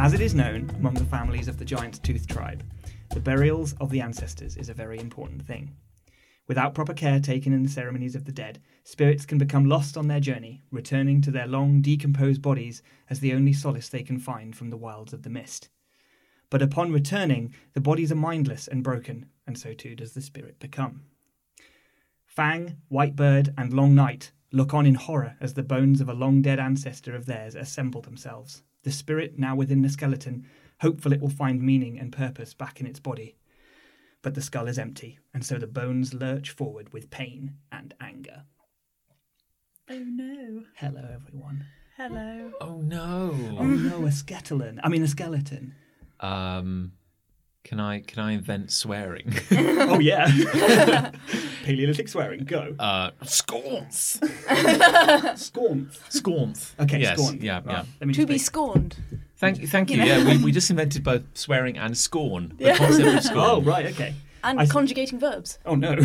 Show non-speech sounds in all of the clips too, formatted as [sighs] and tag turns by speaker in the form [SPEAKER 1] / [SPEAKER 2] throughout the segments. [SPEAKER 1] As it is known among the families of the giant tooth tribe, the burials of the ancestors is a very important thing. Without proper care taken in the ceremonies of the dead, spirits can become lost on their journey, returning to their long decomposed bodies as the only solace they can find from the wilds of the mist. But upon returning, the bodies are mindless and broken, and so too does the spirit become. Fang, Whitebird, and Long Night look on in horror as the bones of a long dead ancestor of theirs assemble themselves, the spirit now within the skeleton, hopeful it will find meaning and purpose back in its body. But the skull is empty, and so the bones lurch forward with pain and anger.
[SPEAKER 2] Oh no.
[SPEAKER 1] Hello, everyone.
[SPEAKER 2] Hello.
[SPEAKER 3] Oh no.
[SPEAKER 1] Oh no, a skeleton. I mean, a skeleton.
[SPEAKER 3] Um, can I can I invent swearing? [laughs]
[SPEAKER 1] Oh yeah. [laughs] Paleolithic swearing. Go.
[SPEAKER 3] Uh, scorns.
[SPEAKER 1] Scornth.
[SPEAKER 3] Scorns.
[SPEAKER 1] Okay,
[SPEAKER 3] Yes.
[SPEAKER 1] scorn.
[SPEAKER 3] Yeah. Yeah.
[SPEAKER 1] Right, Let me
[SPEAKER 4] To
[SPEAKER 1] just
[SPEAKER 4] be
[SPEAKER 1] make-
[SPEAKER 4] scorned.
[SPEAKER 3] Thank you. Thank you.
[SPEAKER 4] You know?
[SPEAKER 3] Yeah. We, we just invented both swearing and scorn. The concept of scorn.
[SPEAKER 1] Oh right. Okay.
[SPEAKER 4] And
[SPEAKER 1] I see.
[SPEAKER 4] conjugating verbs.
[SPEAKER 1] Oh no.
[SPEAKER 3] I'm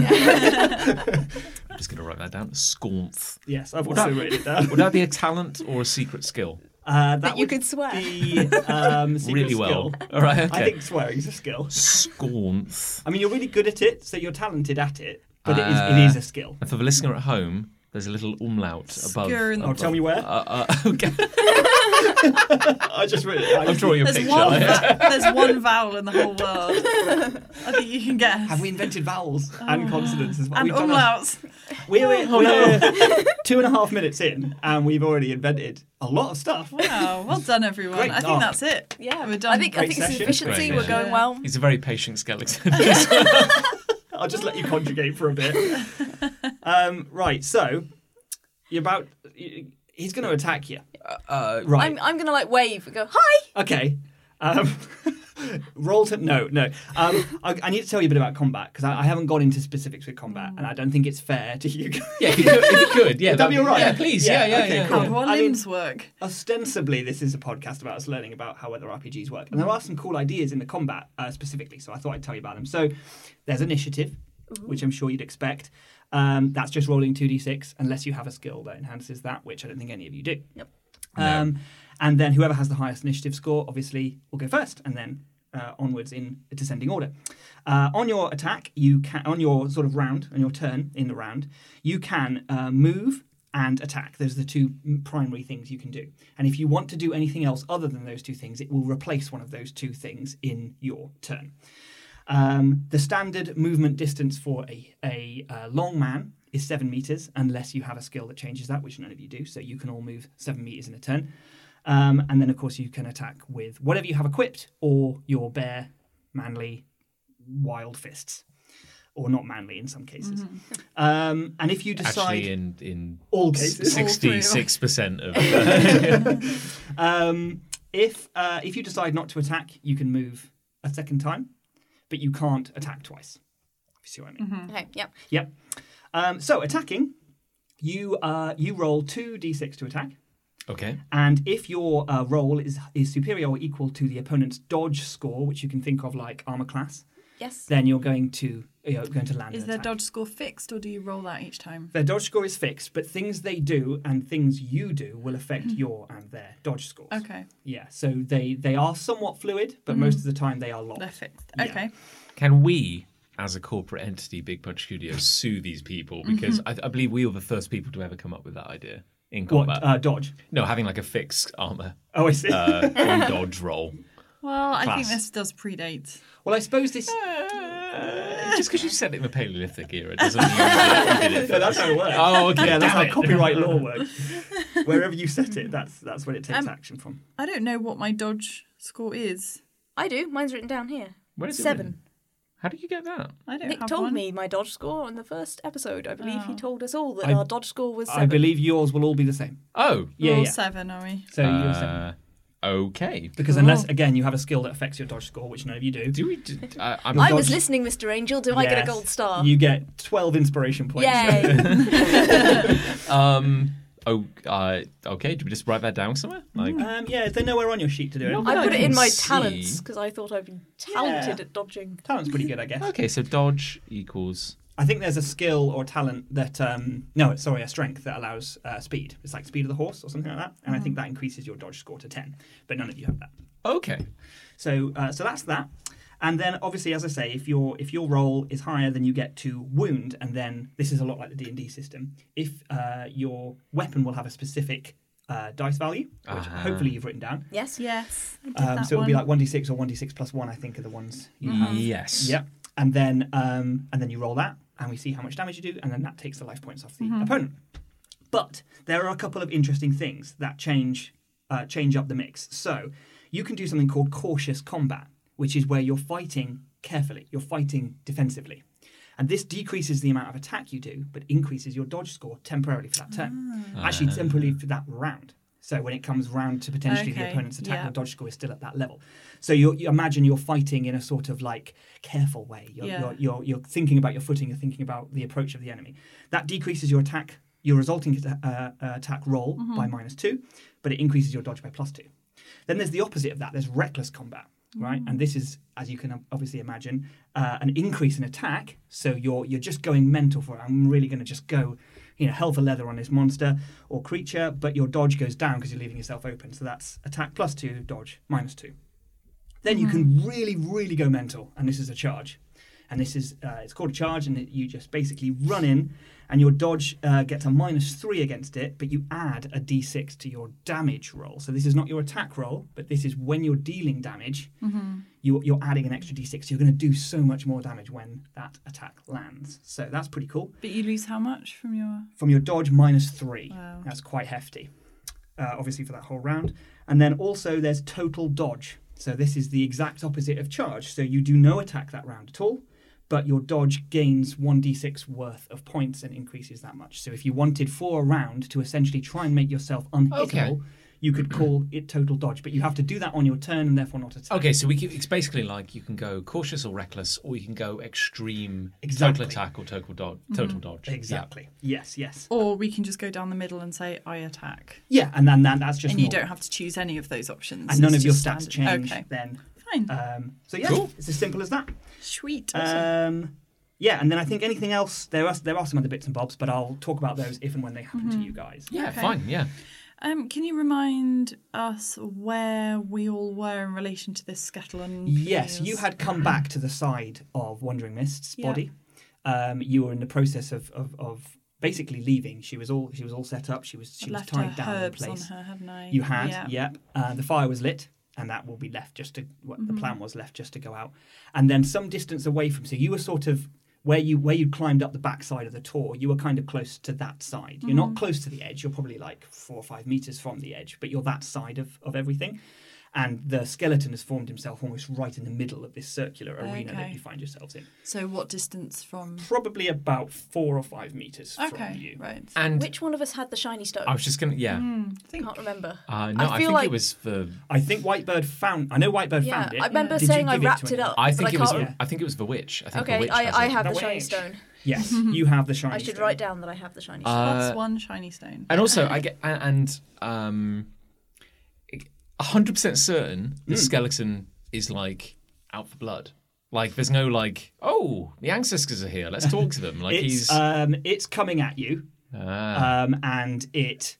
[SPEAKER 3] just gonna write that down. Scornth.
[SPEAKER 1] [laughs] yes, I've also
[SPEAKER 3] that-
[SPEAKER 1] written it
[SPEAKER 3] [laughs]
[SPEAKER 1] down.
[SPEAKER 3] Would that be a talent or a secret skill?
[SPEAKER 1] Uh, that
[SPEAKER 4] That you
[SPEAKER 1] would
[SPEAKER 4] could
[SPEAKER 2] [laughs]
[SPEAKER 4] swear.
[SPEAKER 1] be um, secret
[SPEAKER 3] really
[SPEAKER 1] skill.
[SPEAKER 3] well. [laughs] All right. Okay.
[SPEAKER 1] I think swearing's a skill.
[SPEAKER 3] Scornth.
[SPEAKER 1] I mean, you're really good at it, so you're talented at it, but it,
[SPEAKER 3] Uh,
[SPEAKER 1] is, it is a skill.
[SPEAKER 3] And for the listener at home, there's a little umlaut above.
[SPEAKER 2] Scorn.
[SPEAKER 1] Oh,
[SPEAKER 3] above-
[SPEAKER 1] tell me where.
[SPEAKER 3] Uh, [laughs] uh, okay.
[SPEAKER 1] I just read it. I
[SPEAKER 3] I'm drawing a
[SPEAKER 2] There's
[SPEAKER 3] picture.
[SPEAKER 2] one, [laughs] va- there's one vowel in the whole [laughs] world. I think you can guess.
[SPEAKER 1] Have we invented vowels and consonants as well?
[SPEAKER 2] and
[SPEAKER 1] We've done a-
[SPEAKER 2] umlauts.
[SPEAKER 1] We're,
[SPEAKER 3] Oh,
[SPEAKER 1] we're two and a half minutes in, and we've already invented a lot of stuff.
[SPEAKER 2] Wow, well done, everyone.
[SPEAKER 1] Great
[SPEAKER 2] I think
[SPEAKER 1] job.
[SPEAKER 2] that's it.
[SPEAKER 4] Yeah,
[SPEAKER 2] we're done.
[SPEAKER 4] I think I
[SPEAKER 1] Great
[SPEAKER 4] think it's
[SPEAKER 1] session.
[SPEAKER 4] efficiency.
[SPEAKER 3] Great
[SPEAKER 4] We're
[SPEAKER 3] session.
[SPEAKER 4] going well.
[SPEAKER 3] [laughs] He's a very patient skeleton.
[SPEAKER 1] I'll just let you conjugate for a bit. Um, right, so you're about. y- He's going to attack you.
[SPEAKER 3] uh,
[SPEAKER 1] Right.
[SPEAKER 4] I'm, I'm gonna like wave and go hi.
[SPEAKER 1] Okay. Um, [laughs] roll to no, no. Um, I, I need to tell you a bit about combat because I, I haven't gone into specifics with combat, and I don't think it's fair to you. guys.
[SPEAKER 3] Yeah, if you could, if you could yeah,
[SPEAKER 1] Would that be all right?
[SPEAKER 3] Yeah, please,
[SPEAKER 1] Yeah,
[SPEAKER 3] yeah, yeah, yeah.
[SPEAKER 1] okay,
[SPEAKER 3] yeah.
[SPEAKER 1] cool.
[SPEAKER 2] How do our
[SPEAKER 1] I mean-
[SPEAKER 2] limbs work?
[SPEAKER 1] Ostensibly, this is a podcast about us learning about how other RPGs work, and there are some cool ideas in the combat uh, specifically. So I thought I'd tell you about them. So there's initiative, which I'm sure you'd expect. Um, that's just rolling two d6, unless you have a skill that enhances that, which I don't think any of you do. Yep. Um, And then whoever has the highest initiative score, obviously, will go first, and then uh, onwards in descending order. Uh, on your attack, you can on your sort of round, on your turn in the round, you can uh, move and attack. Those are the two m- primary things you can do. And if you want to do anything else other than those two things, it will replace one of those two things in your turn. Um, the standard movement distance for a, a, uh long man is seven meters, unless you have a skill that changes that, which none of you do. So you can all move seven meters in a turn. Um, and then, of course, you can attack with whatever you have equipped or your bare, manly, wild fists. Or not manly in some cases. Um, and if you decide.
[SPEAKER 3] Actually, in in
[SPEAKER 1] all cases.
[SPEAKER 3] sixty-six percent of
[SPEAKER 1] Um, if uh, if you decide not to attack, you can move a second time, but you can't attack twice. If you see what I mean?
[SPEAKER 4] Okay, yep.
[SPEAKER 1] Yep. Um, so attacking, you uh, you roll two d6 to attack,
[SPEAKER 3] [laughs] okay,
[SPEAKER 1] and if your uh, roll is is superior or equal to the opponent's dodge score, which you can think of like armor class,
[SPEAKER 4] Yes.
[SPEAKER 1] then you're going to you're going to land.
[SPEAKER 2] Is
[SPEAKER 1] an
[SPEAKER 2] their
[SPEAKER 1] attack.
[SPEAKER 2] dodge score fixed or do you roll that each time?
[SPEAKER 1] Their dodge score is fixed, but things they do and things you do will affect your and their dodge scores.
[SPEAKER 2] Mm-hmm. Okay, Mm.
[SPEAKER 1] Yeah, so they they are somewhat fluid, but most of the time they are locked.
[SPEAKER 2] they're fixed.
[SPEAKER 1] Yeah.
[SPEAKER 2] Okay.
[SPEAKER 3] can we? As a corporate entity, Big Punch Studios sue these people because I, I believe we were the first people to ever come up with that idea in
[SPEAKER 1] What
[SPEAKER 3] combat.
[SPEAKER 1] uh, dodge?
[SPEAKER 3] no, having like a fixed armor
[SPEAKER 1] Oh, I see.
[SPEAKER 3] uh, on dodge roll.
[SPEAKER 2] Well, I think
[SPEAKER 3] Class.
[SPEAKER 2] this does predate.
[SPEAKER 1] [laughs] well, I suppose
[SPEAKER 3] [laughs]
[SPEAKER 1] this. [laughs]
[SPEAKER 2] Uh,
[SPEAKER 3] Just because you said it in the Paleolithic era doesn't mean that you did it.
[SPEAKER 1] no, [laughs] that's how it works.
[SPEAKER 3] Oh, okay,
[SPEAKER 1] Yeah, that's how
[SPEAKER 3] damn it.
[SPEAKER 1] copyright law
[SPEAKER 3] [laughs]
[SPEAKER 1] works. Wherever you set it, that's that's what it takes
[SPEAKER 2] Um,
[SPEAKER 1] action from.
[SPEAKER 2] I don't know what my dodge score is.
[SPEAKER 4] I do. Mine's written down here.
[SPEAKER 3] Where is it
[SPEAKER 4] Seven.
[SPEAKER 3] written? How did you get that?
[SPEAKER 2] I don't
[SPEAKER 4] Nick
[SPEAKER 2] have
[SPEAKER 4] told
[SPEAKER 2] one.
[SPEAKER 4] me my dodge score on the first episode. I believe he told us all that
[SPEAKER 1] I-
[SPEAKER 4] our dodge score was
[SPEAKER 1] I
[SPEAKER 4] seven.
[SPEAKER 1] believe yours will all be the same.
[SPEAKER 3] Oh,
[SPEAKER 2] We're
[SPEAKER 1] Yeah,
[SPEAKER 2] all
[SPEAKER 1] yeah.
[SPEAKER 2] seven, are we?
[SPEAKER 1] So you're seven.
[SPEAKER 3] uh, okay.
[SPEAKER 1] Because
[SPEAKER 2] cool.
[SPEAKER 4] Oh.
[SPEAKER 1] unless again you have a skill that affects your dodge score, which none of you do.
[SPEAKER 3] Do we? Do, I I'm
[SPEAKER 4] I
[SPEAKER 3] not-
[SPEAKER 4] was listening, Mr. Angel. Do I get a
[SPEAKER 1] Yes,
[SPEAKER 4] gold star?
[SPEAKER 1] You get twelve inspiration points.
[SPEAKER 4] Yay!
[SPEAKER 3] Um. Oh. Uh, okay. Do we just write that down somewhere? Like.
[SPEAKER 1] [laughs] Um, yeah, is there nowhere on your sheet to do it?
[SPEAKER 3] No.
[SPEAKER 4] I put it in my
[SPEAKER 3] See.
[SPEAKER 4] talents because I thought I'd be talented
[SPEAKER 1] Yeah.
[SPEAKER 4] at dodging.
[SPEAKER 1] Talent's pretty good, I guess.
[SPEAKER 3] Okay. So dodge equals
[SPEAKER 1] I think there's a skill or talent that um, no, sorry, a strength that allows uh, speed. It's like speed of the horse or something like that,
[SPEAKER 4] Mm-hmm.
[SPEAKER 1] and I think that increases your dodge score to ten. But none of you have that.
[SPEAKER 3] Okay.
[SPEAKER 1] So uh, so that's that. And then obviously, as I say, if your if your roll is higher, then you get to wound, and then this is a lot like the D and D system. If uh, your weapon will have a specific uh, dice value, which
[SPEAKER 3] Uh-huh.
[SPEAKER 1] hopefully you've written down,
[SPEAKER 4] Yes.
[SPEAKER 2] Yes. I did
[SPEAKER 1] um,
[SPEAKER 2] that
[SPEAKER 1] so it'll be
[SPEAKER 2] one. Uh-huh.
[SPEAKER 1] like one d six or one d six plus one. I think are the ones. You
[SPEAKER 3] Yes.
[SPEAKER 1] Yeah, and then um, and then you roll that, and we see how much damage you do, and then that takes the life points off the
[SPEAKER 2] Mm-hmm.
[SPEAKER 1] opponent. But there are a couple of interesting things that change uh, change up the mix. So you can do something called cautious combat, which is where you're fighting carefully, you're fighting defensively. And this decreases the amount of attack you do, but increases your dodge score temporarily for that turn.
[SPEAKER 2] Ah.
[SPEAKER 1] Actually, temporarily for that round. So when it comes round to potentially the
[SPEAKER 2] Okay,
[SPEAKER 1] opponent's attack,
[SPEAKER 2] yeah.
[SPEAKER 1] your dodge score is still at that level. So you you imagine you're fighting in a sort of like careful way. You're,
[SPEAKER 2] Yeah.
[SPEAKER 1] you're, you're, you're thinking about your footing, you're thinking about the approach of the enemy. That decreases your attack, your resulting atta- uh, uh, attack roll
[SPEAKER 2] Mm-hmm.
[SPEAKER 1] by minus two, but it increases your dodge by plus two. Then there's the opposite of that. There's reckless combat, right? And this is, as you can ob- obviously imagine, uh, an increase in attack. So you're you're just going mental for it. I'm really going to just go, you know, hell for leather on this monster or creature. But your dodge goes down because you're leaving yourself open. So that's attack plus two, dodge minus two. Then you can really, really go mental, and this is a charge. And this is uh, it's called a charge, and it, you just basically run in, and your dodge uh, gets a minus three against it, but you add a d6 to your damage roll. So this is not your attack roll, but this is when you're dealing damage, you, you're adding an extra d6. So you're going to do so much more damage when that attack lands. So that's pretty cool.
[SPEAKER 2] But you lose how much from your?
[SPEAKER 1] From your dodge minus three,
[SPEAKER 2] Wow.
[SPEAKER 1] that's quite hefty uh, obviously for that whole round. And then also there's total dodge. So this is the exact opposite of charge. So you do no attack that round at all, but your dodge gains 1d6 worth of points and increases that much. So if you wanted for a round to essentially try and make yourself unhittable,
[SPEAKER 3] Okay.
[SPEAKER 1] you could call it total dodge, but you have to do that on your turn and therefore not attack.
[SPEAKER 3] Okay, so we can, it's basically like you can go cautious or reckless, or you can go extreme
[SPEAKER 1] Exactly. Mm-hmm.
[SPEAKER 3] total attack or total dodge. Total dodge. Yeah.
[SPEAKER 1] Exactly. Yes, yes.
[SPEAKER 2] Or we can just go down the middle and say I attack,
[SPEAKER 1] Yeah, and then that, that's just
[SPEAKER 2] and you
[SPEAKER 1] normal.
[SPEAKER 2] don't have to choose any of those options.
[SPEAKER 1] and none
[SPEAKER 2] It's
[SPEAKER 1] of your
[SPEAKER 2] just
[SPEAKER 1] stats
[SPEAKER 2] standard.
[SPEAKER 1] change
[SPEAKER 2] Okay,
[SPEAKER 1] then.
[SPEAKER 2] fine.
[SPEAKER 1] Um, so yeah,
[SPEAKER 3] Cool.
[SPEAKER 1] it's as simple as that.
[SPEAKER 4] Sweet.
[SPEAKER 1] Um, yeah, and then I think anything else there are there are some other bits and bobs, but I'll talk about those if and when they
[SPEAKER 2] Mm-hmm.
[SPEAKER 1] happen to you guys.
[SPEAKER 3] Yeah,
[SPEAKER 2] Okay.
[SPEAKER 3] fine. Yeah.
[SPEAKER 2] Um, can you remind us where we all were in relation to this Scatterland?
[SPEAKER 1] Yes, you had come back to the side of Wandering Mist's
[SPEAKER 2] Yeah.
[SPEAKER 1] body. Um, you were in the process of, of of basically leaving. She was all she was all set up. She was she
[SPEAKER 2] I'd
[SPEAKER 1] was
[SPEAKER 2] left
[SPEAKER 1] tied
[SPEAKER 2] her
[SPEAKER 1] down in
[SPEAKER 2] herbs
[SPEAKER 1] place.
[SPEAKER 2] on her, hadn't I?
[SPEAKER 1] You had,
[SPEAKER 2] Yeah.
[SPEAKER 1] yep. Uh, the fire was lit, and that will be left just to what the plan
[SPEAKER 4] Mm-hmm.
[SPEAKER 1] was left just to go out, and then some distance away from. So you were sort of where you where you climbed up the backside of the tour. You were kind of close to that side. You're
[SPEAKER 4] Mm-hmm.
[SPEAKER 1] not close to the edge. You're probably like four or five meters from the edge, but you're that side of of everything. And the skeleton has formed himself almost right in the middle of this circular arena that
[SPEAKER 2] Okay.
[SPEAKER 1] you find yourselves in.
[SPEAKER 2] So what distance from?
[SPEAKER 1] Probably about four or five meters
[SPEAKER 2] Okay,
[SPEAKER 1] from you.
[SPEAKER 2] right.
[SPEAKER 3] And
[SPEAKER 4] Which one of us had the shiny stone?
[SPEAKER 3] I was just gonna. Yeah.
[SPEAKER 2] Mm, I think
[SPEAKER 4] can't remember.
[SPEAKER 3] Uh, no, I,
[SPEAKER 4] feel
[SPEAKER 3] think
[SPEAKER 4] like-
[SPEAKER 3] it was the.
[SPEAKER 1] I think Whitebird found. I know Whitebird
[SPEAKER 4] Yeah,
[SPEAKER 1] found it.
[SPEAKER 4] I remember
[SPEAKER 1] Did you
[SPEAKER 4] saying I
[SPEAKER 1] give to
[SPEAKER 4] wrapped it
[SPEAKER 1] anyone?
[SPEAKER 4] up.
[SPEAKER 3] I
[SPEAKER 4] but
[SPEAKER 3] think
[SPEAKER 4] I
[SPEAKER 3] it was.
[SPEAKER 4] can't-
[SPEAKER 3] I think it was the witch. I think the
[SPEAKER 4] Okay,
[SPEAKER 3] witch has
[SPEAKER 4] I, I
[SPEAKER 3] it.
[SPEAKER 4] have the
[SPEAKER 1] The
[SPEAKER 4] shiny
[SPEAKER 1] witch.
[SPEAKER 4] stone.
[SPEAKER 1] [laughs] Yes, you have the shiny.
[SPEAKER 4] I should
[SPEAKER 1] stone.
[SPEAKER 4] write down that I have the shiny stone.
[SPEAKER 3] Uh,
[SPEAKER 2] That's one shiny stone.
[SPEAKER 3] And also, I get a- and um, hundred percent certain the skeleton is like out for blood. Like, there's no like, oh, the ancestors are here. Let's talk to them. Like
[SPEAKER 1] It's
[SPEAKER 3] he's.
[SPEAKER 1] um, it's coming at you,
[SPEAKER 3] ah,
[SPEAKER 1] um, and it.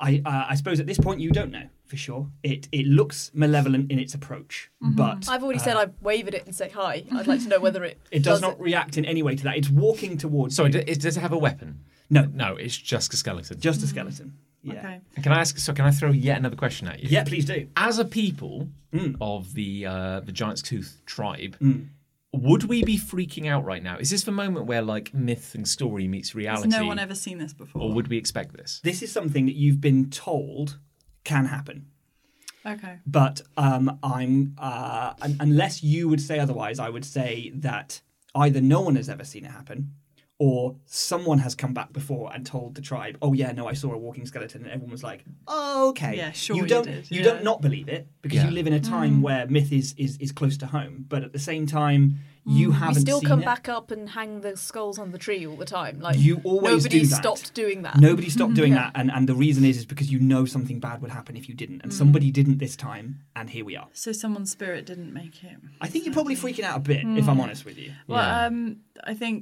[SPEAKER 1] I uh, I suppose at this point you don't know for sure. It it looks malevolent in its approach, but
[SPEAKER 4] Mm-hmm. I've already said I wave at it and say hi. I'd like to know whether it
[SPEAKER 1] Uh, [laughs] it does not react in any way to that. It's walking towards.
[SPEAKER 3] so it, it does it have a weapon?
[SPEAKER 1] No,
[SPEAKER 3] No, it's just a skeleton.
[SPEAKER 1] just
[SPEAKER 4] Mm-hmm.
[SPEAKER 1] a skeleton. Yeah.
[SPEAKER 2] Okay.
[SPEAKER 3] Can I ask? So can I throw yet another question at you?
[SPEAKER 1] Yeah, please do.
[SPEAKER 3] As a people of the uh, the Giant's Tooth tribe, would we be freaking out right now? Is this the moment where like myth and story meets
[SPEAKER 2] Has
[SPEAKER 3] reality?
[SPEAKER 2] no one ever seen this before?
[SPEAKER 3] or would we expect this?
[SPEAKER 1] This is something that you've been told can happen,
[SPEAKER 2] Okay.
[SPEAKER 1] but um, I'm uh, un- unless you would say otherwise, I would say that either no one has ever seen it happen, or someone has come back before and told the tribe, "Oh yeah, no, I saw a walking skeleton," and everyone was like, oh, "Okay,
[SPEAKER 2] Yeah, sure
[SPEAKER 1] you
[SPEAKER 2] you
[SPEAKER 1] don't
[SPEAKER 2] did,
[SPEAKER 1] you
[SPEAKER 2] yeah.
[SPEAKER 1] don't not believe it because
[SPEAKER 4] Mm.
[SPEAKER 3] Yeah.
[SPEAKER 1] you live in a time where myth is, is is close to home, but at the same time." You haven't
[SPEAKER 4] Mm. We still
[SPEAKER 1] seen
[SPEAKER 4] come
[SPEAKER 1] it.
[SPEAKER 4] back up and hang the skulls on the tree all the time. Like
[SPEAKER 1] You always
[SPEAKER 4] nobody
[SPEAKER 1] do that.
[SPEAKER 4] stopped doing that.
[SPEAKER 1] Nobody
[SPEAKER 4] [laughs]
[SPEAKER 1] stopped doing
[SPEAKER 4] Yeah.
[SPEAKER 1] that, and, and the reason is is because you know something bad would happen if you didn't,
[SPEAKER 4] Mm.
[SPEAKER 1] and somebody didn't this time, and here we are.
[SPEAKER 2] So someone's spirit didn't make it.
[SPEAKER 1] I think you're probably freaking out a bit, if
[SPEAKER 3] Hmm.
[SPEAKER 1] I'm honest with you.
[SPEAKER 2] Well,
[SPEAKER 3] Yeah.
[SPEAKER 2] um, I think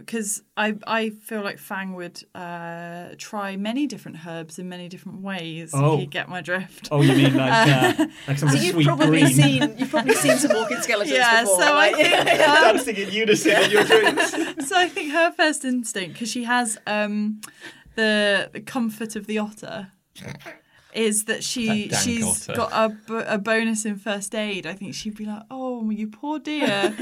[SPEAKER 2] because I I feel like Fang would uh, try many different herbs in many different ways.
[SPEAKER 1] Oh.
[SPEAKER 2] If you get my drift.
[SPEAKER 1] Oh, you mean like uh, like some
[SPEAKER 4] So
[SPEAKER 1] sweet
[SPEAKER 4] you've probably
[SPEAKER 1] green
[SPEAKER 4] seen you've probably seen some walking skeletons
[SPEAKER 2] [laughs] yeah.
[SPEAKER 4] before.
[SPEAKER 2] so I
[SPEAKER 4] like-
[SPEAKER 2] think um,
[SPEAKER 1] [laughs] dancing in unison in your dreams?
[SPEAKER 2] so I think her first instinct because she has um, the, the comfort of the otter is that she
[SPEAKER 3] That dank
[SPEAKER 2] she's
[SPEAKER 3] otter.
[SPEAKER 2] got a, b- a bonus in first aid. I think she'd be like, "Oh, you poor dear.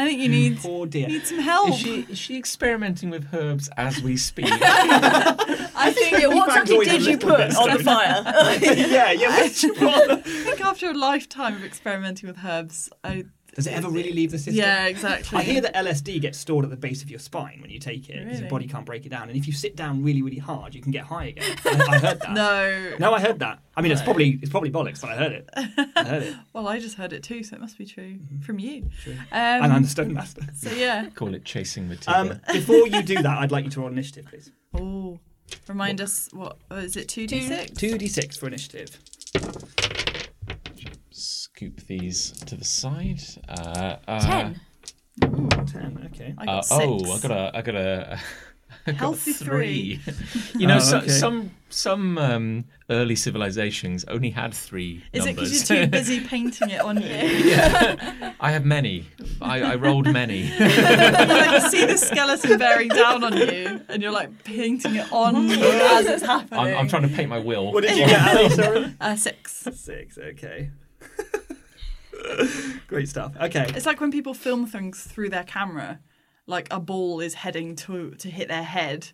[SPEAKER 2] I think you need
[SPEAKER 1] [laughs] Poor dear.
[SPEAKER 2] need some help."
[SPEAKER 3] Is she is she experimenting with herbs as we
[SPEAKER 2] [laughs]
[SPEAKER 3] speak?
[SPEAKER 4] [laughs] I
[SPEAKER 1] [laughs]
[SPEAKER 4] think yeah, what
[SPEAKER 1] Fang's
[SPEAKER 4] exactly
[SPEAKER 1] always a
[SPEAKER 4] did you
[SPEAKER 1] little
[SPEAKER 4] put
[SPEAKER 1] bit
[SPEAKER 4] on
[SPEAKER 1] [laughs]
[SPEAKER 4] the fire?
[SPEAKER 1] [laughs] yeah, yeah. Which [laughs] one?
[SPEAKER 2] I think after a lifetime of experimenting with herbs, I
[SPEAKER 1] Does it ever really leave the system?
[SPEAKER 2] yeah, exactly.
[SPEAKER 1] I hear that LSD gets stored at the base of your spine when you take it because your
[SPEAKER 2] Really?
[SPEAKER 1] body can't break it down, and if you sit down really, really hard, you can get high
[SPEAKER 3] [laughs]
[SPEAKER 1] again. I, I heard that.
[SPEAKER 2] No.
[SPEAKER 1] No, I heard that. I mean, it's probably it's probably bollocks, but I heard it. I heard
[SPEAKER 3] [laughs]
[SPEAKER 1] it,
[SPEAKER 2] Well, I just heard it too, so it must be true from you.
[SPEAKER 1] Mm-hmm. True.
[SPEAKER 2] Um,
[SPEAKER 1] and I'm the stone master.
[SPEAKER 2] so yeah.
[SPEAKER 3] Call it chasing the tiger.
[SPEAKER 1] [laughs] Um, before you do that, I'd like you to roll initiative, please.
[SPEAKER 2] Oh, remind us what oh, is it? Two d six.
[SPEAKER 1] Two d six for initiative.
[SPEAKER 3] Scoop these to the side. Uh, uh,
[SPEAKER 4] Ten.
[SPEAKER 1] Ten. Okay.
[SPEAKER 2] I
[SPEAKER 3] Uh,
[SPEAKER 2] got six.
[SPEAKER 3] oh, I got a, I got a, [laughs] I got
[SPEAKER 2] Healthy
[SPEAKER 3] three. you know,
[SPEAKER 1] Oh,
[SPEAKER 3] so,
[SPEAKER 1] okay.
[SPEAKER 3] some some um, early civilizations only had three
[SPEAKER 2] Is it
[SPEAKER 3] numbers.
[SPEAKER 2] because you're too
[SPEAKER 3] [laughs]
[SPEAKER 2] busy painting it
[SPEAKER 1] [laughs]
[SPEAKER 2] on you?
[SPEAKER 3] I have many. I, I rolled many.
[SPEAKER 2] [laughs] like you see the skeleton bearing down on you, and you're like painting it on
[SPEAKER 1] Mm.
[SPEAKER 2] you as it's happening.
[SPEAKER 3] I'm, I'm trying to paint my will.
[SPEAKER 1] What did you get, [laughs] Ali? Sorry.
[SPEAKER 2] uh, six.
[SPEAKER 1] Six. Okay. [laughs] Great stuff. Okay.
[SPEAKER 2] It's like when people film things through their camera, like a ball is heading to to hit their head,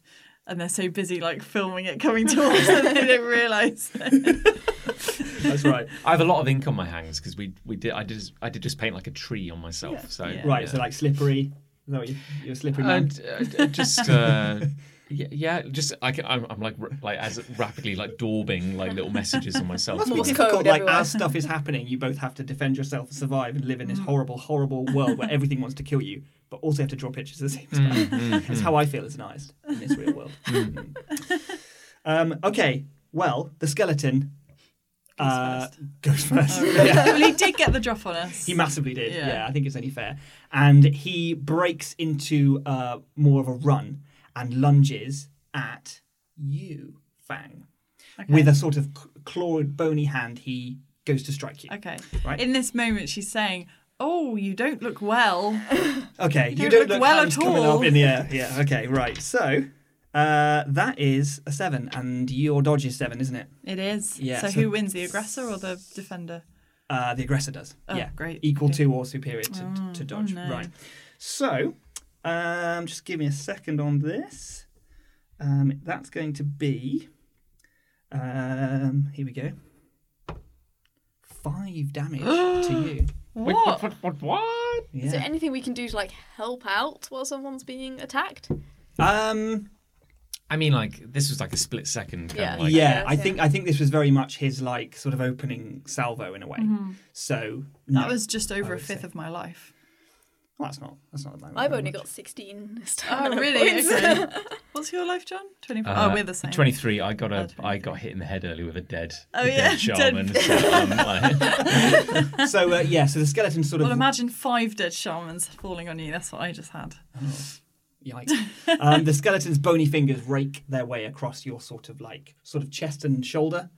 [SPEAKER 2] and they're so busy like filming it coming [laughs] towards them they don't realise.
[SPEAKER 1] That's right.
[SPEAKER 3] [laughs] I have a lot of ink on my hands because we we did I did I did just paint like a tree on myself.
[SPEAKER 2] Yeah.
[SPEAKER 3] So
[SPEAKER 2] Yeah.
[SPEAKER 1] Right.
[SPEAKER 3] yeah.
[SPEAKER 1] So like slippery. Is that what you, you're a slippery man?
[SPEAKER 3] and uh, just uh, yeah, yeah, just I can, I'm, I'm like r- like as rapidly like daubing like little messages on myself.
[SPEAKER 4] Must be
[SPEAKER 1] It's
[SPEAKER 4] Morse
[SPEAKER 1] difficult,
[SPEAKER 4] code
[SPEAKER 1] like
[SPEAKER 4] everywhere.
[SPEAKER 1] as stuff is happening, you both have to defend yourself and survive and live in this horrible, horrible world where everything wants to kill you, but also have to draw pictures at the same time. That's how I feel as an artist in this real world. um, okay, well, the skeleton
[SPEAKER 2] Goes
[SPEAKER 1] uh,
[SPEAKER 2] first.
[SPEAKER 1] goes first. Yeah.
[SPEAKER 2] well, he did get the drop on us.
[SPEAKER 1] He massively did. Yeah.
[SPEAKER 2] Yeah.
[SPEAKER 1] I think it's only fair. And he breaks into uh, more of a run and lunges at you, Fang.
[SPEAKER 2] Okay.
[SPEAKER 1] With a sort of c- clawed, bony hand, he goes to strike you.
[SPEAKER 2] okay.
[SPEAKER 1] Right.
[SPEAKER 2] In this moment, she's saying, "Oh, you don't look well."
[SPEAKER 1] Okay, you
[SPEAKER 2] don't
[SPEAKER 1] don't
[SPEAKER 2] look
[SPEAKER 1] look
[SPEAKER 2] well
[SPEAKER 1] hands
[SPEAKER 2] at
[SPEAKER 1] coming
[SPEAKER 2] all.
[SPEAKER 1] up in the air. Yeah. Okay. Right. So uh, that is a seven, and your dodge is seven, isn't it?
[SPEAKER 2] It is.
[SPEAKER 1] Yeah,
[SPEAKER 2] so,
[SPEAKER 1] so-
[SPEAKER 2] who wins, the aggressor or the defender?
[SPEAKER 1] Uh, the aggressor does.
[SPEAKER 2] Oh,
[SPEAKER 1] yeah.
[SPEAKER 2] great.
[SPEAKER 1] Equal
[SPEAKER 2] Okay. Oh,
[SPEAKER 1] to or superior to, to dodge.
[SPEAKER 2] no.
[SPEAKER 1] Right. So, um, just give me a second on this. Um, that's going to be. Um, here we go. Five damage
[SPEAKER 2] [gasps]
[SPEAKER 1] to you.
[SPEAKER 3] Wait,
[SPEAKER 2] What?
[SPEAKER 3] what? What? What?
[SPEAKER 4] Is there
[SPEAKER 1] Yeah.
[SPEAKER 4] anything we can do to like help out while someone's being attacked?
[SPEAKER 1] Um.
[SPEAKER 3] I mean, like this was like a split second. Kind
[SPEAKER 4] Yeah.
[SPEAKER 3] Of, like,
[SPEAKER 1] yeah,
[SPEAKER 4] Yes,
[SPEAKER 1] I
[SPEAKER 4] yeah.
[SPEAKER 1] think I think this was very much his like sort of opening salvo in a way. So no,
[SPEAKER 2] Mm-hmm. That was just over a
[SPEAKER 1] would
[SPEAKER 2] fifth of my life.
[SPEAKER 1] well, that's not that's not. the moment
[SPEAKER 4] I've
[SPEAKER 1] very
[SPEAKER 4] only
[SPEAKER 1] much.
[SPEAKER 4] got sixteen this time. [laughs]
[SPEAKER 2] Oh, [laughs] really? Okay. What's your life, John? Twenty-four.
[SPEAKER 3] Uh,
[SPEAKER 2] oh, we're the same.
[SPEAKER 3] Twenty-three. I got a.
[SPEAKER 2] Oh,
[SPEAKER 3] I got hit in the head earlier with a dead.
[SPEAKER 2] Oh,
[SPEAKER 3] a
[SPEAKER 2] yeah,
[SPEAKER 3] Dead shaman.
[SPEAKER 2] dead-
[SPEAKER 3] so, um, like,
[SPEAKER 1] so uh, yeah, so the skeleton sort
[SPEAKER 2] Well,
[SPEAKER 1] of
[SPEAKER 2] imagine five dead shamans falling on you. That's what I just had.
[SPEAKER 4] [laughs]
[SPEAKER 1] Yikes. um, the skeleton's bony fingers rake their way across your sort of like sort of chest and shoulder,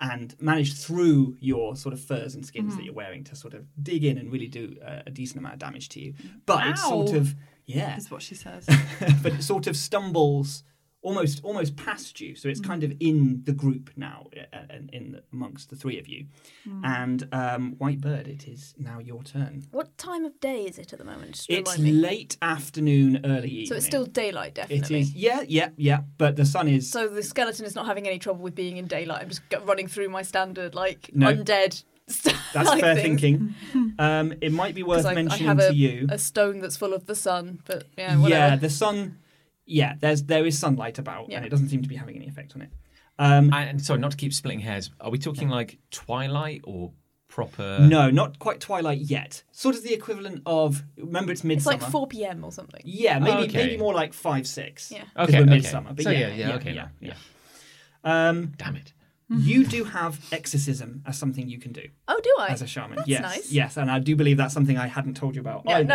[SPEAKER 1] and manage through your sort of furs and skins
[SPEAKER 4] Mm-hmm.
[SPEAKER 1] that you're wearing to sort of dig in and really do uh, a decent amount of damage to you. But it's sort
[SPEAKER 2] Ow.
[SPEAKER 1] of yeah,
[SPEAKER 2] Is what she says.
[SPEAKER 1] [laughs] but it sort of stumbles almost almost past you so it's kind
[SPEAKER 4] Mm.
[SPEAKER 1] of in the group now uh, and in the, amongst the three of you
[SPEAKER 4] Mm.
[SPEAKER 1] and um, white bird it is now your turn
[SPEAKER 4] What time of day is it at the moment? Just
[SPEAKER 1] it's
[SPEAKER 4] remind me.
[SPEAKER 1] late afternoon early evening
[SPEAKER 4] So it's still daylight,
[SPEAKER 1] it
[SPEAKER 4] definitely.
[SPEAKER 1] is yeah yeah yeah but the sun is
[SPEAKER 4] So the skeleton is not having any trouble with being in daylight. I'm just go- running through my standard like
[SPEAKER 1] No.
[SPEAKER 4] undead. [laughs] st-
[SPEAKER 1] that's
[SPEAKER 4] like
[SPEAKER 1] fair
[SPEAKER 4] things. [laughs]
[SPEAKER 1] thinking um, it might be worth
[SPEAKER 4] 'Cause I- I
[SPEAKER 1] mentioning
[SPEAKER 4] have
[SPEAKER 1] to you
[SPEAKER 4] A stone that's full of the sun, but yeah,
[SPEAKER 1] yeah,
[SPEAKER 4] whatever.
[SPEAKER 1] the sun yeah there's there is sunlight about
[SPEAKER 4] Yeah.
[SPEAKER 1] and it doesn't seem to be having any effect on it um,
[SPEAKER 3] and sorry, not to keep splitting hairs. Are we talking like Twilight or proper.
[SPEAKER 1] No, not quite Twilight yet. Sort of the equivalent of remember it's
[SPEAKER 4] It's
[SPEAKER 1] Midsummer.
[SPEAKER 4] like 4 p.m. or something.
[SPEAKER 1] Yeah, maybe
[SPEAKER 3] okay.
[SPEAKER 1] maybe more like five six.
[SPEAKER 4] Yeah.
[SPEAKER 1] 'cause
[SPEAKER 3] Okay,
[SPEAKER 1] we're
[SPEAKER 3] okay.
[SPEAKER 1] Midsummer. But
[SPEAKER 3] So
[SPEAKER 1] yeah,
[SPEAKER 3] yeah, yeah, okay,
[SPEAKER 1] yeah,
[SPEAKER 3] no,
[SPEAKER 1] yeah. Um,
[SPEAKER 3] Damn it.
[SPEAKER 4] Mm-hmm.
[SPEAKER 1] you do have exorcism as something you can do
[SPEAKER 4] Oh, do I?
[SPEAKER 1] as a shaman. yes,
[SPEAKER 4] nice.
[SPEAKER 1] yes, and I do believe that's something I hadn't told you about.
[SPEAKER 4] yeah,
[SPEAKER 1] either.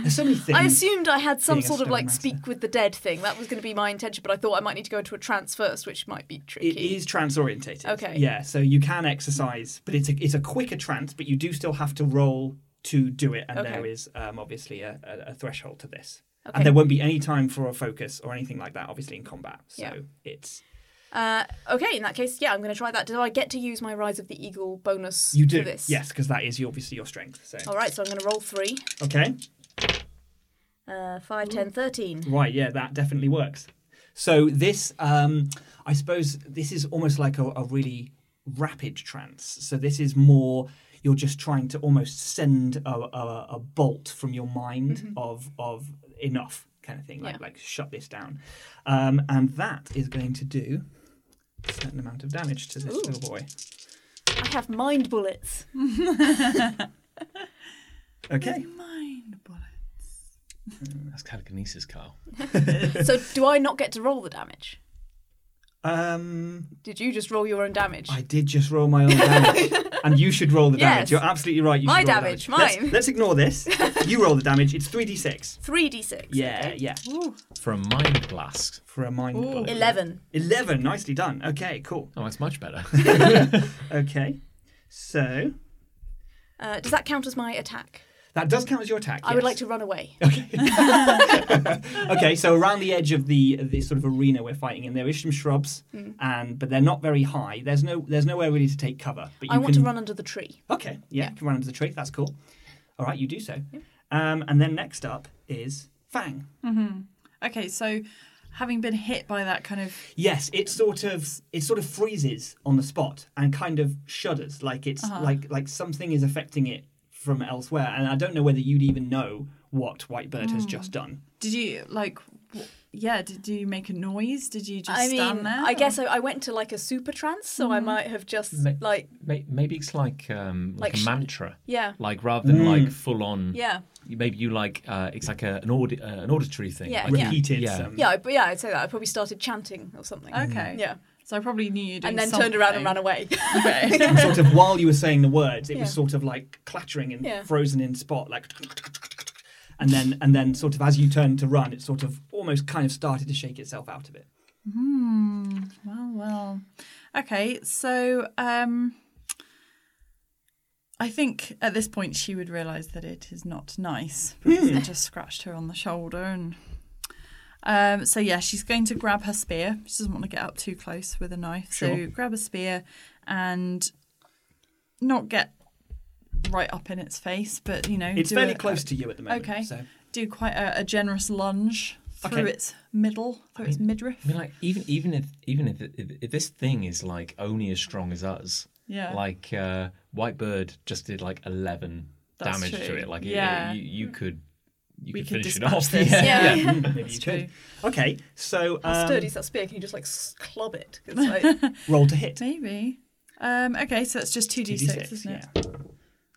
[SPEAKER 1] [laughs] There's so many things.
[SPEAKER 4] [laughs] I assumed I had some
[SPEAKER 1] being a
[SPEAKER 4] sort of
[SPEAKER 1] stone
[SPEAKER 4] like
[SPEAKER 1] master.
[SPEAKER 4] speak with the dead thing. That was going to be my intention, but I thought I might need to go into a trance first, which might be
[SPEAKER 1] It
[SPEAKER 4] tricky.
[SPEAKER 1] is trance orientated.
[SPEAKER 4] Okay.
[SPEAKER 1] Yeah, so you can exercise, but it's a it's a quicker trance, but you do still have to roll to do it, and
[SPEAKER 4] Okay.
[SPEAKER 1] there is um, obviously a, a, a threshold to this,
[SPEAKER 4] Okay.
[SPEAKER 1] and there won't be any time for a focus or anything like that, obviously in combat. So
[SPEAKER 4] Yeah.
[SPEAKER 1] it's
[SPEAKER 4] Uh, okay, in that case, yeah, I'm going to try that. Do I get to use my Rise of the Eagle bonus
[SPEAKER 1] you do
[SPEAKER 4] for this?
[SPEAKER 1] yes, because that is your, obviously your strength. So
[SPEAKER 4] All right, so I'm going to roll three.
[SPEAKER 1] okay,
[SPEAKER 4] Uh, 5, 10, 13.
[SPEAKER 1] right, yeah, that definitely works. So this, um, I suppose, this is almost like a, a really rapid trance. So this is more you're just trying to almost send a, a, a bolt from your mind of of enough kind of thing, like
[SPEAKER 4] Yeah.
[SPEAKER 1] like shut this down, um, and that is going to do a certain amount of damage to this
[SPEAKER 4] Ooh.
[SPEAKER 1] little boy.
[SPEAKER 4] I have mind bullets.
[SPEAKER 1] Okay,
[SPEAKER 2] Mind bullet.
[SPEAKER 3] That's telekinesis, Carl.
[SPEAKER 4] so do I not get to roll the damage?
[SPEAKER 1] um,
[SPEAKER 4] Did you just roll your own damage?
[SPEAKER 1] I did just roll my own
[SPEAKER 4] [laughs]
[SPEAKER 1] damage. and you should roll the damage.
[SPEAKER 4] Yes.
[SPEAKER 1] You're absolutely right. You
[SPEAKER 4] My
[SPEAKER 1] should roll the
[SPEAKER 4] damage,
[SPEAKER 1] Let's-
[SPEAKER 4] mine.
[SPEAKER 1] Let's, ignore this.
[SPEAKER 4] [laughs]
[SPEAKER 1] You roll the damage. It's 3d6.
[SPEAKER 4] 3d6.
[SPEAKER 1] Yeah, yeah.
[SPEAKER 2] Ooh.
[SPEAKER 3] For a mind blast.
[SPEAKER 1] For a mind
[SPEAKER 2] Ooh.
[SPEAKER 1] bullet.
[SPEAKER 4] 11.
[SPEAKER 1] 11. Nicely done. Okay, cool.
[SPEAKER 3] Oh, that's much better. [laughs]
[SPEAKER 1] Okay. So
[SPEAKER 4] Uh, does that count as my attack?
[SPEAKER 1] that does count as your attack.
[SPEAKER 4] I would
[SPEAKER 1] yes.
[SPEAKER 4] like to
[SPEAKER 2] [laughs]
[SPEAKER 4] run away.
[SPEAKER 1] [laughs] Okay, so around the edge of the the sort of arena we're fighting in, there is some shrubs,
[SPEAKER 4] Mm.
[SPEAKER 1] and but they're not very high. There's no there's nowhere really to take cover. But you
[SPEAKER 4] I want
[SPEAKER 1] can,
[SPEAKER 4] to run under the tree.
[SPEAKER 1] Okay, yeah, you can run into the tree. That's cool. All right, you do so. Um, and then next up is Fang.
[SPEAKER 2] Okay, so having been hit by that kind of
[SPEAKER 1] Yes, it sort of it sort of freezes on the spot and kind of shudders, like it's
[SPEAKER 4] Uh-huh.
[SPEAKER 1] like like something is affecting it from elsewhere. And I don't know whether you'd even know what White Bird
[SPEAKER 4] Mm.
[SPEAKER 1] has just done.
[SPEAKER 2] Did you like? w- Yeah. Did you make a noise? Did you just
[SPEAKER 4] I
[SPEAKER 2] stand
[SPEAKER 4] mean,
[SPEAKER 2] there? Mm-hmm.
[SPEAKER 4] I guess I, I went to like a super trance, so I might have just
[SPEAKER 3] Ma-
[SPEAKER 4] like,
[SPEAKER 3] May- Maybe it's like um, like,
[SPEAKER 4] Like
[SPEAKER 3] a
[SPEAKER 4] sh-
[SPEAKER 3] mantra.
[SPEAKER 4] yeah,
[SPEAKER 3] Like rather
[SPEAKER 2] Mm.
[SPEAKER 3] than like full on.
[SPEAKER 4] yeah,
[SPEAKER 3] Maybe you like uh, it's like a, an audi- uh, an auditory thing.
[SPEAKER 4] Yeah,
[SPEAKER 3] like you-
[SPEAKER 4] yeah.
[SPEAKER 1] Repeated.
[SPEAKER 3] Yeah.
[SPEAKER 1] Some,
[SPEAKER 4] yeah. I- But yeah, I'd say that I probably started chanting or something.
[SPEAKER 2] Okay.
[SPEAKER 4] Yeah,
[SPEAKER 2] So I probably knew you.
[SPEAKER 4] and then turned around and ran away. [laughs]
[SPEAKER 2] [laughs] away.
[SPEAKER 1] And sort of while you were saying the words, it was
[SPEAKER 4] Yeah.
[SPEAKER 1] sort of like clattering and
[SPEAKER 4] Yeah.
[SPEAKER 1] frozen in spot, like. And then, and then, sort of as you turned to run, it sort of almost kind of started to shake itself out of it.
[SPEAKER 2] Hmm. Well, well. Okay. So, um, I think at this point she would realise that it is not nice
[SPEAKER 1] Hmm.
[SPEAKER 2] because I just scratched her on the shoulder and. Um, so yeah, she's going to grab her spear. She doesn't want to get up too close with a knife.
[SPEAKER 1] Sure.
[SPEAKER 2] So grab a spear and not get right up in its face, but you know,
[SPEAKER 1] It's
[SPEAKER 2] do
[SPEAKER 1] fairly
[SPEAKER 2] a-
[SPEAKER 1] close to you at the moment.
[SPEAKER 2] Okay.
[SPEAKER 1] So
[SPEAKER 2] do quite a, a generous lunge through
[SPEAKER 1] Okay.
[SPEAKER 2] its middle, through its midriff.
[SPEAKER 3] I mean, like even even if even if, if, if this thing is like only as strong as us,
[SPEAKER 2] Yeah.
[SPEAKER 3] like uh, White Bird just did like eleven
[SPEAKER 2] That's
[SPEAKER 3] damage
[SPEAKER 2] true.
[SPEAKER 3] to it. Like it-
[SPEAKER 2] Yeah.
[SPEAKER 3] you, you could you
[SPEAKER 2] We could
[SPEAKER 3] could finish it
[SPEAKER 2] dispatch
[SPEAKER 3] off. [laughs]
[SPEAKER 2] this.
[SPEAKER 4] yeah.
[SPEAKER 2] [laughs]
[SPEAKER 1] maybe you could. Okay, so
[SPEAKER 4] How
[SPEAKER 1] um,
[SPEAKER 4] sturdy is that spear? Can you just like s- club it?
[SPEAKER 2] [laughs]
[SPEAKER 4] 'Cause, like,
[SPEAKER 1] roll to hit.
[SPEAKER 2] Maybe. Um, okay, so that's just 2d6,
[SPEAKER 1] 2d6,
[SPEAKER 2] isn't it? Mm.
[SPEAKER 1] yeah.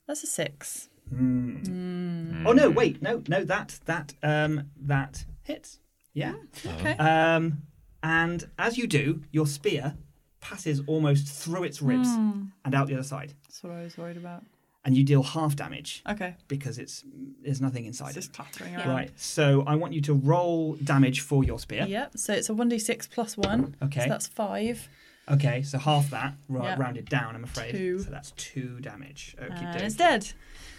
[SPEAKER 2] That's a 6.
[SPEAKER 3] Mm.
[SPEAKER 1] Oh no, wait, no, no, that that um that hits. Yeah.
[SPEAKER 2] Okay.
[SPEAKER 1] Um and as you do, your spear passes almost through its ribs
[SPEAKER 2] Mm. Hmm.
[SPEAKER 1] and out the other side.
[SPEAKER 2] That's what I was worried about.
[SPEAKER 1] And you deal half damage
[SPEAKER 2] Okay.
[SPEAKER 1] because it's there's nothing inside
[SPEAKER 2] It's
[SPEAKER 1] it.
[SPEAKER 2] just clattering around.
[SPEAKER 1] Right. So I want you to roll damage for your spear.
[SPEAKER 2] Yep, so it's a 1d6 plus 1.
[SPEAKER 1] Okay.
[SPEAKER 2] So that's 5.
[SPEAKER 1] Okay, so half that, right,
[SPEAKER 2] Yeah.
[SPEAKER 1] rounded down, I'm afraid.
[SPEAKER 2] Two.
[SPEAKER 1] So that's two damage. Okey
[SPEAKER 2] And
[SPEAKER 1] doke.
[SPEAKER 2] it's dead.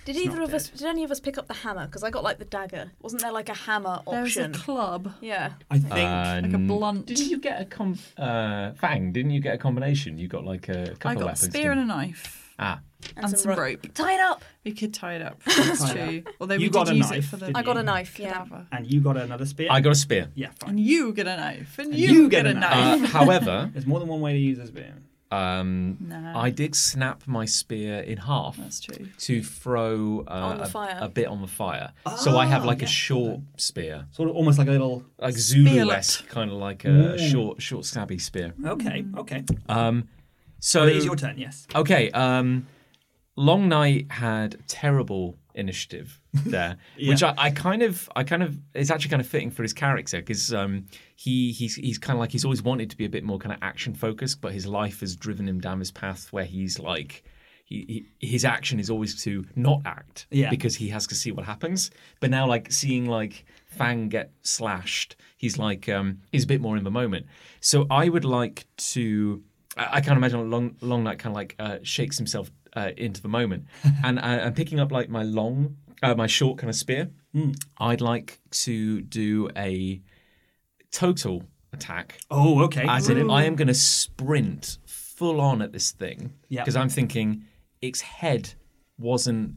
[SPEAKER 4] did
[SPEAKER 1] It's
[SPEAKER 4] either
[SPEAKER 1] not
[SPEAKER 4] of us? Did any of us pick up the hammer? Because I got like the dagger. Wasn't there like a hammer
[SPEAKER 2] There's a
[SPEAKER 4] option?
[SPEAKER 2] club.
[SPEAKER 4] yeah.
[SPEAKER 1] I think
[SPEAKER 3] Uh,
[SPEAKER 2] Like a blunt.
[SPEAKER 3] Didn't you get a com- uh, fang? Didn't you get a combination? You got like a couple
[SPEAKER 2] I got a
[SPEAKER 3] weapons.
[SPEAKER 2] spear and a knife.
[SPEAKER 3] ah,
[SPEAKER 2] And, some,
[SPEAKER 4] ro-
[SPEAKER 2] rope.
[SPEAKER 4] Tie it up.
[SPEAKER 2] We could [laughs] tie it up. That's
[SPEAKER 1] Tie
[SPEAKER 2] true.
[SPEAKER 1] it
[SPEAKER 2] Although
[SPEAKER 1] You
[SPEAKER 2] we
[SPEAKER 1] got
[SPEAKER 2] did
[SPEAKER 1] a
[SPEAKER 2] use it
[SPEAKER 1] knife,
[SPEAKER 2] for the
[SPEAKER 1] didn't
[SPEAKER 4] I got a
[SPEAKER 1] you?
[SPEAKER 4] knife. Yeah.
[SPEAKER 2] [laughs] cadaver.
[SPEAKER 1] and you got another spear.
[SPEAKER 3] Ah, I got a spear.
[SPEAKER 1] Yeah, fine.
[SPEAKER 2] And you get a knife. And,
[SPEAKER 1] you get a
[SPEAKER 3] Uh,
[SPEAKER 4] [laughs]
[SPEAKER 3] however,
[SPEAKER 1] There's more than one way to use a spear.
[SPEAKER 3] um,
[SPEAKER 1] Uh,
[SPEAKER 2] No.
[SPEAKER 3] I did snap my spear in half.
[SPEAKER 2] That's true.
[SPEAKER 3] to throw uh,
[SPEAKER 4] On the
[SPEAKER 3] a-
[SPEAKER 4] fire. Oh,
[SPEAKER 3] A, bit on the fire. so I have
[SPEAKER 1] Ah,
[SPEAKER 3] like
[SPEAKER 1] yeah.
[SPEAKER 3] a short spear,
[SPEAKER 1] Sort of almost like a little
[SPEAKER 3] like
[SPEAKER 2] Spearlet.
[SPEAKER 3] Zulu-esque, kind of like a
[SPEAKER 1] Mm.
[SPEAKER 3] short, short stabby spear.
[SPEAKER 2] Mm.
[SPEAKER 1] Okay, okay.
[SPEAKER 3] Um, so
[SPEAKER 1] But it is your turn, yes.
[SPEAKER 3] okay, um, Long Night had terrible initiative there, which I, I kind of, I kind of, it's actually kind of fitting for his character because um, he he's he's kind of like he's always wanted to be a bit more kind of action focused, but his life has driven him down this path where he's like. He, he, his action is always to not act
[SPEAKER 1] Yeah.
[SPEAKER 3] because he has to see what happens. But now, like seeing like Fang get slashed, he's like um, he's a bit more in the moment. So I would like to. I, I can't imagine long long night kind of like uh, shakes himself uh, into the moment, and I, I'm picking up like my long, uh, my short kind of spear. I'd like to do a total attack
[SPEAKER 1] Oh, okay.
[SPEAKER 3] as in, I am going to sprint full on at this thing
[SPEAKER 1] Yeah.
[SPEAKER 3] because I'm thinking its head wasn't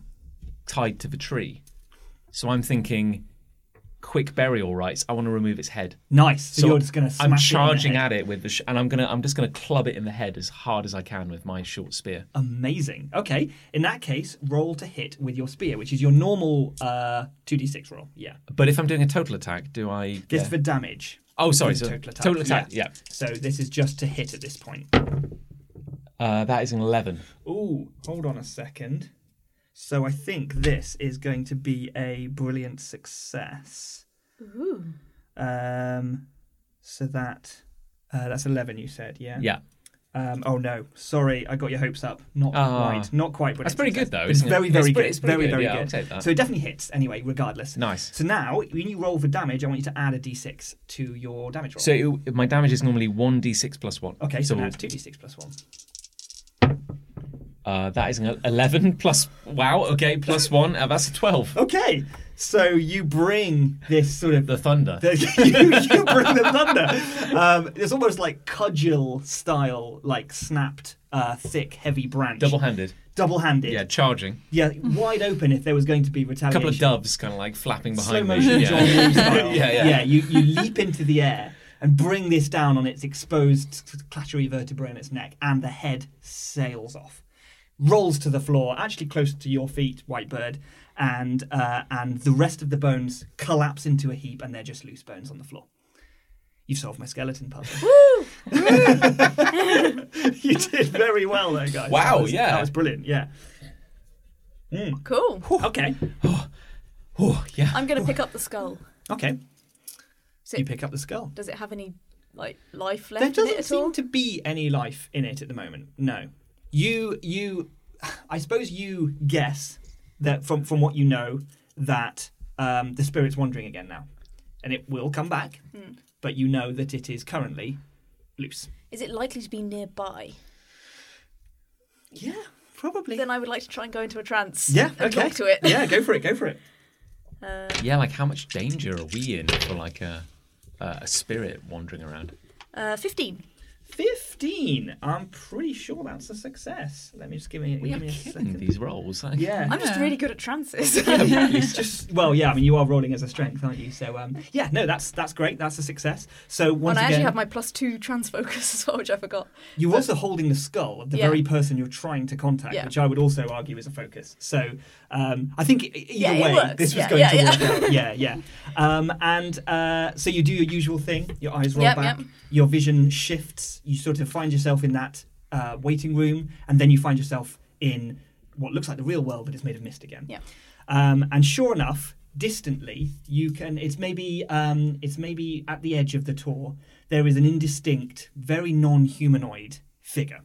[SPEAKER 3] tied to the tree. So I'm thinking quick burial rites. I want to remove its head.
[SPEAKER 1] nice. So,
[SPEAKER 3] So
[SPEAKER 1] you're just going to
[SPEAKER 3] I'm charging at it with the sh- and I'm gonna I'm just gonna club it in the head as hard as I can with my short spear.
[SPEAKER 1] Amazing. Okay. In that case, roll to hit with your spear, which is your normal uh, 2d6 roll. Yeah.
[SPEAKER 3] But if I'm doing a total attack, do I?
[SPEAKER 1] This
[SPEAKER 3] get-
[SPEAKER 1] for damage.
[SPEAKER 3] oh, sorry,
[SPEAKER 1] This is
[SPEAKER 3] so total attack, yeah.
[SPEAKER 1] So this is just to hit at this point.
[SPEAKER 3] uh, that is an eleven.
[SPEAKER 1] Ooh, hold on a second. So I think this is going to be a brilliant success. Ooh. Um, so that uh, that's eleven. You said, yeah.
[SPEAKER 3] Yeah,
[SPEAKER 1] Um, oh no, sorry, I got your hopes up. Not
[SPEAKER 3] Ah.
[SPEAKER 1] quite. Not quite.
[SPEAKER 3] that's
[SPEAKER 1] brilliant success.
[SPEAKER 3] pretty good though.
[SPEAKER 1] But it's
[SPEAKER 3] isn't it?
[SPEAKER 1] very, very
[SPEAKER 3] pre-
[SPEAKER 1] good.
[SPEAKER 3] it's pretty
[SPEAKER 1] very, very
[SPEAKER 3] yeah,
[SPEAKER 1] good.
[SPEAKER 3] I'll take that.
[SPEAKER 1] So it definitely hits anyway, regardless.
[SPEAKER 3] nice.
[SPEAKER 1] So now, when you roll for damage, I want you to add a d6 to your damage roll.
[SPEAKER 3] So it, my damage is normally one d6 plus one.
[SPEAKER 1] okay, so now it's two d6 plus one.
[SPEAKER 3] uh, that is an eleven plus. Wow. Okay, plus one. Uh, that's a twelve.
[SPEAKER 1] Okay, so you bring this sort of
[SPEAKER 3] The thunder.
[SPEAKER 1] The- [laughs] you, you bring the thunder. Um, it's almost like cudgel style, like snapped, uh, thick, heavy branch.
[SPEAKER 3] Double-handed.
[SPEAKER 1] double handed.
[SPEAKER 3] Yeah,
[SPEAKER 1] Yeah.
[SPEAKER 3] charging.
[SPEAKER 1] wide open if there was going to be
[SPEAKER 3] A
[SPEAKER 1] retaliation.
[SPEAKER 3] couple of doves kind of like flapping
[SPEAKER 1] Slow
[SPEAKER 3] behind
[SPEAKER 1] motion
[SPEAKER 3] me.
[SPEAKER 1] John
[SPEAKER 3] [laughs]
[SPEAKER 1] Woo
[SPEAKER 3] Yeah.
[SPEAKER 1] style.
[SPEAKER 3] yeah, yeah.
[SPEAKER 1] you, you leap into the air and bring this down on its exposed clattery vertebrae in its neck, and the head sails off. Rolls to the floor, actually close to your feet, white bird, and uh, and the rest of the bones collapse into a heap, and they're just loose bones on the floor. You've solved my skeleton puzzle. [laughs] you did very well there, guys.
[SPEAKER 3] Wow,
[SPEAKER 1] That was-
[SPEAKER 3] yeah.
[SPEAKER 1] that was brilliant. Yeah.
[SPEAKER 4] Cool.
[SPEAKER 1] Okay.
[SPEAKER 3] Oh, yeah.
[SPEAKER 4] I'm going to pick up the skull.
[SPEAKER 1] Okay.
[SPEAKER 4] So
[SPEAKER 1] You pick up the skull.
[SPEAKER 4] does it have any like life
[SPEAKER 1] There
[SPEAKER 4] left in it
[SPEAKER 1] doesn't
[SPEAKER 4] at
[SPEAKER 1] seem
[SPEAKER 4] all?
[SPEAKER 1] to be any life in it at the moment. No. You you I suppose you guess that from from what you know that um, the spirit's wandering again now. And it will come back.
[SPEAKER 4] Hmm.
[SPEAKER 1] But you know that it is currently loose.
[SPEAKER 4] Is it likely to be nearby?
[SPEAKER 1] Yeah, probably.
[SPEAKER 4] Then I would like to try and go into a trance.
[SPEAKER 1] yeah,
[SPEAKER 4] and
[SPEAKER 1] okay.
[SPEAKER 4] talk to it.
[SPEAKER 1] Yeah, go for it, go for it.
[SPEAKER 4] Uh,
[SPEAKER 3] Yeah, like how much danger are we in for like a uh, a spirit wandering around?
[SPEAKER 4] [laughs] uh, Fifteen.
[SPEAKER 1] 15. I'm pretty sure that's a success. Let me just give me,
[SPEAKER 3] We are
[SPEAKER 1] give me a
[SPEAKER 3] killing
[SPEAKER 1] second.
[SPEAKER 3] these eh? rolls. Like,
[SPEAKER 1] Yeah.
[SPEAKER 4] I'm just
[SPEAKER 2] Yeah.
[SPEAKER 4] really good at [laughs] trances.
[SPEAKER 1] It's just well, yeah. I mean, you are rolling as a strength, aren't you? So um, yeah, no, that's that's great. That's a success. So once
[SPEAKER 4] and I
[SPEAKER 1] again,
[SPEAKER 4] actually have my plus two trans focus as well, which I forgot.
[SPEAKER 1] you're also holding the skull of the
[SPEAKER 4] Yeah.
[SPEAKER 1] very person you're trying to contact,
[SPEAKER 4] Yeah.
[SPEAKER 1] which I would also argue is a focus. So um, I think e- either
[SPEAKER 4] Yeah, it
[SPEAKER 1] way,
[SPEAKER 4] works.
[SPEAKER 1] this was
[SPEAKER 4] Yeah,
[SPEAKER 1] going
[SPEAKER 4] yeah,
[SPEAKER 1] to
[SPEAKER 4] yeah.
[SPEAKER 1] work out. Yeah, yeah. Um, and uh, so you do your usual thing. Your eyes roll
[SPEAKER 4] Yep,
[SPEAKER 1] back.
[SPEAKER 4] yep.
[SPEAKER 1] Your vision shifts. You sort of find yourself in that uh, waiting room, and then you find yourself in what looks like the real world, but it's made of mist again.
[SPEAKER 4] Yeah.
[SPEAKER 1] Um, and sure enough, distantly, you can. It's maybe um, it's maybe at the edge of the tour. There is an indistinct, very non-humanoid figure,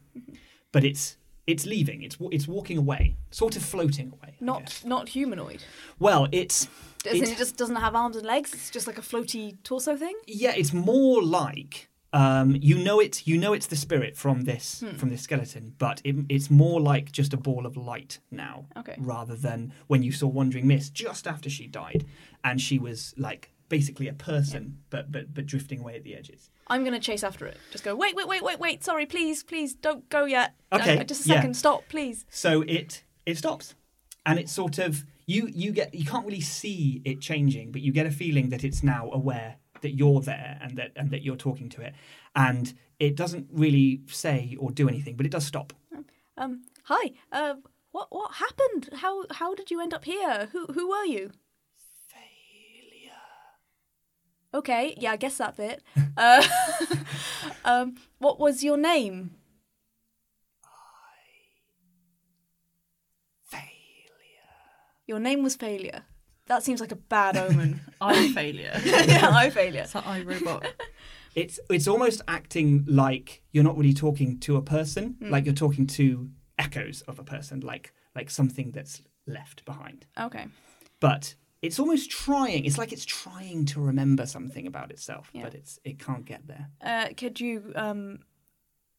[SPEAKER 1] but it's it's leaving. It's wa- it's walking away, sort of floating away. I
[SPEAKER 4] Not
[SPEAKER 1] guess.
[SPEAKER 4] not humanoid.
[SPEAKER 1] well. It's
[SPEAKER 4] As in,
[SPEAKER 1] It-
[SPEAKER 4] it just doesn't have arms and legs. It's just like a floaty torso thing.
[SPEAKER 1] yeah. It's more like. Um, you know it. You know it's the spirit from this from this skeleton, but it, it's more like just a ball of light now,
[SPEAKER 4] Okay.
[SPEAKER 1] rather than when you saw Wandering Mist just after she died, and she was like basically a person, but but but drifting away at the edges.
[SPEAKER 4] I'm gonna chase after it. Just go. Wait, wait, wait, wait, wait. Sorry, please, please, don't go yet.
[SPEAKER 1] Okay,
[SPEAKER 4] Uh, just a
[SPEAKER 1] yeah.
[SPEAKER 4] second. Stop, please.
[SPEAKER 1] So it it stops, and it's sort of you you get you can't really see it changing, but you get a feeling that it's now aware that you're there and that and that you're talking to it, and it doesn't really say or do anything, but it does stop.
[SPEAKER 4] Um, hi. Uh, what what happened? How how did you end up here? Who who were you? Failure. Okay. Yeah, I guess that bit. [laughs] Uh, um, what was your name? Your name was failure. That seems like a [laughs] bad omen.
[SPEAKER 2] Eye
[SPEAKER 1] [laughs]
[SPEAKER 2] failure.
[SPEAKER 4] yeah, eye failure.
[SPEAKER 2] It's that eye robot.
[SPEAKER 1] It's it's almost acting like you're not really talking to a person, like you're talking to echoes of a person, like like something that's left behind.
[SPEAKER 4] Okay.
[SPEAKER 1] But it's almost trying. It's like it's trying to remember something about itself,
[SPEAKER 4] Yeah.
[SPEAKER 1] but it's it can't get there.
[SPEAKER 4] Uh, could you um,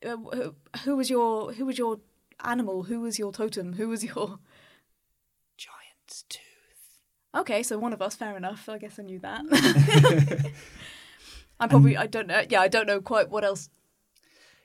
[SPEAKER 4] uh, who- who was your who was your animal? Who was your totem? Who was your?
[SPEAKER 1] Giant's tooth.
[SPEAKER 4] Okay, so one of us. Fair enough. I guess I knew that. [laughs] I probably I don't know. Yeah, I don't know quite what else.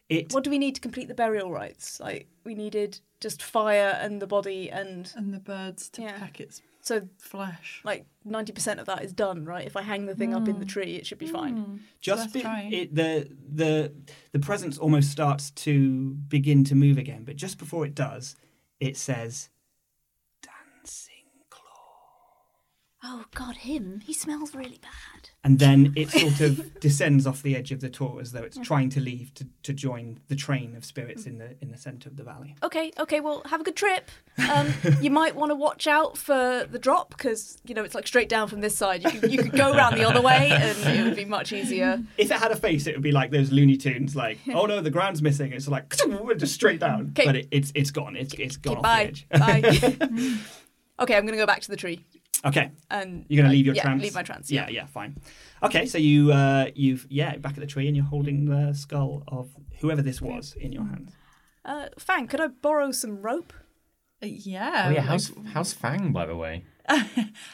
[SPEAKER 1] It
[SPEAKER 4] What do we need to complete the burial rites? Like we needed just fire and the body, and
[SPEAKER 2] And the birds to
[SPEAKER 4] Yeah.
[SPEAKER 2] peck its
[SPEAKER 4] so
[SPEAKER 2] flesh.
[SPEAKER 4] like ninety percent of that is done, right? If I hang the thing up in the tree, it should be fine.
[SPEAKER 1] just
[SPEAKER 2] worth
[SPEAKER 1] be-
[SPEAKER 2] trying.
[SPEAKER 1] it, the the the presence almost starts to begin to move again, but just before it does, it says dancing claw,
[SPEAKER 4] Oh God, him. He smells really bad.
[SPEAKER 1] and
[SPEAKER 2] [laughs]
[SPEAKER 1] then it sort of descends off the edge of the tour as though it's trying to leave to, to join the train of spirits in the in the center of the valley.
[SPEAKER 4] Okay, okay. Well, have a good trip. Um, you might want to watch out for the drop because you know it's like straight down from this side. You could, you could go around the other way, and it would be much easier.
[SPEAKER 1] If it had a face, it would be like those Looney Tunes,
[SPEAKER 2] [laughs]
[SPEAKER 1] like oh no, the ground's missing. It's like [laughs] just straight down,
[SPEAKER 4] Okay.
[SPEAKER 1] but it, it's it's gone. It's it's gone
[SPEAKER 4] Okay,
[SPEAKER 1] off the
[SPEAKER 4] bye,
[SPEAKER 1] edge.
[SPEAKER 4] bye.
[SPEAKER 1] [laughs]
[SPEAKER 4] [laughs] okay, I'm gonna go back to the tree,
[SPEAKER 1] Okay,
[SPEAKER 4] and
[SPEAKER 1] You're gonna
[SPEAKER 4] uh,
[SPEAKER 1] leave your
[SPEAKER 4] yeah,
[SPEAKER 1] trance.
[SPEAKER 4] Leave my trance.
[SPEAKER 1] Yeah, yeah, fine. Okay, so you uh, you've yeah back at the tree and you're holding the skull of whoever this was in your hand.
[SPEAKER 4] Uh, Fang, could I borrow some rope?
[SPEAKER 2] Uh, yeah.
[SPEAKER 3] Oh yeah,
[SPEAKER 2] like-
[SPEAKER 3] how's how's Fang by the way?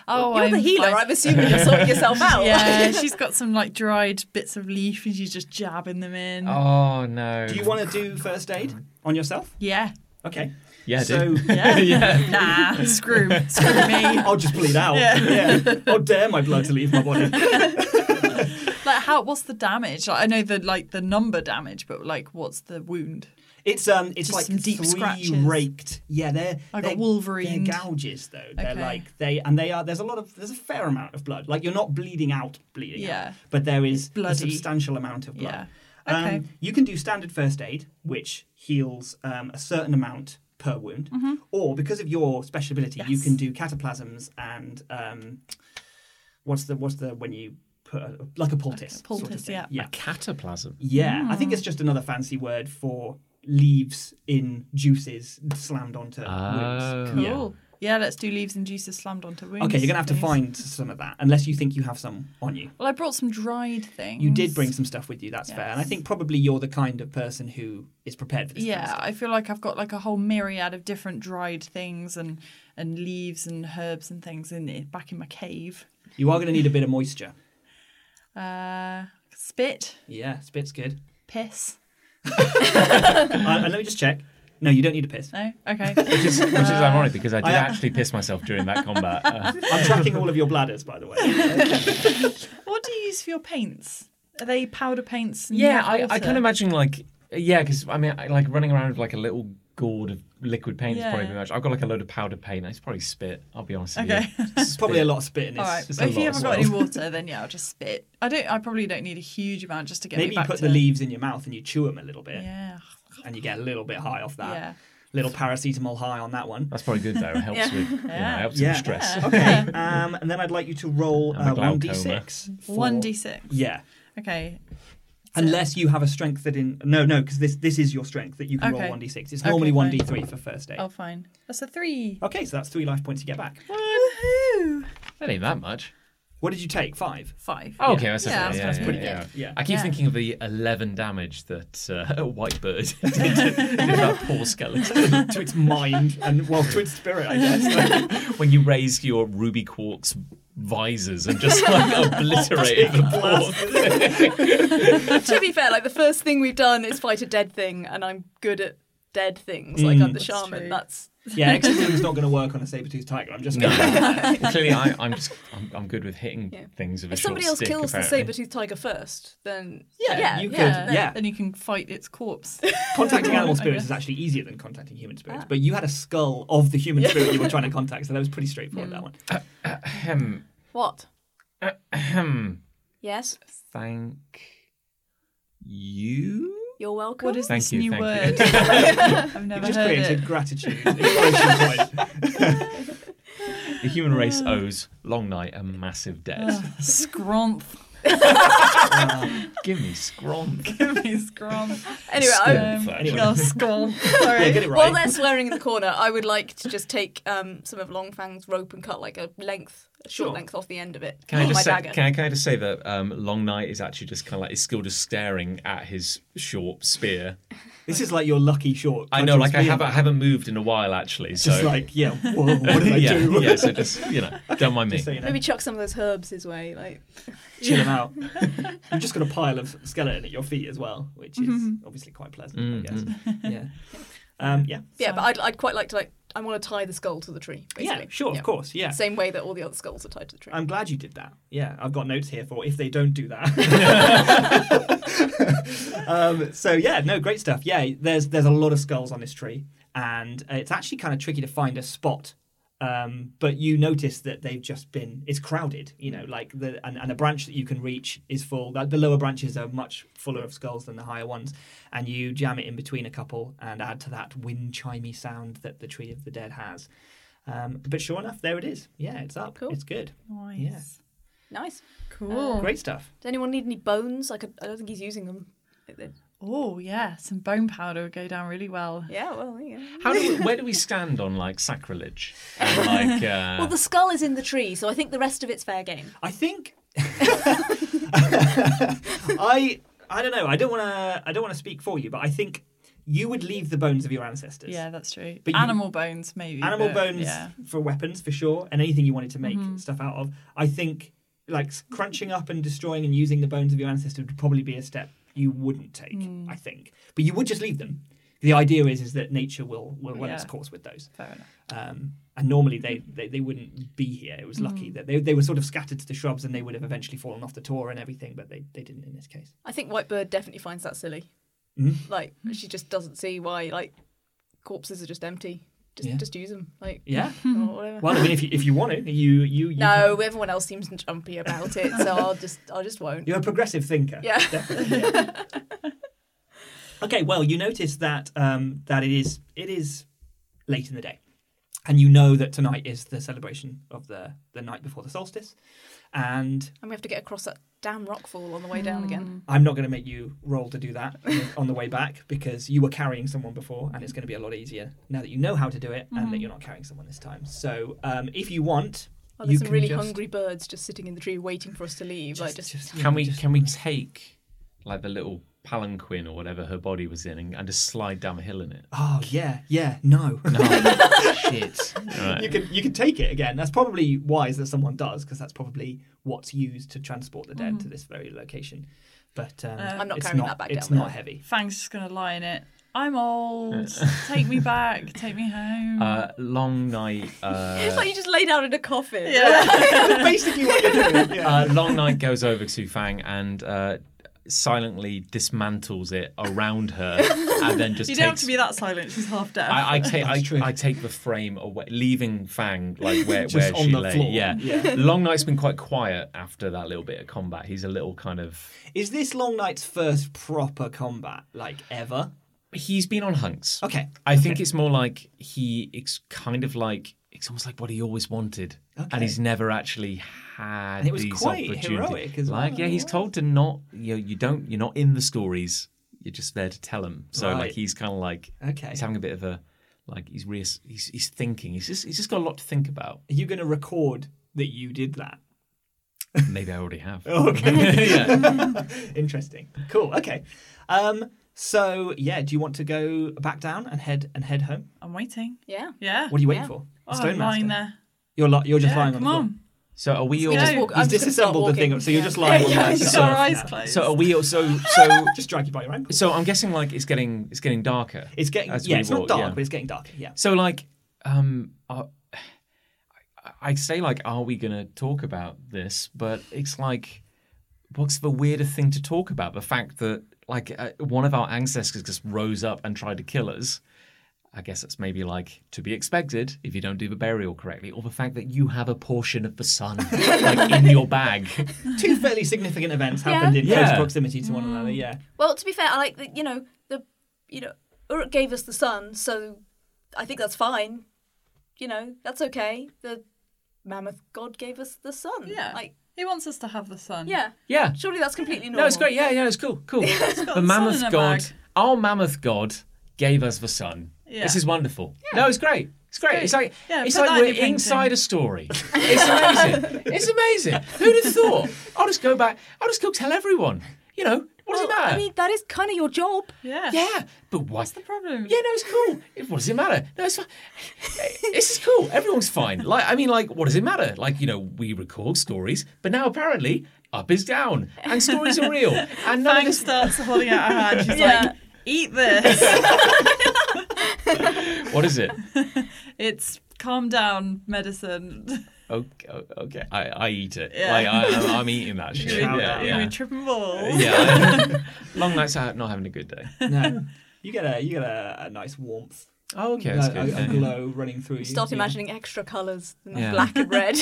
[SPEAKER 2] oh,
[SPEAKER 4] You're
[SPEAKER 2] I'm
[SPEAKER 4] the healer.
[SPEAKER 2] fine.
[SPEAKER 4] I'm assuming you're
[SPEAKER 2] [laughs]
[SPEAKER 4] sorting yourself out.
[SPEAKER 2] Yeah, she's got some like dried bits of leaf and she's just jabbing them in.
[SPEAKER 3] Oh no.
[SPEAKER 1] Do you want to do first aid on yourself?
[SPEAKER 2] Yeah.
[SPEAKER 1] [laughs]
[SPEAKER 2] [laughs]
[SPEAKER 1] Okay.
[SPEAKER 3] Yeah,
[SPEAKER 1] so
[SPEAKER 3] dude. [laughs]
[SPEAKER 2] Yeah.
[SPEAKER 3] yeah.
[SPEAKER 2] Nah, screw,
[SPEAKER 1] [laughs]
[SPEAKER 2] screw me.
[SPEAKER 1] I'll just bleed out.
[SPEAKER 2] Yeah.
[SPEAKER 1] yeah. I'll dare my blood to leave my body.
[SPEAKER 2] Like, how? What's the damage? Like, I know the like the number damage, but like, what's the wound?
[SPEAKER 1] It's um, it's
[SPEAKER 2] Just
[SPEAKER 1] like
[SPEAKER 2] some deep
[SPEAKER 1] three
[SPEAKER 2] scratches.
[SPEAKER 1] raked. Yeah, they're
[SPEAKER 2] I got
[SPEAKER 1] they're,
[SPEAKER 2] Wolverined.
[SPEAKER 1] They're gouges though. They're
[SPEAKER 2] Okay.
[SPEAKER 1] like they and they are. There's a lot of there's a fair amount of blood. Like you're not bleeding out, bleeding. out,
[SPEAKER 2] Yeah.
[SPEAKER 1] but there is a
[SPEAKER 2] bloody.
[SPEAKER 1] substantial amount of blood.
[SPEAKER 2] Yeah. Okay.
[SPEAKER 1] Um, you can do standard first aid, which heals um, a certain amount per wound, or because of your special ability, you
[SPEAKER 2] Mm-hmm. Yes.
[SPEAKER 1] can do cataplasms and um, what's the what's the when you put a, like a poultice,
[SPEAKER 2] Like a
[SPEAKER 1] sort of
[SPEAKER 2] poultice,
[SPEAKER 1] thing.
[SPEAKER 2] yeah.
[SPEAKER 1] yeah,
[SPEAKER 3] Cataplasm.
[SPEAKER 1] yeah, I think it's just another fancy word for leaves in juices slammed onto
[SPEAKER 3] Oh.
[SPEAKER 1] wounds.
[SPEAKER 2] Cool.
[SPEAKER 1] Yeah.
[SPEAKER 2] Yeah. let's do leaves and juices slammed onto wounds.
[SPEAKER 1] Okay, you're gonna have to
[SPEAKER 2] please.
[SPEAKER 1] find some of that, unless you think you have some on you.
[SPEAKER 2] Well, I brought some dried things.
[SPEAKER 1] You did bring some stuff with you, that's fair. And I
[SPEAKER 2] Yes.
[SPEAKER 1] think probably you're the kind of person who is prepared for this. kind of
[SPEAKER 2] Yeah,
[SPEAKER 1] stuff.
[SPEAKER 2] I feel like I've got like a whole myriad of different dried things and and leaves and herbs and things in it back in my cave.
[SPEAKER 1] You are gonna need a bit of moisture.
[SPEAKER 2] Uh, spit,
[SPEAKER 1] Yeah, spit's good.
[SPEAKER 2] piss.
[SPEAKER 1] uh, and let me just check. No, you don't need a piss.
[SPEAKER 2] No,
[SPEAKER 3] [laughs]
[SPEAKER 2] okay.
[SPEAKER 3] Which is, which is ironic because I did
[SPEAKER 1] Uh, I-
[SPEAKER 3] actually piss myself during that combat. Uh,
[SPEAKER 1] [laughs] I'm tracking all of your bladders, by the way.
[SPEAKER 2] what do you use for your paints? Are they powder paints? and
[SPEAKER 3] yeah,
[SPEAKER 2] you
[SPEAKER 3] I,
[SPEAKER 2] have
[SPEAKER 3] I can
[SPEAKER 2] water?
[SPEAKER 3] imagine like yeah, because I mean I, like running around with like a little gourd of liquid paint is probably
[SPEAKER 2] Yeah.
[SPEAKER 3] too much. I've got like a load of powdered paint. It's probably spit. I'll be honest. [laughs]
[SPEAKER 2] Okay.
[SPEAKER 3] with you.
[SPEAKER 1] It's [laughs] probably a lot of spit in this.
[SPEAKER 2] All right,
[SPEAKER 3] It's
[SPEAKER 2] but
[SPEAKER 3] a
[SPEAKER 2] if you
[SPEAKER 3] lot
[SPEAKER 2] haven't
[SPEAKER 3] as
[SPEAKER 2] got
[SPEAKER 3] well. [laughs]
[SPEAKER 2] any water, then yeah, I'll just spit. I don't. I probably don't need a huge amount just to get
[SPEAKER 1] Maybe
[SPEAKER 2] me
[SPEAKER 1] you
[SPEAKER 2] back
[SPEAKER 1] put
[SPEAKER 2] to
[SPEAKER 1] the leaves in your mouth and you chew them a little bit,
[SPEAKER 2] Yeah,
[SPEAKER 1] and you get a little bit high off that.
[SPEAKER 2] yeah.
[SPEAKER 1] Little paracetamol high on that one.
[SPEAKER 3] That's probably good though. It helps
[SPEAKER 4] Yeah.
[SPEAKER 3] with you know,
[SPEAKER 2] Yeah.
[SPEAKER 3] it helps
[SPEAKER 1] Yeah.
[SPEAKER 3] with stress.
[SPEAKER 2] Yeah. [laughs]
[SPEAKER 1] Okay, um, and then I'd like you to roll
[SPEAKER 3] I'm a
[SPEAKER 1] uh, one d six.
[SPEAKER 2] One d six.
[SPEAKER 1] Yeah,
[SPEAKER 2] Okay.
[SPEAKER 1] unless you have a strength that in no no because this this is your strength that you can roll
[SPEAKER 2] Okay.
[SPEAKER 1] one d six. It's
[SPEAKER 2] Okay,
[SPEAKER 1] normally one
[SPEAKER 2] fine.
[SPEAKER 1] d three for first aid.
[SPEAKER 2] Oh, fine. That's a three.
[SPEAKER 1] Okay, so that's three life points you get back.
[SPEAKER 3] Oh.
[SPEAKER 2] Woohoo!
[SPEAKER 3] That ain't that much.
[SPEAKER 1] What did you take? Five.
[SPEAKER 2] Five.
[SPEAKER 3] Oh, okay, that's,
[SPEAKER 2] Yeah, that's-
[SPEAKER 3] okay. yeah,
[SPEAKER 2] that's
[SPEAKER 3] yeah,
[SPEAKER 2] pretty
[SPEAKER 3] yeah.
[SPEAKER 1] good. Yeah.
[SPEAKER 3] I keep
[SPEAKER 2] Yeah.
[SPEAKER 3] thinking of the eleven damage that uh, [laughs] White Bird did
[SPEAKER 2] [laughs]
[SPEAKER 3] to that poor skeleton
[SPEAKER 1] [laughs]
[SPEAKER 3] [laughs]
[SPEAKER 1] to its mind and well to its spirit, I
[SPEAKER 2] [laughs]
[SPEAKER 1] guess. [laughs]
[SPEAKER 3] when you raised your ruby quartz visors and just like
[SPEAKER 2] [laughs]
[SPEAKER 3] obliterated the poor
[SPEAKER 4] [laughs] to be fair, like the first thing we've done is fight a dead thing, and I'm good at dead things. Like
[SPEAKER 1] Mm.
[SPEAKER 4] I'm the
[SPEAKER 2] That's
[SPEAKER 4] shaman.
[SPEAKER 2] true.
[SPEAKER 4] That's
[SPEAKER 1] yeah, exorcism's not going to work on a saber toothed tiger. I'm just
[SPEAKER 3] No.
[SPEAKER 1] going
[SPEAKER 3] [laughs]
[SPEAKER 1] to
[SPEAKER 4] [laughs]
[SPEAKER 3] Well, clearly, I, I'm just I'm, I'm good with hitting
[SPEAKER 4] Yeah.
[SPEAKER 3] things with a
[SPEAKER 4] if
[SPEAKER 3] short
[SPEAKER 4] somebody else
[SPEAKER 3] stick,
[SPEAKER 4] kills the
[SPEAKER 3] apparently.
[SPEAKER 4] saber toothed tiger first, then
[SPEAKER 1] Yeah,
[SPEAKER 4] yeah,
[SPEAKER 1] you
[SPEAKER 4] yeah.
[SPEAKER 1] could- yeah.
[SPEAKER 2] Then you can fight its corpse.
[SPEAKER 1] contacting animal
[SPEAKER 2] Okay.
[SPEAKER 1] spirits is actually easier than contacting human spirits.
[SPEAKER 4] Ah.
[SPEAKER 1] But you had a skull of the
[SPEAKER 2] [laughs]
[SPEAKER 1] human spirit you were trying to contact, so that was pretty straightforward. That one.
[SPEAKER 3] Ahem.
[SPEAKER 4] What?
[SPEAKER 3] Ahem.
[SPEAKER 4] Yes,
[SPEAKER 3] Thank you.
[SPEAKER 4] you're welcome.
[SPEAKER 2] What is
[SPEAKER 3] Thank
[SPEAKER 2] this
[SPEAKER 3] you,
[SPEAKER 2] new
[SPEAKER 3] thank
[SPEAKER 2] word? [laughs]
[SPEAKER 3] you.
[SPEAKER 2] I've
[SPEAKER 1] You
[SPEAKER 2] never
[SPEAKER 1] just
[SPEAKER 2] heard
[SPEAKER 1] created
[SPEAKER 2] it.
[SPEAKER 1] gratitude. Explosion point.
[SPEAKER 3] The
[SPEAKER 4] Ah.
[SPEAKER 3] human race owes Long Night a massive debt.
[SPEAKER 1] [laughs]
[SPEAKER 2] Scromp.
[SPEAKER 3] Give me
[SPEAKER 4] [laughs]
[SPEAKER 3] Scronk.
[SPEAKER 2] Give me scromp.
[SPEAKER 4] Anyway, I,
[SPEAKER 1] Um,
[SPEAKER 3] Scromp, actually.
[SPEAKER 2] No, [laughs] scromp.
[SPEAKER 1] Yeah,
[SPEAKER 2] Sorry.
[SPEAKER 1] get it right.
[SPEAKER 4] while they're swearing in the corner, I would like to just take um, some of Longfang's rope and cut like a length, a short
[SPEAKER 1] Sure.
[SPEAKER 4] length off the end of it.
[SPEAKER 3] Can I
[SPEAKER 4] with
[SPEAKER 3] just
[SPEAKER 4] Oh, my
[SPEAKER 3] say,
[SPEAKER 4] dagger.
[SPEAKER 3] can I, can I just say that um, Long Night is actually just kind of like is still just staring at his short spear.
[SPEAKER 1] This is like your lucky short.
[SPEAKER 3] I know,
[SPEAKER 1] Hunter's
[SPEAKER 3] like I
[SPEAKER 1] Wheel.
[SPEAKER 3] haven't I haven't moved in a while actually. So
[SPEAKER 1] Just like yeah,
[SPEAKER 3] [laughs]
[SPEAKER 1] whoa, what did I
[SPEAKER 3] yeah,
[SPEAKER 1] do?
[SPEAKER 3] yeah.
[SPEAKER 1] [laughs]
[SPEAKER 3] So just you know, don't mind me.
[SPEAKER 1] Just so you know,
[SPEAKER 4] Maybe chuck some of those herbs his way. Like,
[SPEAKER 1] [laughs] chill them out. You've just got a pile of skeleton at your feet as well, which is obviously quite pleasant. I
[SPEAKER 3] Mm,
[SPEAKER 1] guess. Yeah. Um, yeah.
[SPEAKER 4] yeah,
[SPEAKER 2] So-
[SPEAKER 4] but I'd, I'd quite like to like. I want to tie the skull to the tree. Basically.
[SPEAKER 1] Yeah. Sure.
[SPEAKER 4] Yeah.
[SPEAKER 1] Of course. Yeah.
[SPEAKER 4] Same way that all the other skulls are tied to the tree.
[SPEAKER 1] I'm glad you did that. Yeah, I've got notes here for if they don't do that. um, so yeah, no, great stuff. Yeah, there's there's a lot of skulls on this tree, and uh, it's actually kind of tricky to find a spot. Um, but you notice that they've just been it's crowded. You know, like the and, and a branch that you can reach is full. The, the lower branches are much fuller of skulls than the higher ones, and you jam it in between a couple and add to that wind chimey sound that the tree of the dead has. Um, but sure enough, there it is. Yeah, it's up.
[SPEAKER 4] Cool.
[SPEAKER 1] It's good.
[SPEAKER 2] Nice.
[SPEAKER 1] Yeah.
[SPEAKER 4] Nice.
[SPEAKER 2] Cool.
[SPEAKER 1] Great stuff.
[SPEAKER 4] Does anyone need any bones? I could. I don't think he's using them.
[SPEAKER 2] Oh yeah, some bone powder would go down really well.
[SPEAKER 4] Yeah. Well. Yeah.
[SPEAKER 3] How do we, where do we stand on like sacrilege? And, like,
[SPEAKER 4] [laughs]
[SPEAKER 3] uh,
[SPEAKER 4] Well, the skull is in the tree, so I think the rest of it's fair game.
[SPEAKER 1] I think I I don't know. I don't want to I don't want to speak for you, but I think you would leave the bones of your ancestors.
[SPEAKER 2] Yeah, that's true.
[SPEAKER 1] But you-
[SPEAKER 2] Animal bones, maybe.
[SPEAKER 1] Animal
[SPEAKER 2] but
[SPEAKER 1] bones
[SPEAKER 2] Yeah. Mm-hmm.
[SPEAKER 1] for weapons for sure, and anything you wanted to make stuff out of. I think like s- crunching up and destroying and using the bones of your ancestors would probably be a step you wouldn't take.
[SPEAKER 2] Mm.
[SPEAKER 1] I think, but you would just leave them. The idea is is that nature will will run its
[SPEAKER 2] Yeah.
[SPEAKER 1] course with those.
[SPEAKER 2] Fair enough.
[SPEAKER 1] Um, and normally they, they, they wouldn't be here. It was lucky
[SPEAKER 4] Mm.
[SPEAKER 1] that they, they were sort of scattered to the shrubs and they would have eventually fallen off the tour and everything, but they, they didn't in this case.
[SPEAKER 4] I think Whitebird definitely finds that silly.
[SPEAKER 1] Mhm.
[SPEAKER 4] Like she just doesn't see why like corpses are just empty. Just
[SPEAKER 1] Yeah.
[SPEAKER 4] just use them. Like
[SPEAKER 1] Yeah.
[SPEAKER 4] or whatever.
[SPEAKER 1] [laughs] Well, I mean, if you, if you want to, you you, you
[SPEAKER 4] no, everyone else seems jumpy about it, so I'll just I just won't.
[SPEAKER 1] You're a progressive thinker.
[SPEAKER 4] Yeah.
[SPEAKER 1] Definitely,
[SPEAKER 4] [laughs]
[SPEAKER 1] yeah. okay. Well, you notice that um, that it is it is late in the day, and you know that tonight is the celebration of the the night before the solstice, and
[SPEAKER 4] And we have to get across that damn rockfall on the way
[SPEAKER 2] Hmm.
[SPEAKER 4] down again.
[SPEAKER 1] I'm not going to make you roll to do that on the way back because you were carrying someone before, and it's going to be a lot easier now that you know how to do it and that you're not carrying someone this time. So, um, if you want,
[SPEAKER 4] Oh,
[SPEAKER 1] you
[SPEAKER 4] there's some
[SPEAKER 1] can
[SPEAKER 4] really
[SPEAKER 1] just-
[SPEAKER 4] hungry birds just sitting in the tree waiting for us to leave. like just,
[SPEAKER 1] yeah,
[SPEAKER 3] can we
[SPEAKER 1] just-
[SPEAKER 3] can we take like the little palanquin or whatever her body was in and, and just slide down a hill in it?
[SPEAKER 1] Oh yeah, yeah. No, [laughs]
[SPEAKER 3] No, shit. [laughs] All right.
[SPEAKER 1] you can you can take it again. That's probably wise that someone does because that's probably what's used to transport the dead to this very location. But um,
[SPEAKER 2] I'm
[SPEAKER 4] not
[SPEAKER 1] it's
[SPEAKER 4] carrying
[SPEAKER 1] not,
[SPEAKER 4] that back
[SPEAKER 1] It's
[SPEAKER 4] down with
[SPEAKER 1] not
[SPEAKER 4] me.
[SPEAKER 2] [laughs]
[SPEAKER 1] heavy.
[SPEAKER 2] Fang's just gonna lie in it. I'm old.
[SPEAKER 1] Uh,
[SPEAKER 2] [laughs] take me
[SPEAKER 1] [laughs]
[SPEAKER 2] back. Take me home.
[SPEAKER 3] Uh, long night.
[SPEAKER 4] it's
[SPEAKER 3] Uh,
[SPEAKER 4] [laughs] like you just lay down in a coffin.
[SPEAKER 2] [laughs]
[SPEAKER 1] [laughs]
[SPEAKER 2] yeah.
[SPEAKER 1] That's basically what you're [laughs] doing. Yeah.
[SPEAKER 3] uh, long night goes over to Fang and uh, silently dismantles it around her, and then
[SPEAKER 2] [laughs]
[SPEAKER 3] just
[SPEAKER 2] You
[SPEAKER 3] takes.
[SPEAKER 2] don't have to be that silent. She's half dead.
[SPEAKER 3] I, I take
[SPEAKER 1] That's true.
[SPEAKER 3] I, I take the frame away, leaving Fang like
[SPEAKER 1] [laughs]
[SPEAKER 3] where
[SPEAKER 1] Just
[SPEAKER 3] where
[SPEAKER 1] on
[SPEAKER 3] she
[SPEAKER 1] the
[SPEAKER 3] lay.
[SPEAKER 1] floor.
[SPEAKER 3] Yeah.
[SPEAKER 1] Yeah.
[SPEAKER 3] Long Night's been quite quiet after that little bit of combat. He's a little kind of
[SPEAKER 1] Is this Long Night's first proper combat, like ever?
[SPEAKER 3] he's been on hunks.
[SPEAKER 1] Okay.
[SPEAKER 3] I think it's more like he it's kind of like it's almost like what he always wanted,
[SPEAKER 1] Okay.
[SPEAKER 3] and he's never actually had.
[SPEAKER 1] And it was
[SPEAKER 3] these
[SPEAKER 1] quite
[SPEAKER 3] opportunities.
[SPEAKER 1] heroic as
[SPEAKER 3] Like
[SPEAKER 1] well,
[SPEAKER 3] yeah, he's
[SPEAKER 1] yeah.
[SPEAKER 3] told to not you know, you don't you're not in the stories. You're just there to tell him. So
[SPEAKER 1] Right.
[SPEAKER 3] like he's kind of like
[SPEAKER 1] Okay.
[SPEAKER 3] he's having a bit of a like he's re- he's he's thinking. He's just he's just got a lot to think
[SPEAKER 1] [laughs]
[SPEAKER 3] about.
[SPEAKER 1] Are you going to record that you did that?
[SPEAKER 3] Maybe I already
[SPEAKER 1] [laughs]
[SPEAKER 3] have.
[SPEAKER 1] Okay.
[SPEAKER 3] [laughs] yeah.
[SPEAKER 1] Interesting. Cool. Okay. Um, so yeah, do you want to go back down and head and head home?
[SPEAKER 2] I'm waiting.
[SPEAKER 4] Yeah.
[SPEAKER 2] Yeah.
[SPEAKER 1] What are you waiting
[SPEAKER 4] Yeah.
[SPEAKER 1] for?
[SPEAKER 2] Oh, I'm lying there.
[SPEAKER 1] You're li- you're just
[SPEAKER 2] Yeah,
[SPEAKER 1] lying on
[SPEAKER 2] come
[SPEAKER 1] the floor.
[SPEAKER 2] on.
[SPEAKER 3] So are we all?
[SPEAKER 4] We just
[SPEAKER 2] No.
[SPEAKER 4] walk-
[SPEAKER 1] He's
[SPEAKER 4] I'm just gonna start
[SPEAKER 1] disassembled the thing,
[SPEAKER 4] walking.
[SPEAKER 1] so you're just lying on
[SPEAKER 2] yeah,
[SPEAKER 1] there.
[SPEAKER 2] [laughs] yeah,
[SPEAKER 1] just
[SPEAKER 2] just
[SPEAKER 1] sort
[SPEAKER 2] got
[SPEAKER 1] of-
[SPEAKER 2] our eyes
[SPEAKER 1] yeah.
[SPEAKER 2] closed.
[SPEAKER 3] So uh, are we all? So so
[SPEAKER 1] Just drag you by your ankle.
[SPEAKER 3] so I'm guessing like it's getting it's getting darker.
[SPEAKER 1] It's getting
[SPEAKER 3] As
[SPEAKER 1] yeah,
[SPEAKER 3] we
[SPEAKER 1] it's
[SPEAKER 3] walk,
[SPEAKER 1] not dark,
[SPEAKER 3] yeah.
[SPEAKER 1] but it's getting darker. Yeah.
[SPEAKER 3] So like, um, are, I, I say like, are we gonna talk about this? But it's like, what's the weirder thing to talk about? The fact that like uh, one of our ancestors just rose up and tried to kill us. I guess that's maybe like to be expected if you don't do the burial correctly, or the fact that you have a portion of the sun like in your bag.
[SPEAKER 1] Two fairly significant events
[SPEAKER 4] Yeah.
[SPEAKER 1] happened in close
[SPEAKER 3] Yeah.
[SPEAKER 1] proximity to one another. Yeah.
[SPEAKER 4] Well, to be fair, I like the you know the you know Uruk gave us the sun, so I think that's fine. You know that's okay. The mammoth god gave us the sun.
[SPEAKER 2] Yeah.
[SPEAKER 4] Like,
[SPEAKER 2] He wants us to have the sun.
[SPEAKER 4] yeah.
[SPEAKER 3] Yeah.
[SPEAKER 4] Surely that's completely normal.
[SPEAKER 3] No, it's great. Yeah, yeah, it's cool.
[SPEAKER 2] [laughs]
[SPEAKER 3] Cool.
[SPEAKER 2] got
[SPEAKER 3] the
[SPEAKER 2] the sun
[SPEAKER 3] mammoth
[SPEAKER 2] in a
[SPEAKER 3] god,
[SPEAKER 2] bag.
[SPEAKER 3] our mammoth god, gave us the sun.
[SPEAKER 2] Yeah.
[SPEAKER 3] This is wonderful. No, it's great. It's great. It's like
[SPEAKER 2] Yeah,
[SPEAKER 3] it's
[SPEAKER 2] put
[SPEAKER 3] like
[SPEAKER 2] that in
[SPEAKER 3] we're
[SPEAKER 2] your painting.
[SPEAKER 3] inside a story. It's
[SPEAKER 2] [laughs]
[SPEAKER 3] amazing. it's amazing. Who'd have thought? I'll just go back. I'll just go tell everyone. You know, what does it
[SPEAKER 4] Well,
[SPEAKER 3] matter?
[SPEAKER 4] I mean, that is kind of your job.
[SPEAKER 2] Yeah.
[SPEAKER 3] yeah, but why?
[SPEAKER 2] What's the problem?
[SPEAKER 3] Yeah, no, it's cool. It- What does it matter? No, it's fine. [laughs] This is cool. Everyone's fine. Like, I mean, like, what does it matter? Like, you know, we record stories, but now apparently up is down and stories are real. And none of
[SPEAKER 2] Fang
[SPEAKER 3] this
[SPEAKER 2] starts
[SPEAKER 3] [laughs]
[SPEAKER 2] holding out her hand. She's
[SPEAKER 4] Yeah.
[SPEAKER 2] like, eat this.
[SPEAKER 3] What is it?
[SPEAKER 2] it's calm down
[SPEAKER 3] [laughs]
[SPEAKER 2] medicine.
[SPEAKER 3] Okay, o- okay. I, I eat it.
[SPEAKER 2] Yeah.
[SPEAKER 3] Like I, I'm- I'm eating that shit.
[SPEAKER 1] Chow
[SPEAKER 3] yeah,
[SPEAKER 1] down.
[SPEAKER 2] You
[SPEAKER 3] yeah.
[SPEAKER 2] mean tripping balls.
[SPEAKER 3] yeah. [laughs] Long nights out, not having a good day.
[SPEAKER 1] No. You get a you get a, a nice warmth,
[SPEAKER 3] Oh, okay,
[SPEAKER 1] a,
[SPEAKER 3] that's good.
[SPEAKER 1] a- a
[SPEAKER 3] Yeah, yeah.
[SPEAKER 1] glow running through you.
[SPEAKER 4] Start
[SPEAKER 1] Yeah.
[SPEAKER 4] imagining extra colours, and
[SPEAKER 3] Yeah.
[SPEAKER 4] black and
[SPEAKER 3] [laughs]
[SPEAKER 4] red.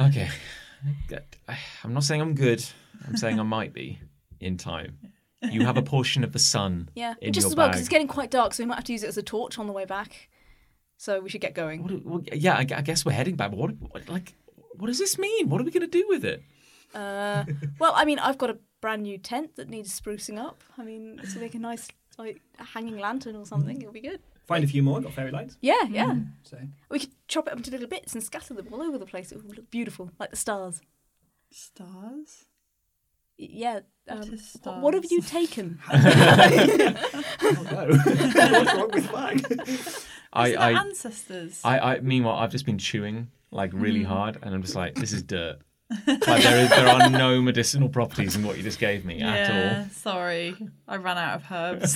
[SPEAKER 3] Okay. Good. I- I'm not saying I'm good. I'm saying I might be in time. You have a portion of the sun.
[SPEAKER 4] yeah.
[SPEAKER 3] In
[SPEAKER 4] Just
[SPEAKER 3] your
[SPEAKER 4] as well, because
[SPEAKER 3] bag.
[SPEAKER 4] it's getting quite dark, so we might have to use it as a torch on the way back. So we should get going.
[SPEAKER 3] What, what, yeah, I, gu- I guess we're heading back. But what, what, like, what does this mean? What are we going to do with it?
[SPEAKER 1] [laughs]
[SPEAKER 4] Uh, well, I mean, I've got a brand new tent that needs sprucing up. I mean, this will make a nice like a hanging lantern or something. It'll be good.
[SPEAKER 1] Find a few more. Got fairy lights.
[SPEAKER 4] Yeah, yeah.
[SPEAKER 1] So [laughs]
[SPEAKER 4] We could chop it up into little bits and scatter them all over the place. It would look beautiful, like the stars.
[SPEAKER 3] [laughs]
[SPEAKER 2] Stars?
[SPEAKER 4] Y- Yeah.
[SPEAKER 2] What
[SPEAKER 4] Um,
[SPEAKER 2] is
[SPEAKER 4] wh- what have
[SPEAKER 2] stars?
[SPEAKER 4] you taken?
[SPEAKER 2] [laughs]
[SPEAKER 1] I don't know. Oh, What's wrong with mine?
[SPEAKER 3] I,
[SPEAKER 2] Isn't that
[SPEAKER 3] I,
[SPEAKER 2] ancestors.
[SPEAKER 3] I, I, meanwhile, I've just been chewing like really hard, and I'm just like, this is dirt. like there, is, there are no medicinal properties in what you just gave me at all.
[SPEAKER 2] yeah, sorry. I ran out of
[SPEAKER 3] [laughs]
[SPEAKER 2] herbs.